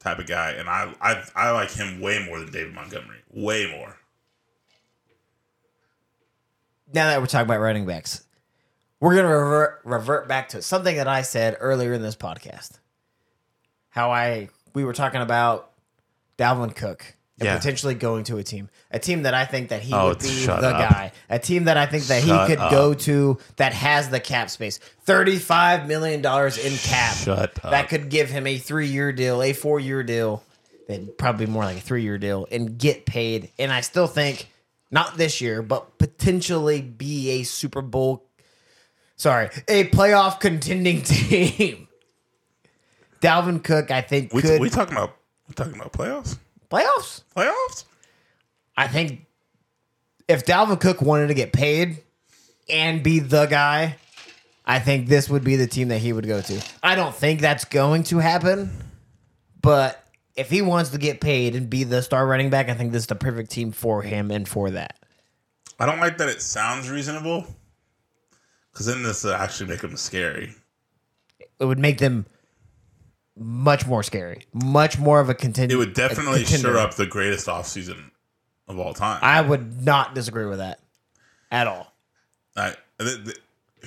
[SPEAKER 1] type of guy, and I I I like him way more than David Montgomery. Way more.
[SPEAKER 2] Now that we're talking about running backs, we're going to revert, revert back to something that I said earlier in this podcast. How I we were talking about Dalvin Cook and
[SPEAKER 1] Yeah.
[SPEAKER 2] potentially going to a team, a team that I think that he
[SPEAKER 1] Oh,
[SPEAKER 2] would be the
[SPEAKER 1] shut up.
[SPEAKER 2] guy, a team that I think that
[SPEAKER 1] Shut
[SPEAKER 2] he could go to that has the cap space, thirty-five million dollars in cap.
[SPEAKER 1] Shut
[SPEAKER 2] That
[SPEAKER 1] up.
[SPEAKER 2] could give him a three-year deal, a four-year deal, and probably more like a three-year deal, and get paid. And I still think not this year, but potentially be a Super Bowl. Sorry, a playoff contending [LAUGHS] team. Dalvin Cook, I think,
[SPEAKER 1] We
[SPEAKER 2] could
[SPEAKER 1] we talking about we talking about playoffs?
[SPEAKER 2] playoffs.
[SPEAKER 1] Playoffs?
[SPEAKER 2] I think if Dalvin Cook wanted to get paid and be the guy, I think this would be the team that he would go to. I don't think that's going to happen, but if he wants to get paid and be the star running back, I think this is the perfect team for him and for that.
[SPEAKER 1] I don't like that. It sounds reasonable. Cause then this will actually make them scary.
[SPEAKER 2] It would make them much more scary, much more of a contender.
[SPEAKER 1] It would definitely sure up the greatest offseason of all time.
[SPEAKER 2] I would not disagree with that at all.
[SPEAKER 1] I, th-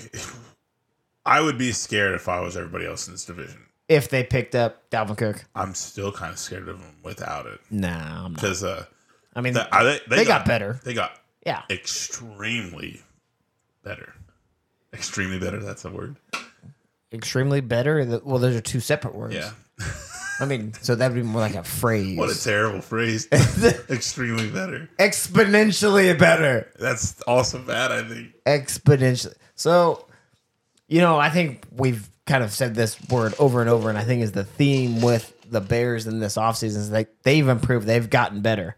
[SPEAKER 1] th- [LAUGHS] I would be scared if I was everybody else in this division.
[SPEAKER 2] If they picked up Dalvin Cook,
[SPEAKER 1] I'm still kind of scared of them without it
[SPEAKER 2] nah, I'm not.
[SPEAKER 1] because uh,
[SPEAKER 2] I mean,
[SPEAKER 1] the- I- they,
[SPEAKER 2] They got better.
[SPEAKER 1] They got
[SPEAKER 2] yeah.
[SPEAKER 1] extremely better. Extremely better. That's a word.
[SPEAKER 2] extremely better. th- Well, those are two separate words.
[SPEAKER 1] Yeah.
[SPEAKER 2] I mean, so that would be more like a phrase.
[SPEAKER 1] What a terrible
[SPEAKER 2] [LAUGHS]
[SPEAKER 1] phrase. extremely better.
[SPEAKER 2] Exponentially better.
[SPEAKER 1] That's also bad. I think.
[SPEAKER 2] Exponentially. So, you know, I think we've kind of said this word over and over, and I think is the theme with the Bears in this offseason is like they've improved, they've gotten better.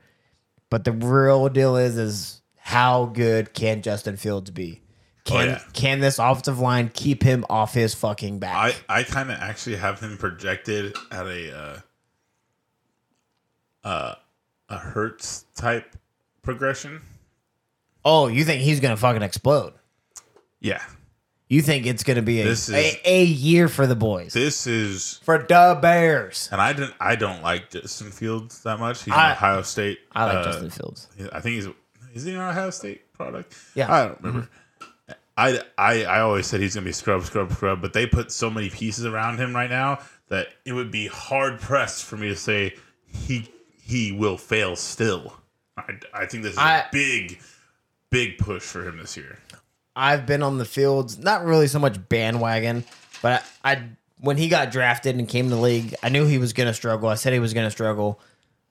[SPEAKER 2] But the real deal is is how good can Justin Fields be?
[SPEAKER 1] Oh,
[SPEAKER 2] Can
[SPEAKER 1] yeah.
[SPEAKER 2] can this offensive line keep him off his fucking back?
[SPEAKER 1] I I kind of actually have him projected at a uh, uh a Hertz type progression.
[SPEAKER 2] oh, you think he's gonna fucking explode?
[SPEAKER 1] Yeah.
[SPEAKER 2] You think it's going to be a,
[SPEAKER 1] This is-
[SPEAKER 2] a, a year for the boys
[SPEAKER 1] This is
[SPEAKER 2] for the Bears?
[SPEAKER 1] and I didn't I don't like Justin Fields that much. He's
[SPEAKER 2] I-
[SPEAKER 1] in Ohio State.
[SPEAKER 2] I like
[SPEAKER 1] Uh,
[SPEAKER 2] Justin Fields.
[SPEAKER 1] I think he's is he an Ohio State product?
[SPEAKER 2] Yeah. Mm-hmm.
[SPEAKER 1] I don't remember. I, I I always said he's gonna be scrub, scrub, scrub, but they put so many pieces around him right now that it would be hard pressed for me to say he he will fail still. I, I think this is a
[SPEAKER 2] I-
[SPEAKER 1] big big push for him this year.
[SPEAKER 2] I've been on the fields, not really so much bandwagon, but I, I when he got drafted and came to the league, I knew he was going to struggle. I said he was going to struggle,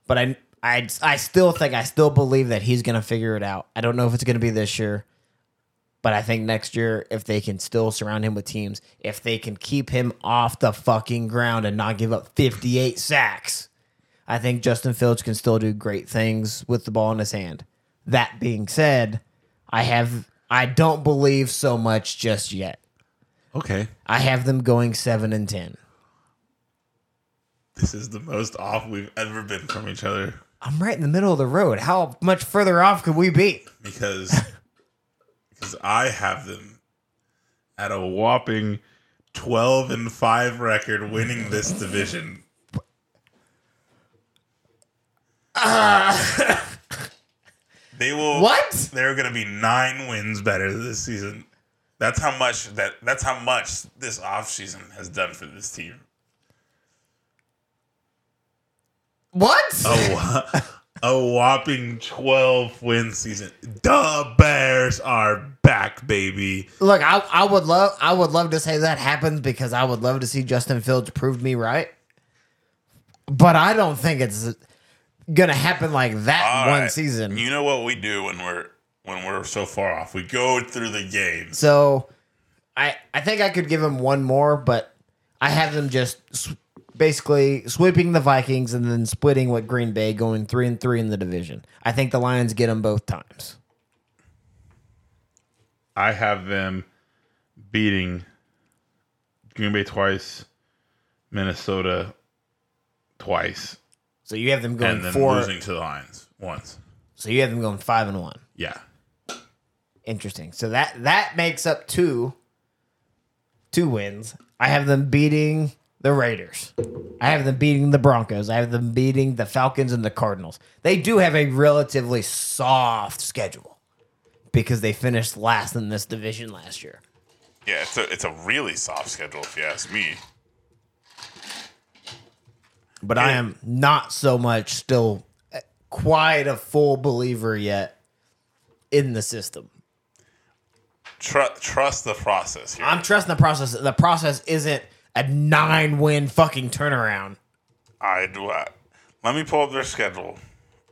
[SPEAKER 2] but I, I, I still think I still believe that he's going to figure it out. I don't know if it's going to be this year, but I think next year, if they can still surround him with teams, if they can keep him off the fucking ground and not give up fifty eight sacks, I think Justin Fields can still do great things with the ball in his hand. That being said, I have I don't believe so much just yet.
[SPEAKER 1] Okay.
[SPEAKER 2] I have them going seven and ten.
[SPEAKER 1] This is the most off we've ever been from each other
[SPEAKER 2] I'm right in the middle of the road. How much further off could we be?
[SPEAKER 1] because because I have them at a whopping twelve and five record winning this division. they will
[SPEAKER 2] What?
[SPEAKER 1] They're gonna be nine wins better this season. That's how much that that's how much this offseason has done for this team.
[SPEAKER 2] What?
[SPEAKER 1] a, wha- a whopping 12 win season. The Bears are back, baby.
[SPEAKER 2] Look, I, I would love I would love to say that happens because I would love to see Justin Fields prove me right. But I don't think it's gonna happen like that
[SPEAKER 1] All
[SPEAKER 2] one
[SPEAKER 1] right.
[SPEAKER 2] season.
[SPEAKER 1] You know what we do when we're when we're so far off? We go through the games.
[SPEAKER 2] so I I think I could give him one more, but I have them just s- basically sweeping the Vikings and then splitting with Green Bay, going three and three in the division. I think the Lions get them both times.
[SPEAKER 1] I have them beating Green Bay twice, Minnesota twice,
[SPEAKER 2] So you have them going
[SPEAKER 1] and then
[SPEAKER 2] four.
[SPEAKER 1] losing to the Lions once.
[SPEAKER 2] So you have them going five and one.
[SPEAKER 1] Yeah.
[SPEAKER 2] Interesting. So that that makes up two two wins. I have them beating the Raiders. I have them beating the Broncos. I have them beating the Falcons and the Cardinals. They do have a relatively soft schedule because they finished last in this division last year.
[SPEAKER 1] Yeah, it's a, it's a really soft schedule if you ask me.
[SPEAKER 2] But I am not so much still quite a full believer yet in the system.
[SPEAKER 1] Tru- trust the process here.
[SPEAKER 2] I'm trusting the process. The process isn't a nine win fucking turnaround.
[SPEAKER 1] I do. I, let me pull up their schedule,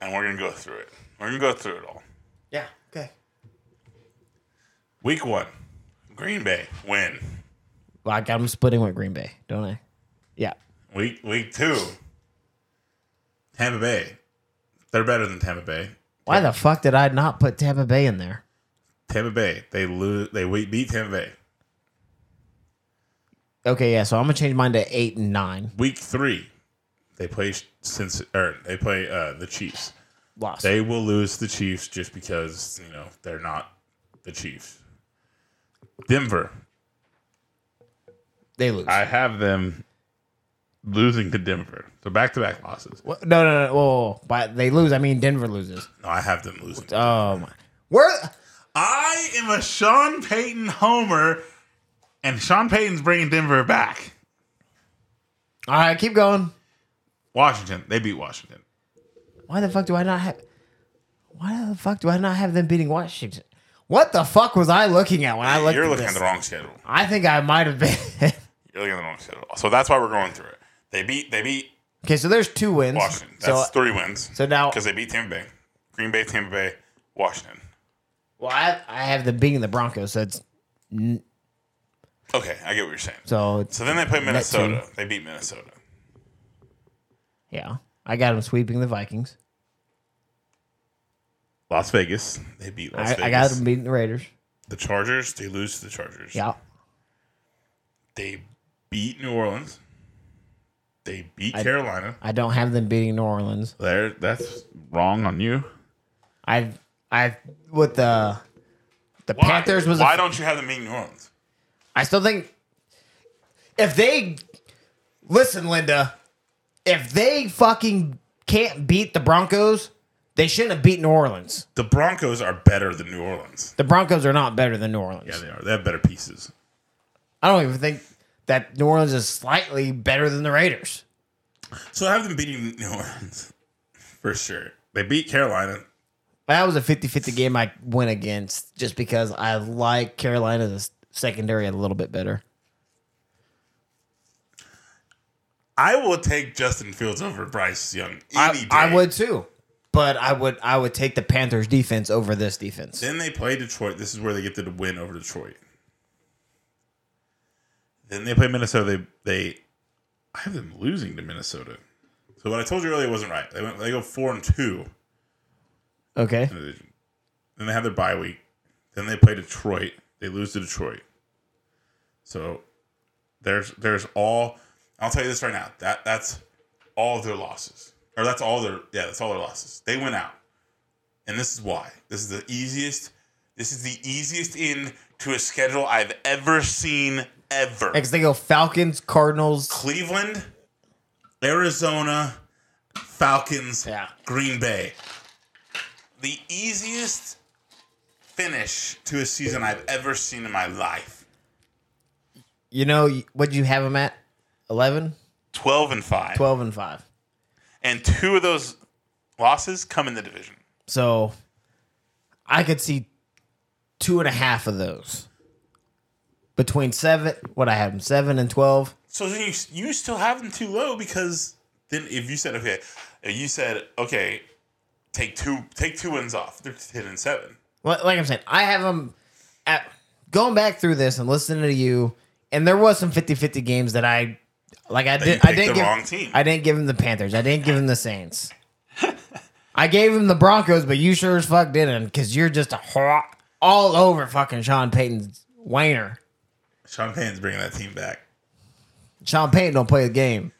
[SPEAKER 1] and we're gonna go through it. We're gonna go through it all.
[SPEAKER 2] Yeah. Okay.
[SPEAKER 1] Week one, Green Bay win.
[SPEAKER 2] Well, I got them splitting with Green Bay, don't I? Yeah.
[SPEAKER 1] Week week two, Tampa Bay. They're better than Tampa Bay.
[SPEAKER 2] Why the fuck did I not put Tampa Bay in there?
[SPEAKER 1] Tampa Bay. They lose. They we- beat Tampa Bay.
[SPEAKER 2] Okay, yeah. So I'm gonna change mine to eight and nine.
[SPEAKER 1] Week three, they play since or they play uh, the Chiefs.
[SPEAKER 2] Lost.
[SPEAKER 1] They will lose the Chiefs just because you know they're not the Chiefs. Denver.
[SPEAKER 2] They lose.
[SPEAKER 1] I have them losing to Denver. So back to back losses.
[SPEAKER 2] What? No, no, no. Whoa, whoa, whoa. By they lose, I mean Denver loses.
[SPEAKER 1] No, I have them losing.
[SPEAKER 2] Oh my. Where?
[SPEAKER 1] I am a Sean Payton homer, and Sean Payton's bringing Denver back.
[SPEAKER 2] All right, keep going.
[SPEAKER 1] Washington, they beat Washington.
[SPEAKER 2] Why the fuck do I not have? Why the fuck do I not have them beating Washington? What the fuck was I looking at when I looked?
[SPEAKER 1] You're
[SPEAKER 2] at
[SPEAKER 1] looking
[SPEAKER 2] this?
[SPEAKER 1] at the wrong schedule.
[SPEAKER 2] I think I might have been. [LAUGHS]
[SPEAKER 1] You're looking at the wrong schedule. So that's why we're going through it. They beat they beat
[SPEAKER 2] okay, so there's two wins.
[SPEAKER 1] Washington.
[SPEAKER 2] So
[SPEAKER 1] That's three wins.
[SPEAKER 2] so now-
[SPEAKER 1] because they beat Tampa Bay, Green Bay, Tampa Bay, Washington.
[SPEAKER 2] well, I, I have them beating the Broncos. So it's
[SPEAKER 1] Okay, I get what you're saying.
[SPEAKER 2] so it's
[SPEAKER 1] So then they play Minnesota. They beat Minnesota.
[SPEAKER 2] yeah. I got them sweeping the Vikings.
[SPEAKER 1] Las Vegas. They beat Las
[SPEAKER 2] I,
[SPEAKER 1] Vegas.
[SPEAKER 2] I got them beating the Raiders.
[SPEAKER 1] the Chargers. They lose to the Chargers.
[SPEAKER 2] Yeah.
[SPEAKER 1] They beat New Orleans. They beat
[SPEAKER 2] I-
[SPEAKER 1] Carolina.
[SPEAKER 2] I don't have them beating New Orleans.
[SPEAKER 1] There, that's wrong on you.
[SPEAKER 2] I I with the the Panthers was a-
[SPEAKER 1] Why don't you have them beat New Orleans?
[SPEAKER 2] I still think if they listen, Linda, if they fucking can't beat the Broncos, they shouldn't have beat New Orleans.
[SPEAKER 1] The Broncos are better than New Orleans.
[SPEAKER 2] The Broncos are not better than New Orleans.
[SPEAKER 1] Yeah, they are. They have better pieces.
[SPEAKER 2] I don't even think that New Orleans is slightly better than the Raiders.
[SPEAKER 1] So I have them beating New Orleans [LAUGHS] for sure. They beat Carolina.
[SPEAKER 2] That was a 50-50 game I went against just because I like Carolina's secondary a little bit better.
[SPEAKER 1] I will take Justin Fields over Bryce Young any
[SPEAKER 2] I,
[SPEAKER 1] day.
[SPEAKER 2] I would too. But I would I would take the Panthers defense over this defense.
[SPEAKER 1] Then they play Detroit. This is where they get the win over Detroit. Then they play Minnesota. They they I have them losing to Minnesota. So what I told you earlier wasn't right. They went, they go four and two.
[SPEAKER 2] Okay.
[SPEAKER 1] in the division. Then they have their bye week. Then they play Detroit. They lose to Detroit. So there's there's all I'll tell you this right now. That that's all their losses. Or that's all their yeah, that's all their losses. They went out. And this is why. This is the easiest this is the easiest in to a schedule I've ever seen ever.
[SPEAKER 2] Because they go Falcons, Cardinals.
[SPEAKER 1] Cleveland, Arizona, Falcons,
[SPEAKER 2] Yeah.
[SPEAKER 1] Green Bay. The easiest finish to a season I've ever seen in my life.
[SPEAKER 2] You know, what did you have them at? 11,
[SPEAKER 1] 12 and 5.
[SPEAKER 2] 12, and 5.
[SPEAKER 1] And two of those losses come in the division.
[SPEAKER 2] So I could see two and a half of those. Between seven, what I have them, seven and 12.
[SPEAKER 1] So then you you still have them too low because then if you said okay, if you said okay, take two take two wins off. They're 10 and 7.
[SPEAKER 2] Li- like I'm saying, I have them at going back through this and listening to you, and there was some 50-50 games that I like. I
[SPEAKER 1] you
[SPEAKER 2] did. I
[SPEAKER 1] picked
[SPEAKER 2] didn't
[SPEAKER 1] the
[SPEAKER 2] give.
[SPEAKER 1] wrong team.
[SPEAKER 2] I didn't give him the Panthers. I didn't give him the Saints. I gave him the Broncos, but you sure as fuck didn't because you're just a whore all over fucking Sean Payton's waner.
[SPEAKER 1] Sean Payton's bringing that team back.
[SPEAKER 2] Sean Payton don't play the game.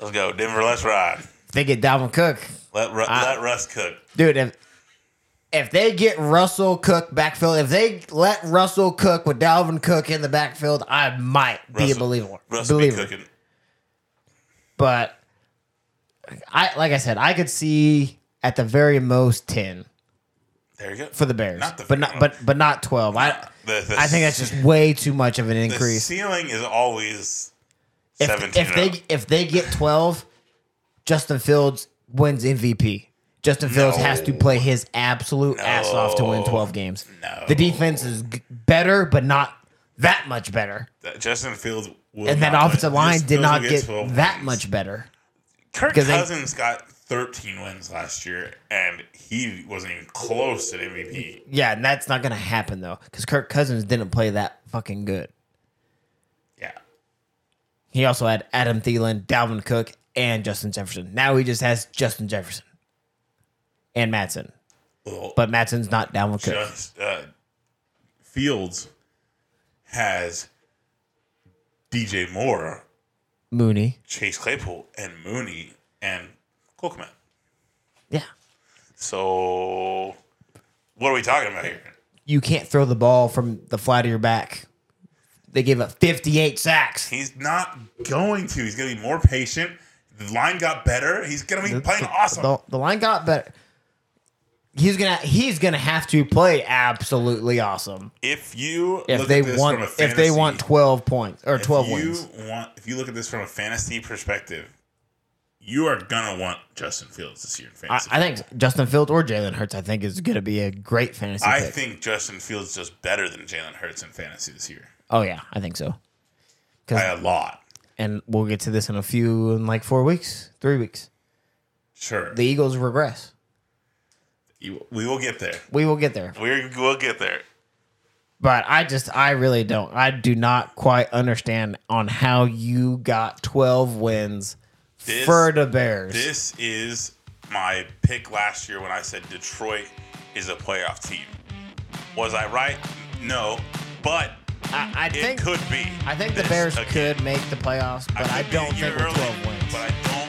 [SPEAKER 1] Let's go. Denver, let's ride.
[SPEAKER 2] If they get Dalvin Cook,
[SPEAKER 1] Let, Ru- let Russ cook.
[SPEAKER 2] dude. If if they get Russell Cook backfield, if they let Russell Cook with Dalvin Cook in the backfield, I might be a
[SPEAKER 1] Russell-
[SPEAKER 2] believer.
[SPEAKER 1] Russ be
[SPEAKER 2] believer.
[SPEAKER 1] cooking.
[SPEAKER 2] but I like I said, I could see at the very most ten
[SPEAKER 1] There you go.
[SPEAKER 2] for the Bears,
[SPEAKER 1] Not the
[SPEAKER 2] but not but but not twelve. I
[SPEAKER 1] The- the-
[SPEAKER 2] I think that's just way too much of an
[SPEAKER 1] the
[SPEAKER 2] increase.
[SPEAKER 1] ceiling is always
[SPEAKER 2] If,
[SPEAKER 1] seventeen.
[SPEAKER 2] if
[SPEAKER 1] and
[SPEAKER 2] they
[SPEAKER 1] up.
[SPEAKER 2] if they get twelve, Justin Fields wins MVP. Justin Fields has to play his absolute ass off to win
[SPEAKER 1] No.
[SPEAKER 2] twelve games.
[SPEAKER 1] No.
[SPEAKER 2] The defense is g- better, but not that much better.
[SPEAKER 1] That Justin Fields will
[SPEAKER 2] And that
[SPEAKER 1] not win.
[SPEAKER 2] offensive line
[SPEAKER 1] This-
[SPEAKER 2] did
[SPEAKER 1] those
[SPEAKER 2] not
[SPEAKER 1] will
[SPEAKER 2] get
[SPEAKER 1] 12
[SPEAKER 2] that
[SPEAKER 1] wins.
[SPEAKER 2] much better.
[SPEAKER 1] Kirk
[SPEAKER 2] because they-
[SPEAKER 1] Cousins got thirteen wins last year, and he wasn't even close to the MVP.
[SPEAKER 2] Yeah, and that's not gonna happen though, because Kirk Cousins didn't play that fucking good.
[SPEAKER 1] Yeah,
[SPEAKER 2] He also had Adam Thielen, Dalvin Cook, and Justin Jefferson. Now he just has Justin Jefferson and Matson,
[SPEAKER 1] well,
[SPEAKER 2] but Matson's not Dalvin Cook.
[SPEAKER 1] just uh, Fields has DJ Moore,
[SPEAKER 2] Mooney,
[SPEAKER 1] Chase Claypool, and Mooney, and Cookman.
[SPEAKER 2] yeah,
[SPEAKER 1] So, what are we talking about here?
[SPEAKER 2] you can't throw the ball from the flat of your back. They gave up 58 sacks.
[SPEAKER 1] He's not going to. He's going to be more patient. The line got better. He's going to be playing awesome.
[SPEAKER 2] The, the line got better. He's gonna he's gonna have to play absolutely awesome
[SPEAKER 1] If you
[SPEAKER 2] if
[SPEAKER 1] look
[SPEAKER 2] they
[SPEAKER 1] at this
[SPEAKER 2] want
[SPEAKER 1] from a
[SPEAKER 2] if they want
[SPEAKER 1] fantasy-
[SPEAKER 2] 12 points or 12
[SPEAKER 1] if you
[SPEAKER 2] wins.
[SPEAKER 1] want if you look at this from a fantasy perspective, you are gonna want Justin Fields this year in
[SPEAKER 2] I,
[SPEAKER 1] fantasy.
[SPEAKER 2] I think Justin Fields or Jalen Hurts, I think, is going to be a great fantasy
[SPEAKER 1] I
[SPEAKER 2] pick.
[SPEAKER 1] think Justin Fields is just better than Jalen Hurts in fantasy this year
[SPEAKER 2] oh yeah, I think so.
[SPEAKER 1] by a lot.
[SPEAKER 2] and we'll get to this in a few in like four weeks, three weeks.
[SPEAKER 1] Sure,
[SPEAKER 2] The Eagles regress.
[SPEAKER 1] You- we will get there.
[SPEAKER 2] We will get there.
[SPEAKER 1] We will get there.
[SPEAKER 2] But I just I really don't I do not quite understand on how you got twelve wins
[SPEAKER 1] This-
[SPEAKER 2] for the Bears.
[SPEAKER 1] This is my pick last year when I said Detroit is a playoff team. Was I right? No, but
[SPEAKER 2] I, I
[SPEAKER 1] it
[SPEAKER 2] think
[SPEAKER 1] could be.
[SPEAKER 2] I think the
[SPEAKER 1] this [LAUGHS]
[SPEAKER 2] Bears
[SPEAKER 1] again.
[SPEAKER 2] could make the playoffs, but I,
[SPEAKER 1] could be
[SPEAKER 2] don't
[SPEAKER 1] a year
[SPEAKER 2] think with
[SPEAKER 1] early,
[SPEAKER 2] twelve wins.
[SPEAKER 1] But I